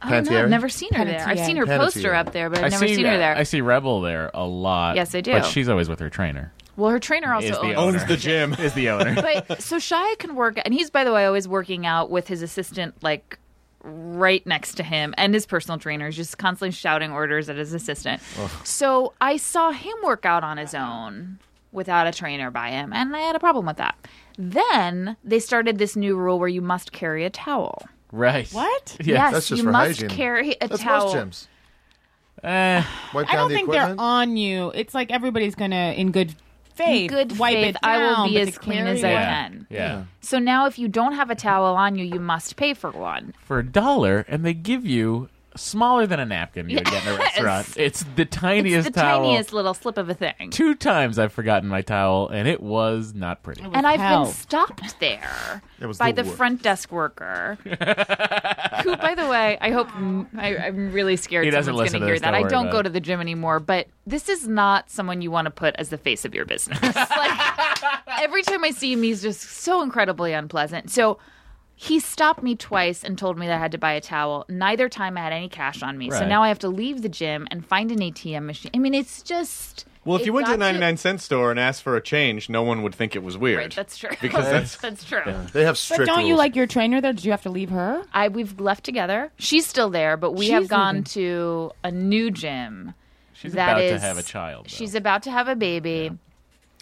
[SPEAKER 7] I don't know. I've
[SPEAKER 9] Panettiere?
[SPEAKER 7] never seen her there. I've
[SPEAKER 4] Panettiere.
[SPEAKER 7] seen her
[SPEAKER 9] Panettiere.
[SPEAKER 7] poster up there, but I've
[SPEAKER 3] I
[SPEAKER 7] never
[SPEAKER 3] see,
[SPEAKER 7] seen her there.
[SPEAKER 3] I see Rebel there a lot.
[SPEAKER 7] Yes, I do.
[SPEAKER 3] But she's always with her trainer.
[SPEAKER 7] Well, her trainer also
[SPEAKER 3] is the
[SPEAKER 7] owns.
[SPEAKER 3] owner.
[SPEAKER 2] Owns the gym.
[SPEAKER 3] Is the owner.
[SPEAKER 7] But so Shia can work, and he's by the way always working out with his assistant, like right next to him, and his personal trainer is just constantly shouting orders at his assistant. So I saw him work out on his own without a trainer by him, and I had a problem with that. Then they started this new rule where you must carry a towel.
[SPEAKER 3] right.
[SPEAKER 4] What?
[SPEAKER 3] Yeah.
[SPEAKER 7] yes,
[SPEAKER 9] that's just
[SPEAKER 7] you
[SPEAKER 9] for
[SPEAKER 7] must
[SPEAKER 9] hygiene.
[SPEAKER 7] carry a
[SPEAKER 9] That's
[SPEAKER 7] towel.
[SPEAKER 9] most gyms.
[SPEAKER 3] Eh,
[SPEAKER 9] Wipe
[SPEAKER 4] I
[SPEAKER 9] down
[SPEAKER 4] don't
[SPEAKER 9] the
[SPEAKER 4] think
[SPEAKER 9] equipment.
[SPEAKER 4] they're on you. It's like everybody's gonna in good
[SPEAKER 7] In
[SPEAKER 4] faith.
[SPEAKER 7] good
[SPEAKER 4] wipe
[SPEAKER 7] faith,
[SPEAKER 4] it
[SPEAKER 7] I will
[SPEAKER 4] down,
[SPEAKER 7] be
[SPEAKER 4] but
[SPEAKER 7] as
[SPEAKER 4] to
[SPEAKER 7] clean
[SPEAKER 4] carry
[SPEAKER 7] as I
[SPEAKER 4] it-
[SPEAKER 3] yeah.
[SPEAKER 7] can.
[SPEAKER 3] Yeah.
[SPEAKER 7] So now, if you don't have a towel on you, you must pay for one.
[SPEAKER 3] for a dollar, and they give you smaller than a napkin you would get in a restaurant. It's the tiniest
[SPEAKER 7] it's the
[SPEAKER 3] towel.
[SPEAKER 7] tiniest little slip of a thing.
[SPEAKER 3] Two times I've forgotten my towel, and it was not pretty.
[SPEAKER 7] and I've
[SPEAKER 4] hell.
[SPEAKER 7] been stopped there
[SPEAKER 9] It was
[SPEAKER 7] by
[SPEAKER 9] the
[SPEAKER 7] the,
[SPEAKER 9] worst.
[SPEAKER 7] front desk worker. who, by the way, I hope I, I'm really scared
[SPEAKER 3] He doesn't
[SPEAKER 7] someone's
[SPEAKER 3] listen
[SPEAKER 7] going
[SPEAKER 3] to
[SPEAKER 7] hear
[SPEAKER 3] this,
[SPEAKER 7] that.
[SPEAKER 3] don't
[SPEAKER 7] I
[SPEAKER 3] worry
[SPEAKER 7] don't
[SPEAKER 3] about
[SPEAKER 7] go
[SPEAKER 3] it.
[SPEAKER 7] to the gym anymore, but this is not someone you want to put as the face of your business. like every time I see him, he's just so incredibly unpleasant. So. He stopped me twice and told me that I had to buy a towel. Neither time I had any cash on me. So
[SPEAKER 3] Right.
[SPEAKER 7] now I have to leave the gym and find an ATM machine. I mean, it's just.
[SPEAKER 2] Well, if
[SPEAKER 7] it
[SPEAKER 2] you went to
[SPEAKER 7] got
[SPEAKER 2] the 99 cent store and asked for a change, no one would think it was weird.
[SPEAKER 7] Right, that's true.
[SPEAKER 2] Because that's-
[SPEAKER 7] that's true.
[SPEAKER 9] They have
[SPEAKER 4] But
[SPEAKER 9] strict.
[SPEAKER 4] don't you
[SPEAKER 9] rules.
[SPEAKER 4] like your trainer there? Did you have to leave her?
[SPEAKER 7] I we've left together. She's still there, but we
[SPEAKER 4] She's
[SPEAKER 7] have gone
[SPEAKER 4] leaving.
[SPEAKER 7] to a new gym.
[SPEAKER 3] She's
[SPEAKER 7] that
[SPEAKER 3] about
[SPEAKER 7] is
[SPEAKER 3] to have a child. though.
[SPEAKER 7] She's about to have a baby.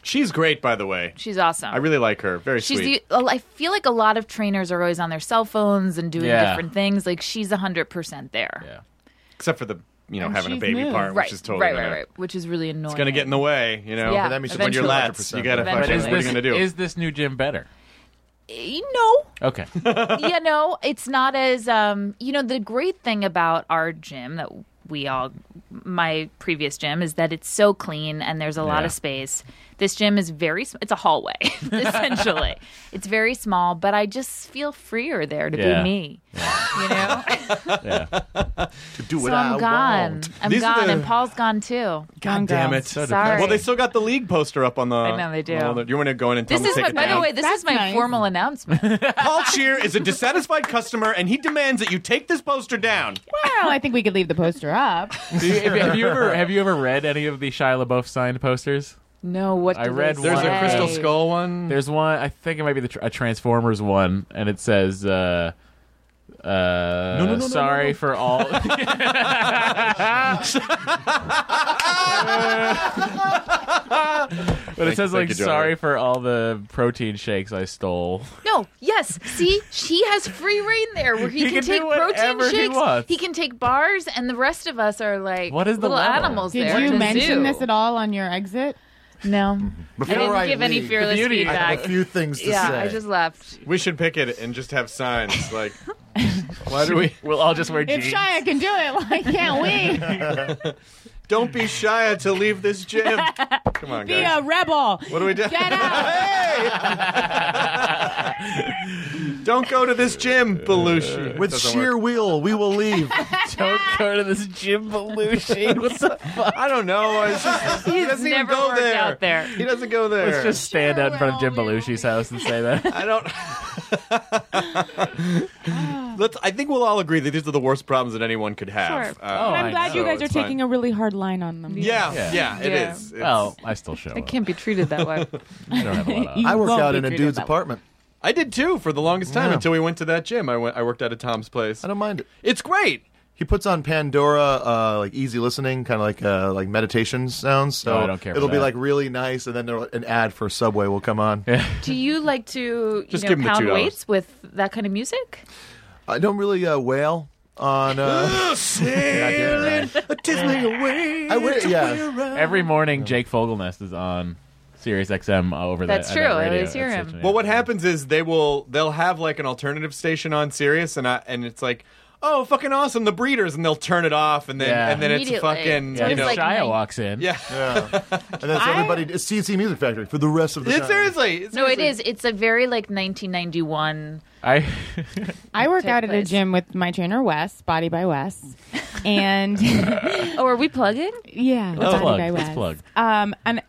[SPEAKER 2] She's great, by the way.
[SPEAKER 7] She's awesome.
[SPEAKER 2] I really like her. Very
[SPEAKER 7] she's
[SPEAKER 2] sweet.
[SPEAKER 7] the. well, I feel like a lot of trainers are always on their cell phones and doing
[SPEAKER 2] Yeah.
[SPEAKER 7] different things. Like she's hundred percent there. Yeah.
[SPEAKER 2] Except for the you know having a baby part,
[SPEAKER 7] right,
[SPEAKER 2] which is totally
[SPEAKER 7] right,
[SPEAKER 2] gonna-
[SPEAKER 7] right, right, which is really annoying.
[SPEAKER 2] It's gonna get in the way, you know.
[SPEAKER 7] Yeah,
[SPEAKER 2] But that means when you're
[SPEAKER 7] eventually.
[SPEAKER 2] lats, you gotta
[SPEAKER 7] Eventually.
[SPEAKER 2] fucking.
[SPEAKER 3] Is
[SPEAKER 2] What are you
[SPEAKER 3] this,
[SPEAKER 2] gonna do?
[SPEAKER 3] is this new gym better?
[SPEAKER 7] Eh, No,
[SPEAKER 3] Okay.
[SPEAKER 7] you know, it's not as um, you know, the great thing about our gym that we all my previous gym is that it's so clean and there's a lot
[SPEAKER 8] Yeah.
[SPEAKER 7] of space. This gym is very s- it's a hallway essentially. it's very small, but I just feel freer there to
[SPEAKER 8] Yeah.
[SPEAKER 7] be me.
[SPEAKER 9] to do
[SPEAKER 7] so I'm gone. I'm
[SPEAKER 2] These are
[SPEAKER 7] gone
[SPEAKER 2] the-
[SPEAKER 7] and Paul's gone too.
[SPEAKER 2] God damn it!
[SPEAKER 7] Sorry.
[SPEAKER 2] Well, they still got the league poster up on the.
[SPEAKER 7] I know they do.
[SPEAKER 2] on the- you want to go in and tell
[SPEAKER 7] this
[SPEAKER 2] them
[SPEAKER 7] is
[SPEAKER 2] to
[SPEAKER 7] my,
[SPEAKER 2] take it
[SPEAKER 7] by the
[SPEAKER 2] down?
[SPEAKER 7] way, this is my formal announcement.
[SPEAKER 2] Paul Cheer is a dissatisfied customer, and he demands that you take this poster down.
[SPEAKER 4] Well, I think we could leave the poster up.
[SPEAKER 3] Do you- have, you- have you ever have you ever read any of the Shia LaBeouf signed posters?
[SPEAKER 7] No, what
[SPEAKER 3] I
[SPEAKER 7] do they
[SPEAKER 3] read
[SPEAKER 2] There's
[SPEAKER 3] one.
[SPEAKER 2] a crystal skull one.
[SPEAKER 3] There's one. I think it might be the tr- a Transformers one, and it says, uh, uh,
[SPEAKER 2] no, no, no,
[SPEAKER 3] "Sorry for all." but it
[SPEAKER 2] Thank-
[SPEAKER 3] says
[SPEAKER 2] thank
[SPEAKER 3] like,
[SPEAKER 2] you, Joey.
[SPEAKER 3] "Sorry for all the protein shakes I stole."
[SPEAKER 7] No, yes. See, she has free reign there where he,
[SPEAKER 8] He
[SPEAKER 7] can,
[SPEAKER 8] can do
[SPEAKER 7] take protein
[SPEAKER 8] whatever he
[SPEAKER 7] shakes.
[SPEAKER 3] wants.
[SPEAKER 7] can take bars, and the rest of us are like
[SPEAKER 3] What is the
[SPEAKER 7] little
[SPEAKER 3] level?
[SPEAKER 7] animals
[SPEAKER 4] Did
[SPEAKER 7] there. at
[SPEAKER 4] you
[SPEAKER 7] the
[SPEAKER 4] mention
[SPEAKER 7] zoo.
[SPEAKER 4] this at all on your exit?
[SPEAKER 7] No.
[SPEAKER 4] Before I didn't I
[SPEAKER 7] give any leave, fearless beauty-
[SPEAKER 4] feedback.
[SPEAKER 7] I have a few
[SPEAKER 9] things
[SPEAKER 7] yeah, I just left.
[SPEAKER 2] We should pick it and just have signs like. Why do we?
[SPEAKER 3] We'll all just wear
[SPEAKER 4] If Shia can do it, why can't we?
[SPEAKER 2] Don't be shy to leave this gym. Come on,
[SPEAKER 4] Be
[SPEAKER 2] guys.
[SPEAKER 4] a rebel.
[SPEAKER 2] What are we doing?
[SPEAKER 4] Get out.
[SPEAKER 2] Don't go to this gym, Belushi.
[SPEAKER 9] With
[SPEAKER 2] Uh, Doesn't
[SPEAKER 9] sheer
[SPEAKER 2] work.
[SPEAKER 9] will, we will leave.
[SPEAKER 3] Don't go to this Jim Belushi. What the fuck?
[SPEAKER 2] I don't know. It's just, he
[SPEAKER 7] He's
[SPEAKER 2] doesn't even
[SPEAKER 7] never
[SPEAKER 2] go
[SPEAKER 7] worked
[SPEAKER 2] there.
[SPEAKER 7] out there.
[SPEAKER 2] He doesn't go there.
[SPEAKER 3] Let's just stand out in front of Jim Belushi's house and say that.
[SPEAKER 2] I don't. Let's. I think we'll all agree that these are the worst problems that anyone could have. Uh,
[SPEAKER 4] Sure. but I'm glad you guys are taking a really hard line on them.
[SPEAKER 2] Yeah, yeah, it
[SPEAKER 4] Yeah.
[SPEAKER 2] is.
[SPEAKER 3] Well, Oh, I still show
[SPEAKER 7] I can't be treated that way.
[SPEAKER 3] I don't have a lot of.
[SPEAKER 9] I worked
[SPEAKER 2] won't
[SPEAKER 9] out
[SPEAKER 2] be
[SPEAKER 9] in a
[SPEAKER 2] treated
[SPEAKER 9] dude's
[SPEAKER 2] that way.
[SPEAKER 9] apartment.
[SPEAKER 2] I did too for the longest time
[SPEAKER 9] Yeah.
[SPEAKER 2] until we went to that gym. I went. I worked out at Tom's place. I
[SPEAKER 9] don't mind it.
[SPEAKER 2] It's great.
[SPEAKER 9] He puts on Pandora, uh, like easy listening, kind of like uh, like meditation sounds. So
[SPEAKER 3] No, I don't care for
[SPEAKER 9] It'll be
[SPEAKER 3] that.
[SPEAKER 9] like really nice, and then there'll- an ad for Subway will come on.
[SPEAKER 7] Do you like to you
[SPEAKER 9] Just
[SPEAKER 7] know,
[SPEAKER 9] give him the
[SPEAKER 7] pound
[SPEAKER 9] $2.
[SPEAKER 7] weights with that kind of music?
[SPEAKER 9] I don't really uh, wail on. Uh,
[SPEAKER 2] Sailing, tizzling away.
[SPEAKER 9] I would, yeah.
[SPEAKER 4] Oh.
[SPEAKER 3] Every morning, Jake Fogelnest is on Sirius XM over that.
[SPEAKER 2] That's true. I
[SPEAKER 3] radio.
[SPEAKER 2] always
[SPEAKER 7] hear
[SPEAKER 3] It's
[SPEAKER 7] him.
[SPEAKER 3] such an-
[SPEAKER 2] Well, what happens is they will they'll have like an alternative station on Sirius, and I, and it's like, oh, fucking awesome, the breeders, and they'll turn it off, and then
[SPEAKER 3] Yeah.
[SPEAKER 2] and then it's
[SPEAKER 3] Immediately.
[SPEAKER 2] fucking
[SPEAKER 3] Yeah,
[SPEAKER 2] you
[SPEAKER 3] if
[SPEAKER 2] know,
[SPEAKER 3] Shia walks in.
[SPEAKER 2] Yeah,
[SPEAKER 9] yeah. And then it's everybody. It's CNC Music Factory for the rest of the.
[SPEAKER 2] It's
[SPEAKER 9] time.
[SPEAKER 2] seriously.
[SPEAKER 7] No, it is. It's a very like 1991.
[SPEAKER 3] I
[SPEAKER 4] I work
[SPEAKER 7] Take
[SPEAKER 4] out at a
[SPEAKER 7] place.
[SPEAKER 4] gym with my trainer Wes, Body by Wes, and
[SPEAKER 7] oh, are we plugging?
[SPEAKER 4] Yeah,
[SPEAKER 3] Let's
[SPEAKER 4] Body
[SPEAKER 3] plug.
[SPEAKER 4] by
[SPEAKER 3] Let's
[SPEAKER 4] Wes.
[SPEAKER 3] plug.
[SPEAKER 4] Um, and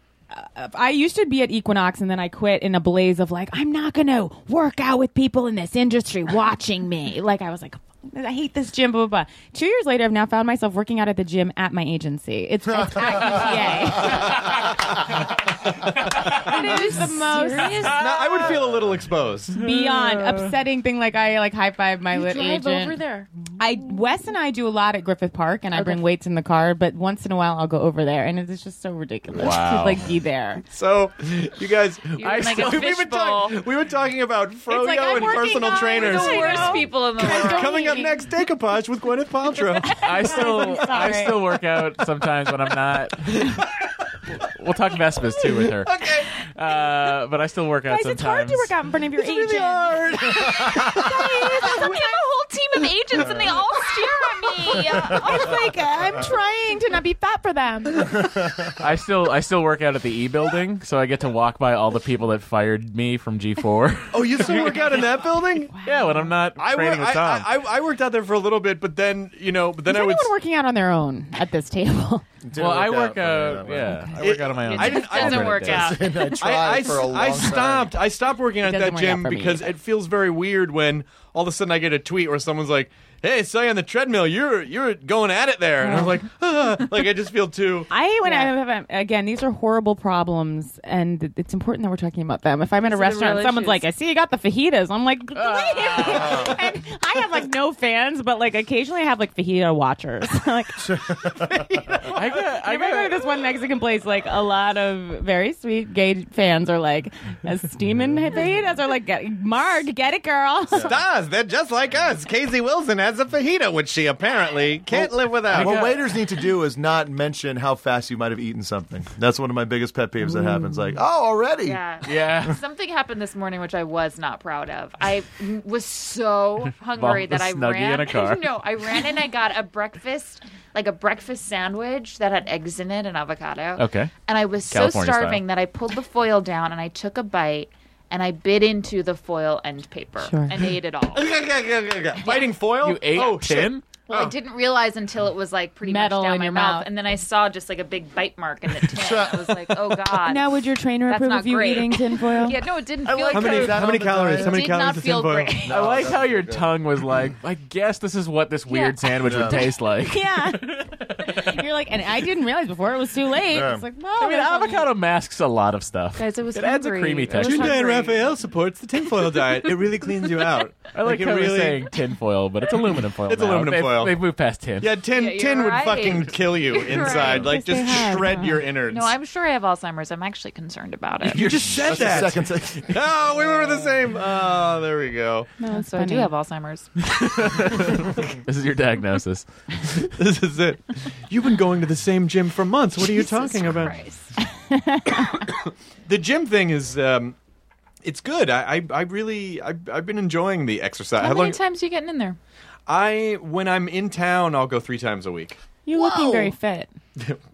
[SPEAKER 4] uh, I used to be at Equinox, and then I quit in a blaze of like, I'm not going to work out with people in this industry watching me. Like I was like. I hate this gym, blah, blah, blah. Two years later, I've now found myself working out at the gym at my agency. It's, it's It is the most
[SPEAKER 2] Now, I would feel a little exposed.
[SPEAKER 4] beyond upsetting thing. Like I like high five my lit
[SPEAKER 7] drive
[SPEAKER 4] agent
[SPEAKER 7] over there.
[SPEAKER 4] I Wes and I do a lot at Griffith Park, and I bring weights in the car. But once in a while, I'll go over there, and it's just so ridiculous
[SPEAKER 2] Wow.
[SPEAKER 4] to like be there.
[SPEAKER 2] So, you guys, I
[SPEAKER 4] like a
[SPEAKER 2] still- we, were talking, we were talking about froyo
[SPEAKER 4] like I'm
[SPEAKER 2] and
[SPEAKER 4] working
[SPEAKER 2] personal
[SPEAKER 4] out with
[SPEAKER 2] trainers.
[SPEAKER 7] the worst people in the world.
[SPEAKER 2] Coming up next, decoupage with Gwyneth Paltrow.
[SPEAKER 3] I still, I still work out sometimes when I'm not. we'll talk Vespas too with her. Okay. Uh, but I still work out
[SPEAKER 4] Guys,
[SPEAKER 3] sometimes.
[SPEAKER 4] it's hard to work out in front of your agent.
[SPEAKER 7] We have a whole team of agents, and they all stare at me. Oh
[SPEAKER 4] it's like I'm trying to not be fat for them.
[SPEAKER 3] I still, I still work out at the E building, so I get to walk by all the people that fired me from G4.
[SPEAKER 2] Oh, you still work out in that building?
[SPEAKER 3] Yeah, when I'm not
[SPEAKER 2] I, wor-
[SPEAKER 3] training with
[SPEAKER 2] I,
[SPEAKER 3] Tom.
[SPEAKER 2] I, I, I worked out there for a little bit, but then you know, but then
[SPEAKER 4] Is
[SPEAKER 2] I would.
[SPEAKER 4] anyone working out on their own at this table?
[SPEAKER 3] well, I work out. yeah, I work out on my own.
[SPEAKER 2] I didn't, I didn't
[SPEAKER 3] I
[SPEAKER 2] I,
[SPEAKER 3] tried for
[SPEAKER 2] s- I
[SPEAKER 3] a long time.
[SPEAKER 2] stopped. I stopped working
[SPEAKER 3] It
[SPEAKER 2] at
[SPEAKER 3] doesn't
[SPEAKER 2] that
[SPEAKER 3] work out
[SPEAKER 2] gym
[SPEAKER 3] for me
[SPEAKER 2] because
[SPEAKER 3] either.
[SPEAKER 2] it feels very weird when all of a sudden I get a tweet where someone's like, "Hey, saw you on the treadmill. You're you're going at it there." And I'm like, ah, like I just feel too.
[SPEAKER 4] I hate when I'm, if I'm- again. These are horrible problems, and th- it's important that we're talking about them. If I'm in
[SPEAKER 2] These
[SPEAKER 4] a
[SPEAKER 2] are the
[SPEAKER 4] restaurant,
[SPEAKER 2] real
[SPEAKER 4] and someone's
[SPEAKER 2] issues.
[SPEAKER 4] like, "I see you got the fajitas," I'm like, and I have like no fans, but like occasionally I have like fajita watchers. like,
[SPEAKER 3] I got,
[SPEAKER 4] I remember this one Mexican place. Like a lot of very sweet gay fans are like, "As steaming fajitas," are like, "Get- "Marg, get it, girl."
[SPEAKER 2] Stars, they're just like us. Casey Wilson has a fajita, which she apparently can't live without.
[SPEAKER 9] What waiters need to do is not mention how fast you might have eaten something. That's one of my biggest pet peeves that happens. Like, oh, already?
[SPEAKER 7] Yeah.
[SPEAKER 9] Yeah.
[SPEAKER 7] Something happened this morning which I was not proud of. I was so hungry
[SPEAKER 3] Bombed a
[SPEAKER 7] that I
[SPEAKER 3] Snuggie
[SPEAKER 7] ran.
[SPEAKER 3] in a car.
[SPEAKER 7] no, I ran and I got a breakfast, like a breakfast sandwich that had eggs in it and avocado.
[SPEAKER 3] Okay.
[SPEAKER 7] And I was
[SPEAKER 3] California
[SPEAKER 7] so
[SPEAKER 3] style.
[SPEAKER 7] starving that I pulled the foil down and I took a bite and I bit into the foil end paper
[SPEAKER 2] Sure.
[SPEAKER 7] and ate it all.
[SPEAKER 2] Fighting foil.
[SPEAKER 3] You ate
[SPEAKER 2] oh,
[SPEAKER 3] tin?
[SPEAKER 2] Shit.
[SPEAKER 7] Well, I didn't realize until it was like pretty
[SPEAKER 4] Metal
[SPEAKER 7] much down
[SPEAKER 4] in
[SPEAKER 7] my
[SPEAKER 4] your
[SPEAKER 7] mouth.
[SPEAKER 4] mouth.
[SPEAKER 7] and then I saw just like a big bite mark in the tin. I was like, "Oh God!"
[SPEAKER 4] Now, would your trainer
[SPEAKER 7] That's
[SPEAKER 4] approve
[SPEAKER 7] not
[SPEAKER 4] of you
[SPEAKER 7] great.
[SPEAKER 4] eating tinfoil?
[SPEAKER 7] yeah, no, it didn't feel like
[SPEAKER 2] How many-
[SPEAKER 7] that.
[SPEAKER 2] how many
[SPEAKER 7] It
[SPEAKER 2] calories? How many
[SPEAKER 7] did
[SPEAKER 2] calories
[SPEAKER 7] Not
[SPEAKER 2] is
[SPEAKER 7] feel
[SPEAKER 2] tinfoil?
[SPEAKER 7] great.
[SPEAKER 3] I like how your tongue was like, I guess this is what this weird sandwich would taste like.
[SPEAKER 4] yeah. You're like, and I didn't realize before it was too late.
[SPEAKER 3] Yeah.
[SPEAKER 4] It's like,
[SPEAKER 3] I
[SPEAKER 4] well,
[SPEAKER 3] mean, avocado masks a lot of stuff.
[SPEAKER 4] Guys, it was
[SPEAKER 3] It adds a
[SPEAKER 4] hungry.
[SPEAKER 3] creamy
[SPEAKER 4] It was
[SPEAKER 3] texture.
[SPEAKER 2] June and Raphael supports the tinfoil diet. It really cleans you out.
[SPEAKER 3] I like,
[SPEAKER 2] it
[SPEAKER 3] how
[SPEAKER 2] really-
[SPEAKER 3] we're saying tinfoil, but it's aluminum foil.
[SPEAKER 2] It's
[SPEAKER 3] now.
[SPEAKER 2] aluminum
[SPEAKER 3] They've-
[SPEAKER 2] foil.
[SPEAKER 3] They've moved past tin.
[SPEAKER 2] Yeah, tin
[SPEAKER 7] Yeah, you're
[SPEAKER 2] tin would
[SPEAKER 7] right.
[SPEAKER 2] fucking kill you
[SPEAKER 7] You're
[SPEAKER 2] inside.
[SPEAKER 7] right.
[SPEAKER 2] Like
[SPEAKER 7] Yes, they
[SPEAKER 2] just
[SPEAKER 7] have.
[SPEAKER 2] shred your innards.
[SPEAKER 7] No, I'm sure I have Alzheimer's. I'm actually concerned about it.
[SPEAKER 2] You just said that. oh, we were the same. Oh, there we go.
[SPEAKER 7] No, so I do
[SPEAKER 2] funny.
[SPEAKER 7] have Alzheimer's.
[SPEAKER 3] This is your diagnosis.
[SPEAKER 2] this is it. You've been going to the same gym for months. What are you talking about? the gym thing is, um, it's good. I, I, I really, I, I've been enjoying the exercise.
[SPEAKER 7] How
[SPEAKER 2] How
[SPEAKER 7] many
[SPEAKER 2] long-
[SPEAKER 7] times are you getting in there?
[SPEAKER 2] I, when I'm in town, I'll go three times a week.
[SPEAKER 4] You're looking very fit.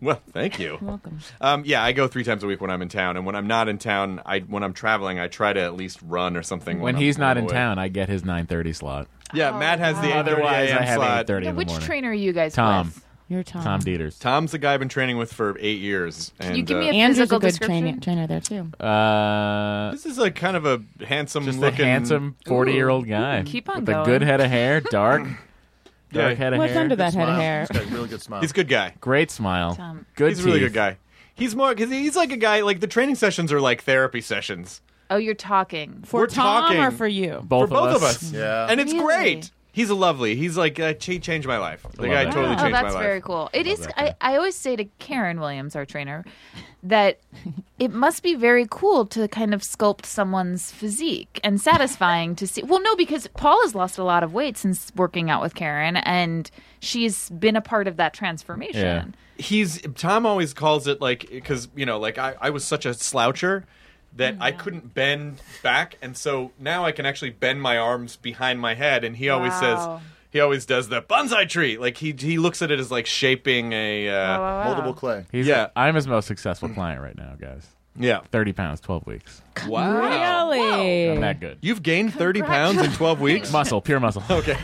[SPEAKER 2] well, thank you.
[SPEAKER 4] Welcome.
[SPEAKER 2] Um, yeah, I go three times a week when I'm in town, and when I'm not in town, I when I'm traveling, I try to at least run or something.
[SPEAKER 3] When
[SPEAKER 2] I'm
[SPEAKER 3] he's not in
[SPEAKER 2] away.
[SPEAKER 3] town, I get his 9:30 slot.
[SPEAKER 2] Yeah, Matt has the 8:30
[SPEAKER 3] Otherwise,
[SPEAKER 2] a.m.
[SPEAKER 3] I have
[SPEAKER 2] slot.
[SPEAKER 3] 8:30 in the
[SPEAKER 7] Which
[SPEAKER 3] morning.
[SPEAKER 7] trainer are you guys
[SPEAKER 3] Tom.
[SPEAKER 7] with?
[SPEAKER 4] You're Tom.
[SPEAKER 3] Tom Dieters.
[SPEAKER 2] Tom's the guy I've been training with for eight years. And,
[SPEAKER 7] you give me
[SPEAKER 2] uh,
[SPEAKER 7] a
[SPEAKER 4] Andrew's
[SPEAKER 7] physical
[SPEAKER 4] a good trainer,
[SPEAKER 7] description?
[SPEAKER 4] trainer there too.
[SPEAKER 3] Uh,
[SPEAKER 2] this is like kind of a handsome
[SPEAKER 3] just a
[SPEAKER 2] looking,
[SPEAKER 3] handsome 40 year old guy.
[SPEAKER 7] keep on
[SPEAKER 3] with
[SPEAKER 7] going.
[SPEAKER 3] a good head of hair, dark,
[SPEAKER 2] Yeah.
[SPEAKER 3] dark head of
[SPEAKER 4] What's
[SPEAKER 3] hair.
[SPEAKER 4] under that head of hair?
[SPEAKER 9] He's got a really good smile.
[SPEAKER 2] He's a good guy.
[SPEAKER 3] Great smile.
[SPEAKER 7] Tom.
[SPEAKER 3] Good.
[SPEAKER 2] he's a really
[SPEAKER 3] teeth.
[SPEAKER 2] good guy. He's more because he's like a guy. Like the training sessions are like therapy sessions.
[SPEAKER 7] Oh, you're talking.
[SPEAKER 4] For
[SPEAKER 2] We're
[SPEAKER 4] Tom or
[SPEAKER 2] talking.
[SPEAKER 4] for you?
[SPEAKER 2] for both of us.
[SPEAKER 9] Yeah.
[SPEAKER 2] and it's
[SPEAKER 7] Really?
[SPEAKER 2] great. He's a lovely. He's like uh, he changed my life. The guy
[SPEAKER 3] that guy.
[SPEAKER 2] totally
[SPEAKER 7] oh,
[SPEAKER 2] changed my
[SPEAKER 7] that's
[SPEAKER 2] life.
[SPEAKER 7] very cool. It is. I, I always say to Karen Williams, our trainer, that it must be very cool to kind of sculpt someone's physique and satisfying to see. Well, no, because Paul has lost a lot of weight since working out with Karen, and she's been a part of that transformation.
[SPEAKER 2] He's Tom always calls it like because you know like I, I was such a sloucher that I couldn't bend back, and so now I can actually bend my arms behind my head. And he always
[SPEAKER 7] Wow.
[SPEAKER 2] says he always does the bonsai tree. Like he he looks at it as like shaping a uh,
[SPEAKER 7] wow, wow. Moldable
[SPEAKER 9] clay.
[SPEAKER 3] He's
[SPEAKER 2] yeah.
[SPEAKER 3] I'm his most successful client right now, guys.
[SPEAKER 2] Yeah.
[SPEAKER 3] 30 pounds, 12 weeks.
[SPEAKER 2] Wow.
[SPEAKER 4] Really?
[SPEAKER 3] I'm that good.
[SPEAKER 2] You've gained 30 pounds in 12 weeks?
[SPEAKER 3] muscle, pure muscle.
[SPEAKER 2] Okay.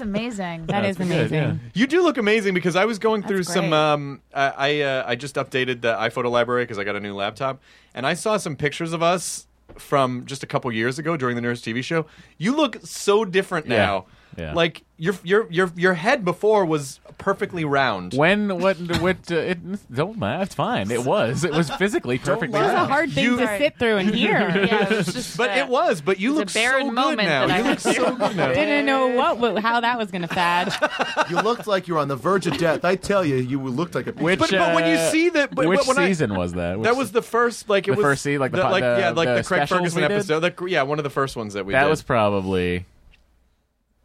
[SPEAKER 7] amazing.
[SPEAKER 4] That is amazing.
[SPEAKER 2] You do look amazing because I was going through
[SPEAKER 7] great.
[SPEAKER 2] some. Um, I I, uh, I just updated the iPhoto library because I got a new laptop, and I saw some pictures of us from just a couple years ago during the Nurse TV show. You look so different
[SPEAKER 3] Yeah.
[SPEAKER 2] now.
[SPEAKER 3] Yeah.
[SPEAKER 2] Like your your your your head before was perfectly round.
[SPEAKER 3] When, what, what, uh, it, don't laugh. It's fine. It was. It was physically perfectly.
[SPEAKER 4] It was a
[SPEAKER 3] round.
[SPEAKER 4] hard thing
[SPEAKER 2] You-
[SPEAKER 4] to sit through and hear.
[SPEAKER 7] Yeah, it was just,
[SPEAKER 2] But
[SPEAKER 7] uh,
[SPEAKER 2] it was. But you
[SPEAKER 7] it was a
[SPEAKER 2] look so
[SPEAKER 7] barren
[SPEAKER 2] good
[SPEAKER 7] moment
[SPEAKER 2] now.
[SPEAKER 7] that I
[SPEAKER 2] you look
[SPEAKER 7] had there.
[SPEAKER 2] so good now.
[SPEAKER 4] Didn't know what, what how that was going to fad.
[SPEAKER 9] You looked like you were on the verge of death. I tell you, you looked like a
[SPEAKER 3] Which,
[SPEAKER 2] But- but when you
[SPEAKER 3] uh,
[SPEAKER 2] see that- but-
[SPEAKER 3] which
[SPEAKER 2] but when I-
[SPEAKER 3] season was that? Which
[SPEAKER 2] that was the first, like it
[SPEAKER 3] The
[SPEAKER 2] was
[SPEAKER 3] first scene, like the po- the-
[SPEAKER 2] yeah, like the,
[SPEAKER 3] the
[SPEAKER 2] Craig
[SPEAKER 3] specials
[SPEAKER 2] Ferguson
[SPEAKER 3] we did?
[SPEAKER 2] episode. The- yeah, one of the first ones that we
[SPEAKER 3] that
[SPEAKER 2] did.
[SPEAKER 3] was probably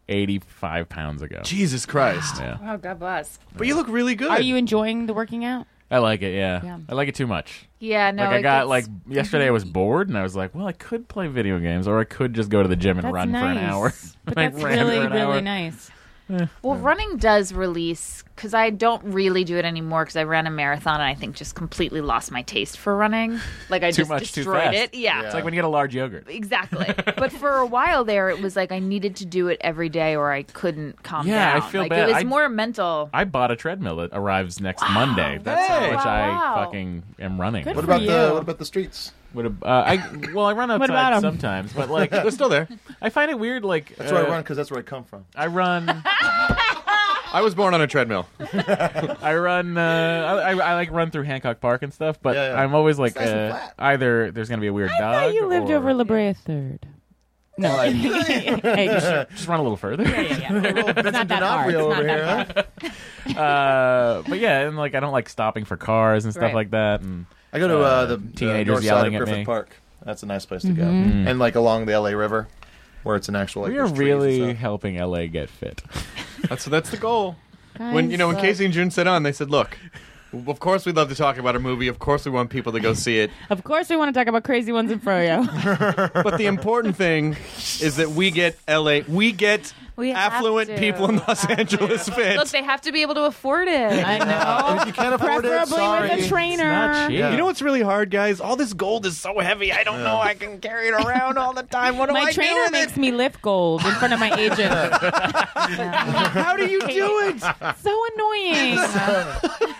[SPEAKER 3] 85 pounds ago.
[SPEAKER 2] Jesus Christ!
[SPEAKER 3] Yeah.
[SPEAKER 7] Oh, God bless.
[SPEAKER 2] But you look really good.
[SPEAKER 4] Are you enjoying the working out?
[SPEAKER 3] I like it, yeah.
[SPEAKER 4] Yeah.
[SPEAKER 3] I like it too much.
[SPEAKER 7] Yeah, no.
[SPEAKER 3] like I
[SPEAKER 7] it
[SPEAKER 3] got
[SPEAKER 7] gets-
[SPEAKER 3] like yesterday I was bored and I was like, well, I could play video games or I could just go to the gym and
[SPEAKER 4] That's
[SPEAKER 3] run for an
[SPEAKER 4] nice.
[SPEAKER 3] hour.
[SPEAKER 4] But
[SPEAKER 3] I
[SPEAKER 4] that's
[SPEAKER 3] ran for
[SPEAKER 4] really
[SPEAKER 3] an
[SPEAKER 4] really
[SPEAKER 3] hour.
[SPEAKER 4] nice.
[SPEAKER 7] Well, running does release because I don't really do it anymore because I ran a marathon and I think just completely lost my taste for running. Like I
[SPEAKER 3] too
[SPEAKER 7] just
[SPEAKER 3] much, too
[SPEAKER 7] destroyed
[SPEAKER 3] fast.
[SPEAKER 7] it. Yeah.
[SPEAKER 3] It's like when you get a large yogurt.
[SPEAKER 7] Exactly. but for a while there, it was like I needed to do it every day or I couldn't calm
[SPEAKER 3] Yeah, I
[SPEAKER 7] down.
[SPEAKER 3] feel
[SPEAKER 7] like,
[SPEAKER 3] bad.
[SPEAKER 7] It was
[SPEAKER 3] I-
[SPEAKER 7] more mental.
[SPEAKER 3] I bought a treadmill that arrives next Monday. That's
[SPEAKER 2] Hey.
[SPEAKER 3] how much
[SPEAKER 7] Wow,
[SPEAKER 3] I
[SPEAKER 7] wow.
[SPEAKER 3] fucking am running.
[SPEAKER 9] What about the what about the streets?
[SPEAKER 3] What ab- uh, I well, I run
[SPEAKER 9] What
[SPEAKER 3] outside
[SPEAKER 9] about 'em?
[SPEAKER 3] sometimes, but like
[SPEAKER 9] They're still there.
[SPEAKER 3] I find it weird. Like
[SPEAKER 9] That's where I
[SPEAKER 3] uh,
[SPEAKER 9] run because that's where I come from.
[SPEAKER 3] I run.
[SPEAKER 2] I was born on a treadmill.
[SPEAKER 3] I run. Uh, I, I, I like run through Hancock Park and stuff, but
[SPEAKER 4] Yeah, yeah.
[SPEAKER 3] I'm always like
[SPEAKER 4] It's nice and
[SPEAKER 3] uh, either there's gonna be a weird dog.
[SPEAKER 4] Oh, you lived
[SPEAKER 3] or-
[SPEAKER 4] over La Brea Third. No,
[SPEAKER 3] Like-
[SPEAKER 4] Hey,
[SPEAKER 3] just, just run a little further.
[SPEAKER 4] it's not that hard. It's not that hard.
[SPEAKER 3] uh, but yeah, and like I don't like stopping for cars and stuff
[SPEAKER 9] Right.
[SPEAKER 3] like that. And
[SPEAKER 9] I go to uh, the
[SPEAKER 3] teenagers
[SPEAKER 9] uh, north
[SPEAKER 3] yelling
[SPEAKER 9] side of
[SPEAKER 3] at
[SPEAKER 9] Griffith
[SPEAKER 3] me.
[SPEAKER 9] Park. That's a nice place to go,
[SPEAKER 3] Mhm.
[SPEAKER 9] and like along the LA River, where it's an actual. Like,
[SPEAKER 3] we are
[SPEAKER 9] there's trees and
[SPEAKER 3] really
[SPEAKER 9] stuff.
[SPEAKER 3] helping LA get fit.
[SPEAKER 2] That's that's the goal. when
[SPEAKER 9] Guys,
[SPEAKER 2] you know when
[SPEAKER 9] uh,
[SPEAKER 2] Casey and June sat on, they said, "Look, of course we'd love to talk about a movie. Of course we want people to go see it.
[SPEAKER 4] Of course, we want to talk about crazy ones in Froyo.
[SPEAKER 2] But the important thing is that we get LA, we get
[SPEAKER 7] We have
[SPEAKER 2] affluent
[SPEAKER 7] to.
[SPEAKER 2] people in Los Angeles fit.
[SPEAKER 7] Look, they have to be able to afford it. I
[SPEAKER 2] know.
[SPEAKER 12] if you can't afford it,
[SPEAKER 7] Preferably
[SPEAKER 12] sorry.
[SPEAKER 7] with a trainer.
[SPEAKER 12] You know what's really hard, guys? All this gold is so heavy. I don't
[SPEAKER 2] Yeah.
[SPEAKER 12] know. I can carry it around all the time. What do
[SPEAKER 4] my
[SPEAKER 12] I do
[SPEAKER 4] trainer
[SPEAKER 12] with
[SPEAKER 4] makes me lift gold in front of my agent. How
[SPEAKER 12] do you do it?
[SPEAKER 4] So annoying.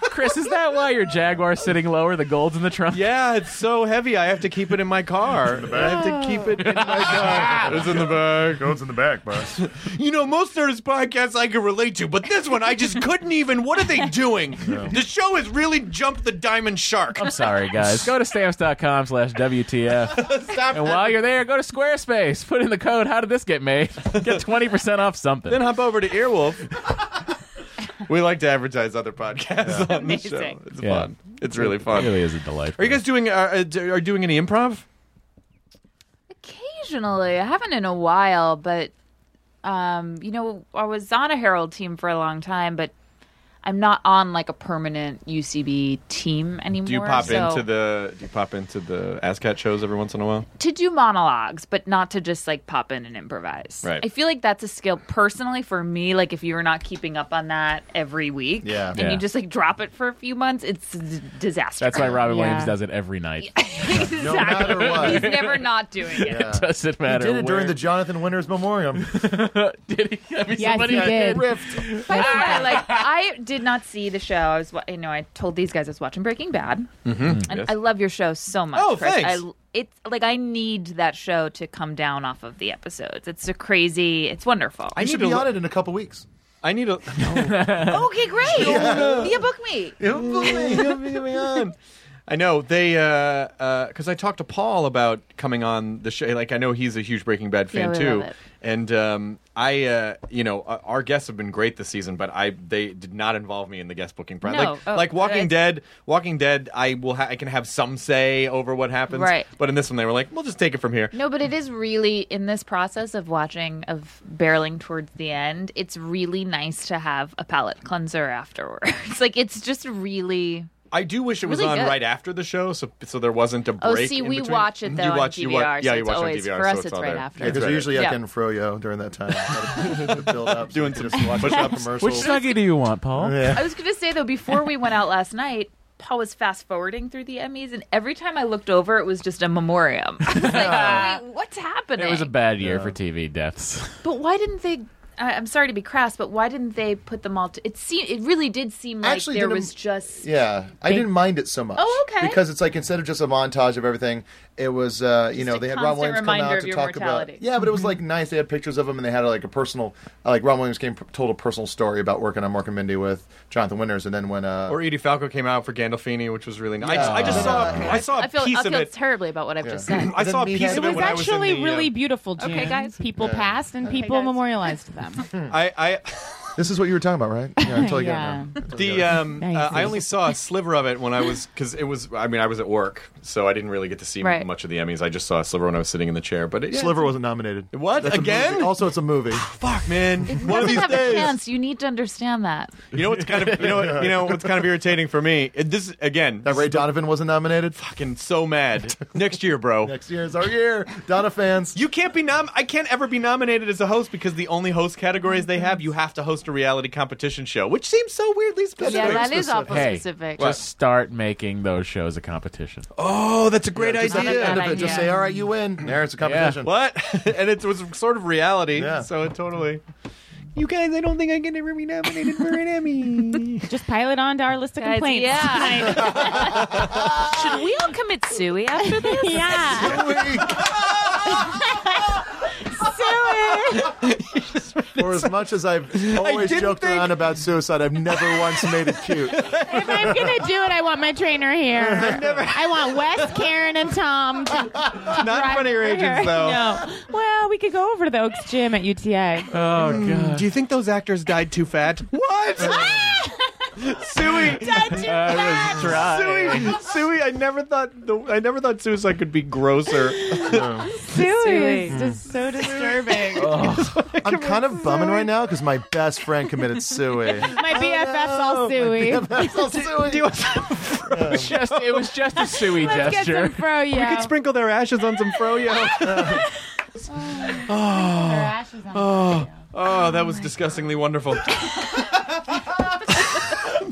[SPEAKER 3] Chris, is that why your Jaguar's sitting lower? The gold's in the trunk.
[SPEAKER 12] Yeah, it's so heavy. I have to keep it in my car. I have to keep it in my car.
[SPEAKER 2] It's in the bag.
[SPEAKER 12] Gold's in the back, boss.
[SPEAKER 2] You know, most nerdist podcasts I can relate to, but this one I just couldn't even. What are they doing? The show has really jumped the diamond shark.
[SPEAKER 3] I'm sorry, guys. Go to stamps.com slash WTF.
[SPEAKER 2] Stop
[SPEAKER 3] and while you're there, go to Squarespace. Put in the code, how did this get made? Get 20% off something.
[SPEAKER 2] Then hop over to Earwolf. we like to advertise other podcasts on the show. It's fun. It's really fun.
[SPEAKER 3] It really is a delight.
[SPEAKER 2] Are you guys doing? Uh, uh, d- are doing any improv?
[SPEAKER 7] Occasionally, I haven't in a while, but um, you know, I was on a Herald team for a long time, but I'm not on like a permanent UCB team anymore.
[SPEAKER 2] Do you pop
[SPEAKER 7] so-
[SPEAKER 2] into the? Do you pop into the ASCAT shows every once in a while?
[SPEAKER 7] to do monologues, but not to just like pop in and improvise.
[SPEAKER 2] Right.
[SPEAKER 7] I feel like that's a skill personally for me. Like if you were not keeping up on that every week,
[SPEAKER 3] Yeah.
[SPEAKER 7] and
[SPEAKER 3] Yeah.
[SPEAKER 7] you just like drop it for a few months, it's a d- disaster.
[SPEAKER 3] That's why Robin Williams does it every night.
[SPEAKER 7] exactly.
[SPEAKER 9] what.
[SPEAKER 7] He's never not doing it.
[SPEAKER 3] It doesn't matter.
[SPEAKER 9] He did it during
[SPEAKER 3] where.
[SPEAKER 9] the Jonathan Winters Memoriam.
[SPEAKER 7] Yes, he did.
[SPEAKER 9] Rift.
[SPEAKER 7] By the way, like I did not see the show. I was, wa- you know, I told these guys I was watching Breaking Bad,
[SPEAKER 2] Mm-hmm.
[SPEAKER 7] and I love your show so much.
[SPEAKER 2] Oh,
[SPEAKER 7] Chris.
[SPEAKER 2] thanks.
[SPEAKER 7] I, it's like I need that show to come down off of the episodes. It's a crazy. It's wonderful.
[SPEAKER 9] I should be on it in a couple weeks.
[SPEAKER 2] I need a.
[SPEAKER 7] Okay, great.
[SPEAKER 2] Yeah.
[SPEAKER 7] Yeah, book me.
[SPEAKER 2] Yeah, book me. Yeah, I know they because uh, uh 'cause I talked to Paul about coming on the show. Like I know he's a huge Breaking Bad fan
[SPEAKER 7] Yeah, we
[SPEAKER 2] too,
[SPEAKER 7] love it.
[SPEAKER 2] and um, I uh, you know uh, our guests have been great this season, but I they did not involve me in the guest booking process.
[SPEAKER 7] No.
[SPEAKER 2] Like,
[SPEAKER 7] Oh,
[SPEAKER 2] like Walking
[SPEAKER 7] it's-
[SPEAKER 2] Dead, Walking Dead, I will ha- I can have some say over what happens,
[SPEAKER 7] Right.
[SPEAKER 2] But in this one, they were like, we'll just take it from here.
[SPEAKER 7] No, but it is really in this process of watching of barreling towards the end. It's really nice to have a palate cleanser afterwards. like it's just really.
[SPEAKER 2] I do wish it was
[SPEAKER 7] Really
[SPEAKER 2] on
[SPEAKER 7] good.
[SPEAKER 2] right after the show, so so there wasn't a
[SPEAKER 7] Oh,
[SPEAKER 2] break.
[SPEAKER 7] see,
[SPEAKER 2] in
[SPEAKER 7] we
[SPEAKER 2] between.
[SPEAKER 7] watch it, though,
[SPEAKER 2] You
[SPEAKER 7] on
[SPEAKER 2] watch, you
[SPEAKER 7] DVR,
[SPEAKER 2] watch,
[SPEAKER 7] so
[SPEAKER 2] yeah, you
[SPEAKER 7] it's
[SPEAKER 2] watch
[SPEAKER 7] always-
[SPEAKER 2] on DVR.
[SPEAKER 7] for
[SPEAKER 2] so
[SPEAKER 7] us, it's
[SPEAKER 2] all
[SPEAKER 7] right
[SPEAKER 2] there.
[SPEAKER 7] after.
[SPEAKER 9] Because
[SPEAKER 2] right.
[SPEAKER 9] usually
[SPEAKER 7] Yeah.
[SPEAKER 9] I can froyo during that time. Gotta build up,
[SPEAKER 2] Doing
[SPEAKER 9] just
[SPEAKER 2] some
[SPEAKER 9] watch
[SPEAKER 2] push-ups.
[SPEAKER 9] out commercials.
[SPEAKER 3] Which snuggie do you want, Paul?
[SPEAKER 7] I was going to say though, before we went out last night. Paul was fast forwarding through the Emmys, and every time I looked over, it was just a memoriam. I was like, wait, what's happening?
[SPEAKER 3] It was a bad year for TV deaths.
[SPEAKER 7] But why didn't they? I I'm sorry to be crass, but why didn't they put them all? To, it seemed it really did seem like
[SPEAKER 9] Actually,
[SPEAKER 7] there
[SPEAKER 9] didn't-
[SPEAKER 7] was just
[SPEAKER 9] Yeah, I didn't mind it so much.
[SPEAKER 7] Oh, okay.
[SPEAKER 9] Because it's like instead of just a montage of everything, it was uh, you know they had Ron
[SPEAKER 7] constant
[SPEAKER 9] Williams come
[SPEAKER 7] reminder
[SPEAKER 9] out
[SPEAKER 7] of
[SPEAKER 9] to
[SPEAKER 7] your
[SPEAKER 9] talk
[SPEAKER 7] mortality.
[SPEAKER 9] about. Yeah, but it was like nice. They had pictures of him, and they had like a personal, uh, like Ron Williams came told a personal story about working on Mork and Mindy with Jonathan Winters, and then when uh,
[SPEAKER 2] Or Edie Falco came out for Gandolfini, which was really nice. I just, I just
[SPEAKER 9] Yeah.
[SPEAKER 2] saw, Oh, I saw a
[SPEAKER 7] I feel,
[SPEAKER 2] piece
[SPEAKER 7] I
[SPEAKER 2] of
[SPEAKER 7] feel
[SPEAKER 2] it.
[SPEAKER 7] terribly about what I've
[SPEAKER 2] Yeah.
[SPEAKER 7] just said.
[SPEAKER 2] I saw a piece
[SPEAKER 4] It
[SPEAKER 2] of it
[SPEAKER 4] was
[SPEAKER 2] when I was in
[SPEAKER 4] actually
[SPEAKER 2] the, uh,
[SPEAKER 4] really beautiful, June.
[SPEAKER 7] Okay, guys.
[SPEAKER 4] People
[SPEAKER 7] Yeah.
[SPEAKER 4] passed and
[SPEAKER 7] Okay,
[SPEAKER 4] people
[SPEAKER 7] guys.
[SPEAKER 4] memorialized them.
[SPEAKER 2] I, I
[SPEAKER 9] this is what you were talking about, right? Yeah, I totally
[SPEAKER 4] Yeah.
[SPEAKER 9] get it. Now.
[SPEAKER 2] the um,
[SPEAKER 9] Nice.
[SPEAKER 2] uh, I only saw a sliver of it when I was because it was. I mean, I was at work, so I didn't really get to see
[SPEAKER 9] Right.
[SPEAKER 2] much of the Emmys. I just saw a sliver when I was sitting in the chair. But it,
[SPEAKER 9] Sliver wasn't nominated.
[SPEAKER 2] What
[SPEAKER 9] That's a
[SPEAKER 2] again? Ah,
[SPEAKER 9] movie. Also, it's a movie.
[SPEAKER 2] Fuck, man. One of
[SPEAKER 7] doesn't
[SPEAKER 2] these
[SPEAKER 7] have a
[SPEAKER 2] days.
[SPEAKER 7] chance. You need to understand that.
[SPEAKER 2] You know what's kind of you know what- you know what's kind of irritating for me. It- This again that
[SPEAKER 9] Uh, Ray Donovan wasn't nominated.
[SPEAKER 2] Fucking so mad. Next year, bro.
[SPEAKER 9] Next year is our year, Donna fans.
[SPEAKER 2] You can't be nom. I can't ever be nominated as a host because the only host categories they have, you have to host a reality competition show, which seems so weirdly specific.
[SPEAKER 7] Yeah, that is awful
[SPEAKER 3] hey,
[SPEAKER 7] specific.
[SPEAKER 3] Just start making those shows a competition.
[SPEAKER 2] Oh, that's a great
[SPEAKER 9] Yeah, just
[SPEAKER 2] idea.
[SPEAKER 9] at the end of it, Just say, all right, you win. There, it's a competition.
[SPEAKER 2] What? and it was sort of reality. So it totally.
[SPEAKER 3] You guys, I don't think I can ever be nominated for an Emmy.
[SPEAKER 4] Just pile it onto our list of
[SPEAKER 7] Guys,
[SPEAKER 4] complaints.
[SPEAKER 7] yeah. Should we all commit suey after this?
[SPEAKER 4] yeah.
[SPEAKER 2] For as much as I've always joked around about suicide, I've never once made it cute.
[SPEAKER 4] If I'm gonna do it, I want my trainer here. I want Wes, Karen, and Tom. To drive
[SPEAKER 3] front of your
[SPEAKER 4] over
[SPEAKER 3] agents,
[SPEAKER 4] here.
[SPEAKER 3] though.
[SPEAKER 4] No. Well, we could go over to the Oaks Gym at UTA.
[SPEAKER 3] Oh god.
[SPEAKER 7] Mm.
[SPEAKER 3] Do you think those actors died too fat? What?
[SPEAKER 2] Uh,
[SPEAKER 3] Suey.
[SPEAKER 4] I
[SPEAKER 9] was trying.
[SPEAKER 3] Suey, Suey, I never thought the, I never thought suicide could be grosser.
[SPEAKER 4] Suey Mm. is just so disturbing.
[SPEAKER 2] I'm kind of bumming right now because my best friend committed suey.
[SPEAKER 4] My
[SPEAKER 7] Oh,
[SPEAKER 4] BFF's all suey.
[SPEAKER 2] do,
[SPEAKER 3] you
[SPEAKER 9] It was just, it was just a suey
[SPEAKER 4] Let's get
[SPEAKER 9] gesture.
[SPEAKER 4] some fro
[SPEAKER 3] We could sprinkle their ashes on some froyo. oh, oh, oh, that was disgustingly wonderful.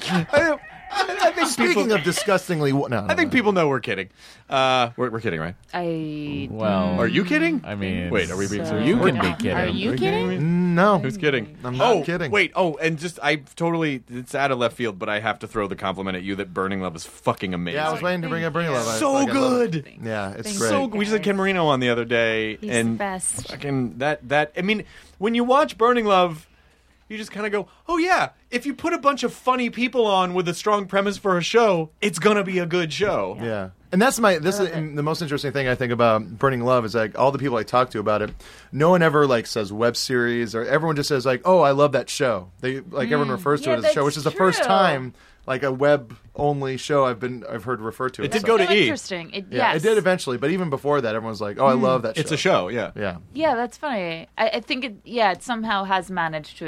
[SPEAKER 3] I, I think
[SPEAKER 2] Speaking
[SPEAKER 3] people,
[SPEAKER 2] of disgustingly, no, no,
[SPEAKER 3] I think people know we're kidding. Uh, we're, we're kidding, right?
[SPEAKER 7] I
[SPEAKER 9] Well,
[SPEAKER 3] Are you kidding?
[SPEAKER 9] I mean,
[SPEAKER 3] Wait, are we being
[SPEAKER 9] so-
[SPEAKER 3] serious?
[SPEAKER 9] You
[SPEAKER 3] We're-
[SPEAKER 9] can be kidding.
[SPEAKER 4] Are you kidding?
[SPEAKER 2] no.
[SPEAKER 3] Who's kidding? I'm
[SPEAKER 2] not
[SPEAKER 3] oh,
[SPEAKER 2] kidding.
[SPEAKER 3] Wait, oh, and just I totally it's out of left field, but I have to throw the compliment at you that Burning Love is fucking amazing.
[SPEAKER 2] Yeah, I was waiting to bring up Bring It Love. I
[SPEAKER 3] so
[SPEAKER 2] fucking love it.
[SPEAKER 3] good.
[SPEAKER 2] Yeah, it's great.
[SPEAKER 3] So we just had Ken Marino on the other day,
[SPEAKER 7] He's
[SPEAKER 3] and
[SPEAKER 7] the best.
[SPEAKER 3] fucking that that. I mean, when you watch Burning Love, you just kind of go, "Oh yeah." If you put a bunch of funny people on with a strong premise for a show, it's gonna be a good show.
[SPEAKER 2] Yeah. And that's my this is and the most interesting thing I think about Burning Love is like all the people I talk to about it, no one ever like says web series or everyone just says like, "Oh, I love that show." They like everyone refers to
[SPEAKER 7] Mm. Yeah,
[SPEAKER 2] it as a show,
[SPEAKER 7] that's
[SPEAKER 2] which is the first
[SPEAKER 7] true.
[SPEAKER 2] time like a web only show I've been I've heard referred to.
[SPEAKER 3] It did
[SPEAKER 2] so-
[SPEAKER 3] go to
[SPEAKER 7] So
[SPEAKER 3] E.
[SPEAKER 7] interesting. It,
[SPEAKER 2] Yeah,
[SPEAKER 7] yes. Mm.
[SPEAKER 2] it did eventually, but even before that everyone was like, "Oh, I love that show."
[SPEAKER 3] It's a show, yeah.
[SPEAKER 2] Yeah.
[SPEAKER 7] Yeah, that's funny. I, I think it. Yeah, it somehow has managed to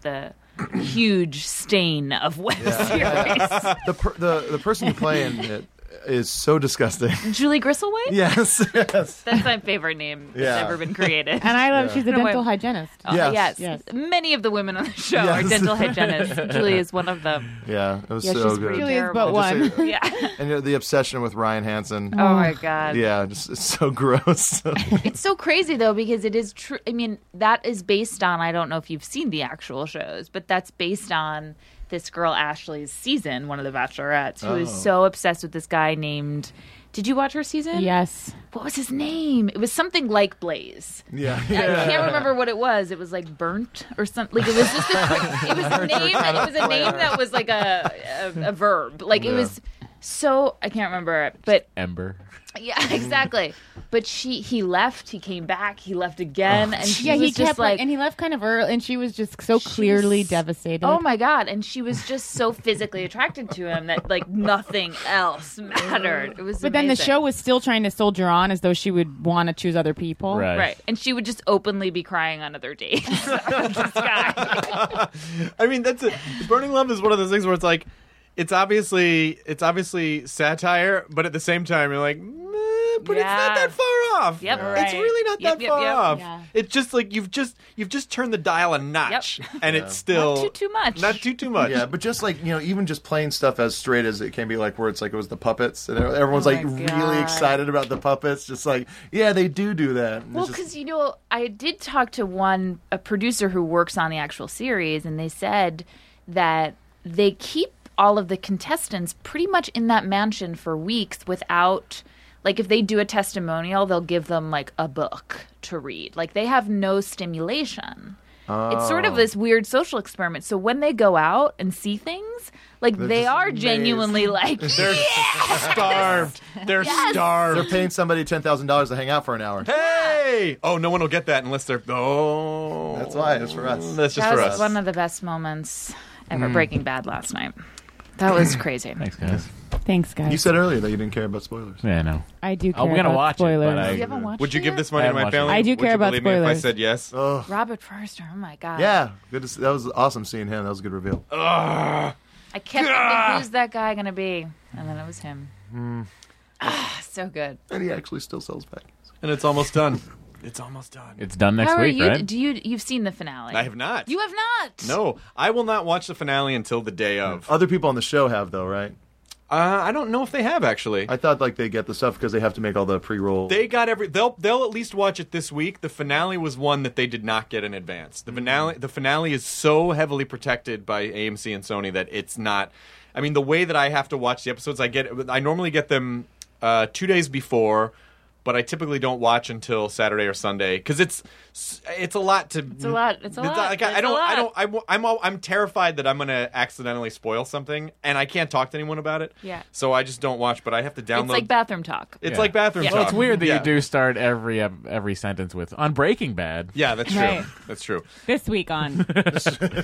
[SPEAKER 7] the huge stain of web series.
[SPEAKER 2] The per- the the person playing it is so disgusting.
[SPEAKER 7] Julie Gristlewood.
[SPEAKER 2] yes, yes.
[SPEAKER 7] That's my favorite name
[SPEAKER 2] Yeah.
[SPEAKER 7] that's ever been created.
[SPEAKER 4] And I love
[SPEAKER 2] Yeah.
[SPEAKER 4] she's a
[SPEAKER 7] No, wait.
[SPEAKER 4] dental hygienist.
[SPEAKER 7] Uh,
[SPEAKER 2] Yes.
[SPEAKER 7] yes.
[SPEAKER 4] Yes.
[SPEAKER 7] Many of the women on the show
[SPEAKER 2] Yes.
[SPEAKER 7] are dental hygienists. Julie is one of them.
[SPEAKER 2] Yeah, it was
[SPEAKER 7] Yeah,
[SPEAKER 2] so
[SPEAKER 7] she's
[SPEAKER 2] good.
[SPEAKER 7] pretty
[SPEAKER 4] Julie is
[SPEAKER 7] terrible.
[SPEAKER 4] but
[SPEAKER 2] I'll
[SPEAKER 4] one.
[SPEAKER 2] just
[SPEAKER 7] Yeah.
[SPEAKER 2] And you know, the obsession with Ryan Hansen.
[SPEAKER 7] Oh my god.
[SPEAKER 2] Yeah, just it's so gross.
[SPEAKER 7] It's so crazy though because it is true. I mean, that is based on. I don't know if you've seen the actual shows, but that's based on this girl Ashley's season, one of the Bachelorettes, who is so obsessed with this guy named. Did you watch her season?
[SPEAKER 4] Yes.
[SPEAKER 7] What was his name? It was something like Blaze.
[SPEAKER 2] yeah.
[SPEAKER 7] I can't remember what it was. It was like burnt or something. Like it was just a, it was a name. It was a name that was like a a, a verb. Like it was so I can't remember it, but
[SPEAKER 9] Ember.
[SPEAKER 4] Mm-hmm.
[SPEAKER 7] yeah, exactly. But she, he left. He came back. He left again, and she
[SPEAKER 4] Oh, Yeah, he
[SPEAKER 7] was just
[SPEAKER 4] kept
[SPEAKER 7] like,
[SPEAKER 4] like, and he left kind of early, and she was just so clearly devastated.
[SPEAKER 7] oh my god! And she was just so physically attracted to him that like nothing else mattered. It was.
[SPEAKER 4] But then the
[SPEAKER 7] amazing.
[SPEAKER 4] show was still trying to soldier on as though she would want to choose other people.
[SPEAKER 9] Right.
[SPEAKER 7] right, and she would just openly be crying on other dates. This guy.
[SPEAKER 3] I mean, that's it. Burning Love is one of those things where it's like, it's obviously it's obviously satire, but at the same time you're like, "Meh, but it's not
[SPEAKER 7] Yeah.
[SPEAKER 3] that far off.
[SPEAKER 7] Yep.
[SPEAKER 3] it's
[SPEAKER 7] Right.
[SPEAKER 3] really not
[SPEAKER 7] Yep,
[SPEAKER 3] that
[SPEAKER 7] yep,
[SPEAKER 3] far
[SPEAKER 7] yep.
[SPEAKER 3] off.
[SPEAKER 7] Yeah.
[SPEAKER 3] It's just like you've just you've just turned the dial a notch, and it's still
[SPEAKER 7] Not too- too much.
[SPEAKER 3] Not too too much.
[SPEAKER 2] Yeah, but just like you know, even just playing stuff as straight as it can be, like where it's like it was the puppets, and everyone's
[SPEAKER 7] Oh my
[SPEAKER 2] like really
[SPEAKER 7] God.
[SPEAKER 2] excited about the puppets, just like yeah, they do do that. And it's
[SPEAKER 7] Well,
[SPEAKER 2] just-
[SPEAKER 7] because you know, I did talk to one a producer who works on the actual series, and they said that they keep all of the contestants pretty much in that mansion for weeks without. Like if they do a testimonial, they'll give them like a book to read. Like they have no stimulation. It's sort
[SPEAKER 3] Oh.
[SPEAKER 7] of this weird social experiment. So when they go out and see things, like they
[SPEAKER 2] just
[SPEAKER 7] are
[SPEAKER 2] amazed.
[SPEAKER 7] genuinely like,
[SPEAKER 3] they're starved. They're
[SPEAKER 2] they're
[SPEAKER 3] starved.
[SPEAKER 2] paying somebody ten thousand dollars to hang out for an hour.
[SPEAKER 3] Hey! Oh, no one will get that unless they're. Oh,
[SPEAKER 2] That's why it's for us.
[SPEAKER 3] That's just
[SPEAKER 7] that
[SPEAKER 3] for
[SPEAKER 7] was
[SPEAKER 3] us. Mm-hmm.
[SPEAKER 7] one of the best moments ever. Breaking Bad last night. That was crazy.
[SPEAKER 9] Thanks, guys.
[SPEAKER 4] Thanks, guys.
[SPEAKER 2] You said earlier that you didn't care about spoilers.
[SPEAKER 9] Yeah, I know.
[SPEAKER 4] I do care
[SPEAKER 9] Oh, we're gonna
[SPEAKER 4] about
[SPEAKER 9] watch it, but
[SPEAKER 4] spoilers.
[SPEAKER 9] I- You
[SPEAKER 7] haven't watched
[SPEAKER 3] Would you
[SPEAKER 7] it
[SPEAKER 3] give
[SPEAKER 7] yet?
[SPEAKER 3] this
[SPEAKER 9] I
[SPEAKER 3] money to
[SPEAKER 9] haven't
[SPEAKER 3] my
[SPEAKER 9] watched it.
[SPEAKER 3] family?
[SPEAKER 4] I do
[SPEAKER 3] Would
[SPEAKER 4] care
[SPEAKER 3] you
[SPEAKER 4] about
[SPEAKER 3] believe me if I
[SPEAKER 4] spoilers.
[SPEAKER 3] said yes.
[SPEAKER 7] Robert Forster. Oh my god.
[SPEAKER 2] Yeah, good to see, that was awesome seeing him. That was a good reveal.
[SPEAKER 7] I kept thinking, who's that guy gonna be? And then it was him.
[SPEAKER 9] Mm.
[SPEAKER 7] Ah, so good.
[SPEAKER 2] And he actually still sells packets.
[SPEAKER 3] And it's almost done. It's almost done.
[SPEAKER 9] It's done next
[SPEAKER 7] How are
[SPEAKER 9] week,
[SPEAKER 7] you?
[SPEAKER 9] right?
[SPEAKER 7] Do you? You've seen the finale?
[SPEAKER 3] I have not.
[SPEAKER 7] You have not.
[SPEAKER 3] No, I will not watch the finale until the day of.
[SPEAKER 2] Other people on the show have though, right?
[SPEAKER 9] Uh, I don't know if they have actually.
[SPEAKER 2] I thought like they get the stuff because they have to make all the pre-roll.
[SPEAKER 9] They got every. They'll they'll at least watch it this week. The finale was one that they did not get in advance. The finale the finale is so heavily protected by AMC and Sony that it's not. I mean, the way that I have to watch the episodes, I get I normally get them uh, two days before. But I typically don't watch until Saturday or Sunday because it's it's a lot to
[SPEAKER 7] It's a lot. It's a lot.
[SPEAKER 9] like, I-
[SPEAKER 7] It's
[SPEAKER 9] I
[SPEAKER 7] a
[SPEAKER 9] don't. I
[SPEAKER 7] lot.
[SPEAKER 9] don't. I'm. I'm. al- I'm terrified that I'm going to accidentally spoil something, and I can't talk to anyone about it.
[SPEAKER 7] Yeah.
[SPEAKER 9] So I just don't watch. But I have to download.
[SPEAKER 7] It's like bathroom talk.
[SPEAKER 9] It's like bathroom
[SPEAKER 7] Yeah.
[SPEAKER 9] talk.
[SPEAKER 3] Well, it's weird that
[SPEAKER 9] Yeah.
[SPEAKER 3] you do start every um, every sentence with on Breaking Bad.
[SPEAKER 9] Yeah, that's true.
[SPEAKER 4] Right.
[SPEAKER 9] That's true.
[SPEAKER 4] This week on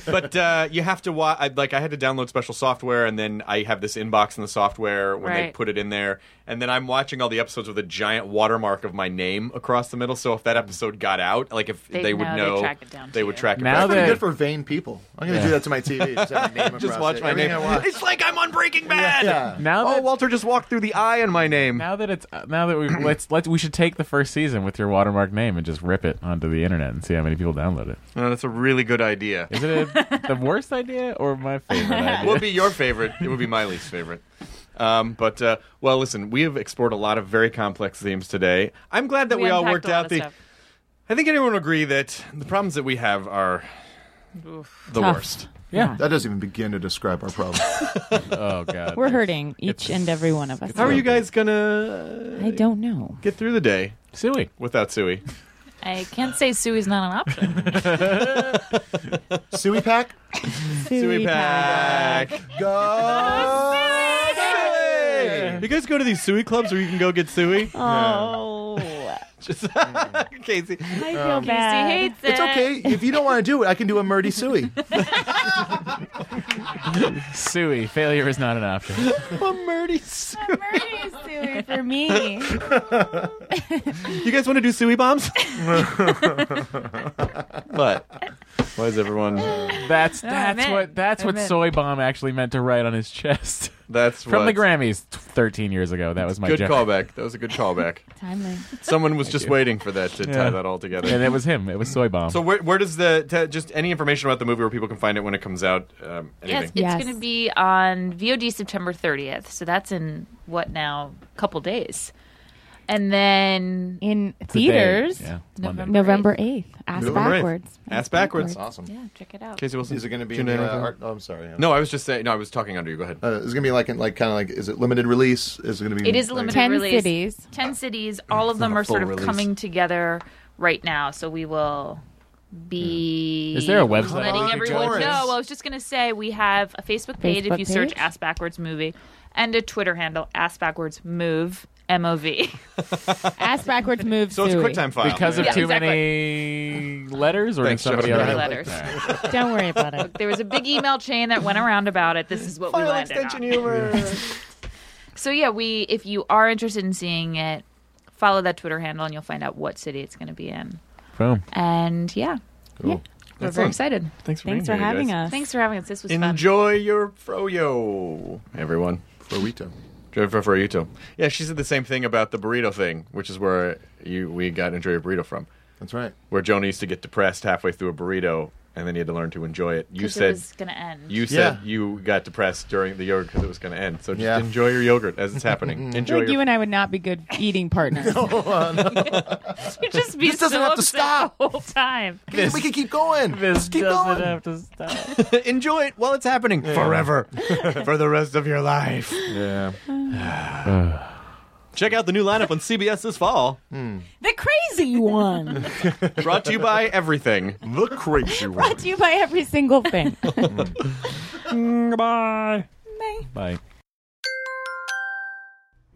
[SPEAKER 9] But uh, you have to watch. I, like I had to download special software, and then I have this inbox in the software when they
[SPEAKER 4] Right.
[SPEAKER 9] put it in there, and then I'm watching all the episodes with a giant watermark of my name across the middle. So if that episode got out, like if
[SPEAKER 2] They'd
[SPEAKER 9] they would
[SPEAKER 2] know, they'd
[SPEAKER 9] know,
[SPEAKER 2] track it down
[SPEAKER 9] they would track it.
[SPEAKER 2] Now
[SPEAKER 9] back.
[SPEAKER 2] That's pretty good for vain people. I'm gonna
[SPEAKER 9] Yeah.
[SPEAKER 2] do that to my TV. Just, have my name
[SPEAKER 9] Just
[SPEAKER 2] across
[SPEAKER 9] watch
[SPEAKER 2] it.
[SPEAKER 9] my
[SPEAKER 2] Everything
[SPEAKER 9] name.
[SPEAKER 2] I watch.
[SPEAKER 9] It's like I'm on Breaking Bad.
[SPEAKER 2] Yeah.
[SPEAKER 3] Now
[SPEAKER 9] oh, Walter just walked through the eye in my name.
[SPEAKER 3] Now that it's uh, now that we let's let's we should take the first season with your watermark name and just rip it onto the internet and see how many people download it.
[SPEAKER 9] No, that's a really good idea.
[SPEAKER 3] Is it a, the worst idea or my favorite? idea?
[SPEAKER 9] would be your favorite. It would be my least favorite. Um, but uh, well, listen, we have explored a lot of very complex themes today. I'm glad that we, all worked out the. I think anyone would agree that the problems that we have are the
[SPEAKER 4] Tough.
[SPEAKER 9] worst.
[SPEAKER 4] Yeah.
[SPEAKER 2] That doesn't even begin to describe our problem.
[SPEAKER 3] oh god.
[SPEAKER 4] we're hurting each and every one of us.
[SPEAKER 9] How are you guys gonna?
[SPEAKER 4] I don't know.
[SPEAKER 9] Get through the day,
[SPEAKER 3] Suey,
[SPEAKER 9] without Suey.
[SPEAKER 7] I can't say Suey's not an option.
[SPEAKER 2] Suey pack.
[SPEAKER 9] Suey pack.
[SPEAKER 2] Go.
[SPEAKER 9] You guys go to these Suey clubs where you can go get Suey.
[SPEAKER 4] Oh.
[SPEAKER 9] Just Casey.
[SPEAKER 4] I feel
[SPEAKER 2] Um,
[SPEAKER 4] bad.
[SPEAKER 7] hates
[SPEAKER 2] It's
[SPEAKER 9] Eh.
[SPEAKER 7] it.
[SPEAKER 2] okay if you don't want to do it. I can do a Murdy Suey.
[SPEAKER 3] Suey, failure is not an option.
[SPEAKER 9] Murdy
[SPEAKER 4] Suey for me.
[SPEAKER 9] You guys want to do Suey bombs? but why is everyone?
[SPEAKER 3] That's
[SPEAKER 9] Oh,
[SPEAKER 3] that's
[SPEAKER 9] I'm in.
[SPEAKER 3] what that's
[SPEAKER 9] I'm
[SPEAKER 3] what
[SPEAKER 9] in.
[SPEAKER 3] soy bomb actually meant to write on his chest.
[SPEAKER 9] That's
[SPEAKER 3] from the
[SPEAKER 9] what-
[SPEAKER 3] Grammys t- 13 years ago. That was my
[SPEAKER 9] Good
[SPEAKER 3] joke.
[SPEAKER 9] callback. That was a good callback.
[SPEAKER 4] Timely.
[SPEAKER 9] Someone was
[SPEAKER 3] Thank
[SPEAKER 9] just
[SPEAKER 3] you.
[SPEAKER 9] waiting for that to tie
[SPEAKER 3] Yeah.
[SPEAKER 9] that all together.
[SPEAKER 3] And it was him. It was soy bomb.
[SPEAKER 9] So where, where does the t- just any information about the movie where people can find it when it comes out? Um, anything?
[SPEAKER 7] Yes, it's going to be on VOD September 30th. So that's in what now? A couple days. And then
[SPEAKER 4] in theaters
[SPEAKER 7] November.
[SPEAKER 4] November eighth. Ask
[SPEAKER 9] November eighth.
[SPEAKER 4] backwards.
[SPEAKER 9] Ask backwards. Awesome.
[SPEAKER 7] Yeah, check it out.
[SPEAKER 9] Casey Wilson.
[SPEAKER 2] Is it going to be?
[SPEAKER 9] Tune
[SPEAKER 2] in
[SPEAKER 9] in
[SPEAKER 2] the,
[SPEAKER 9] with
[SPEAKER 2] uh,
[SPEAKER 9] him.
[SPEAKER 2] art- oh, I'm sorry.
[SPEAKER 9] No, I was just saying. No, I was talking under you. Go ahead.
[SPEAKER 2] Uh, it's going to be like, in- like kind of like, is it limited release? Is it going to be?
[SPEAKER 7] It is
[SPEAKER 2] like-
[SPEAKER 7] limited release. Ten cities. All
[SPEAKER 2] Uh,
[SPEAKER 7] of
[SPEAKER 2] It's not
[SPEAKER 7] them
[SPEAKER 2] a
[SPEAKER 7] are
[SPEAKER 2] full
[SPEAKER 7] sort of
[SPEAKER 2] release.
[SPEAKER 7] coming together right now. So we will be.
[SPEAKER 3] Is there a website
[SPEAKER 7] Letting
[SPEAKER 3] we could
[SPEAKER 7] everyone
[SPEAKER 3] go to?
[SPEAKER 7] know. Well, I was just gonna say we have a Facebook page if
[SPEAKER 3] Facebook
[SPEAKER 7] you search
[SPEAKER 3] page?
[SPEAKER 7] Ask Backwards Movie, and a Twitter handle Ask Backwards Move M O V.
[SPEAKER 4] Ask backwards moves.
[SPEAKER 7] So it's
[SPEAKER 4] Suey.
[SPEAKER 7] QuickTime
[SPEAKER 9] file.
[SPEAKER 3] Because of
[SPEAKER 7] Yeah,
[SPEAKER 3] too
[SPEAKER 7] exactly.
[SPEAKER 3] many letters, or
[SPEAKER 9] Thanks,
[SPEAKER 3] did somebody
[SPEAKER 9] Jeff.
[SPEAKER 3] already-
[SPEAKER 7] Letters.
[SPEAKER 4] Don't worry about it.
[SPEAKER 7] There was a big email chain that went around about it. This is what we
[SPEAKER 9] File
[SPEAKER 7] landed
[SPEAKER 9] extension
[SPEAKER 7] on.
[SPEAKER 9] humor.
[SPEAKER 7] So yeah, we if you are interested in seeing it, follow that Twitter handle and you'll find out what city it's going to be in.
[SPEAKER 3] Boom.
[SPEAKER 7] And yeah, yeah, we're very
[SPEAKER 9] Excellent.
[SPEAKER 7] excited.
[SPEAKER 9] Thanks for Thanks being for here, you having guys. us.
[SPEAKER 7] Thanks for having us. This was fun.
[SPEAKER 9] Enjoy your froyo, everyone.
[SPEAKER 2] Burrito.
[SPEAKER 9] Enjoy your froyo. Yeah, she said the same thing about the burrito thing, which is where you we got enjoy your burrito from.
[SPEAKER 2] That's right.
[SPEAKER 9] Where Jonah used to get depressed halfway through a burrito, and then he had to learn to enjoy it. You
[SPEAKER 7] 'Cause it
[SPEAKER 9] said
[SPEAKER 7] was gonna end.
[SPEAKER 9] You said you got depressed during the yogurt because it was going to end. So just
[SPEAKER 2] Yeah.
[SPEAKER 9] enjoy your yogurt as it's happening.
[SPEAKER 4] I feel
[SPEAKER 9] enjoy
[SPEAKER 4] like
[SPEAKER 9] your
[SPEAKER 4] you and I would not be good eating partners.
[SPEAKER 7] You just be
[SPEAKER 2] This doesn't
[SPEAKER 7] so
[SPEAKER 2] have to
[SPEAKER 7] upset
[SPEAKER 2] stop.
[SPEAKER 7] the whole time.
[SPEAKER 2] we can keep going.
[SPEAKER 3] This
[SPEAKER 2] keep
[SPEAKER 3] doesn't
[SPEAKER 2] going.
[SPEAKER 3] have to stop.
[SPEAKER 9] enjoy it while it's happening forever for the rest of your life.
[SPEAKER 2] Yeah.
[SPEAKER 9] Check out the new lineup on CBS this fall.
[SPEAKER 4] the crazy one.
[SPEAKER 9] Brought to you by everything.
[SPEAKER 2] The crazy one.
[SPEAKER 4] Brought to you by every single thing.
[SPEAKER 3] Goodbye. Mm, Bye.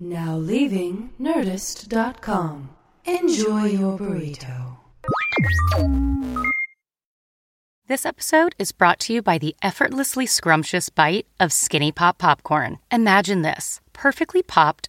[SPEAKER 13] Now leaving Nerdist.com. Enjoy your burrito.
[SPEAKER 8] This episode is brought to you by the effortlessly scrumptious bite of Skinny Pop popcorn. Imagine this perfectly popped,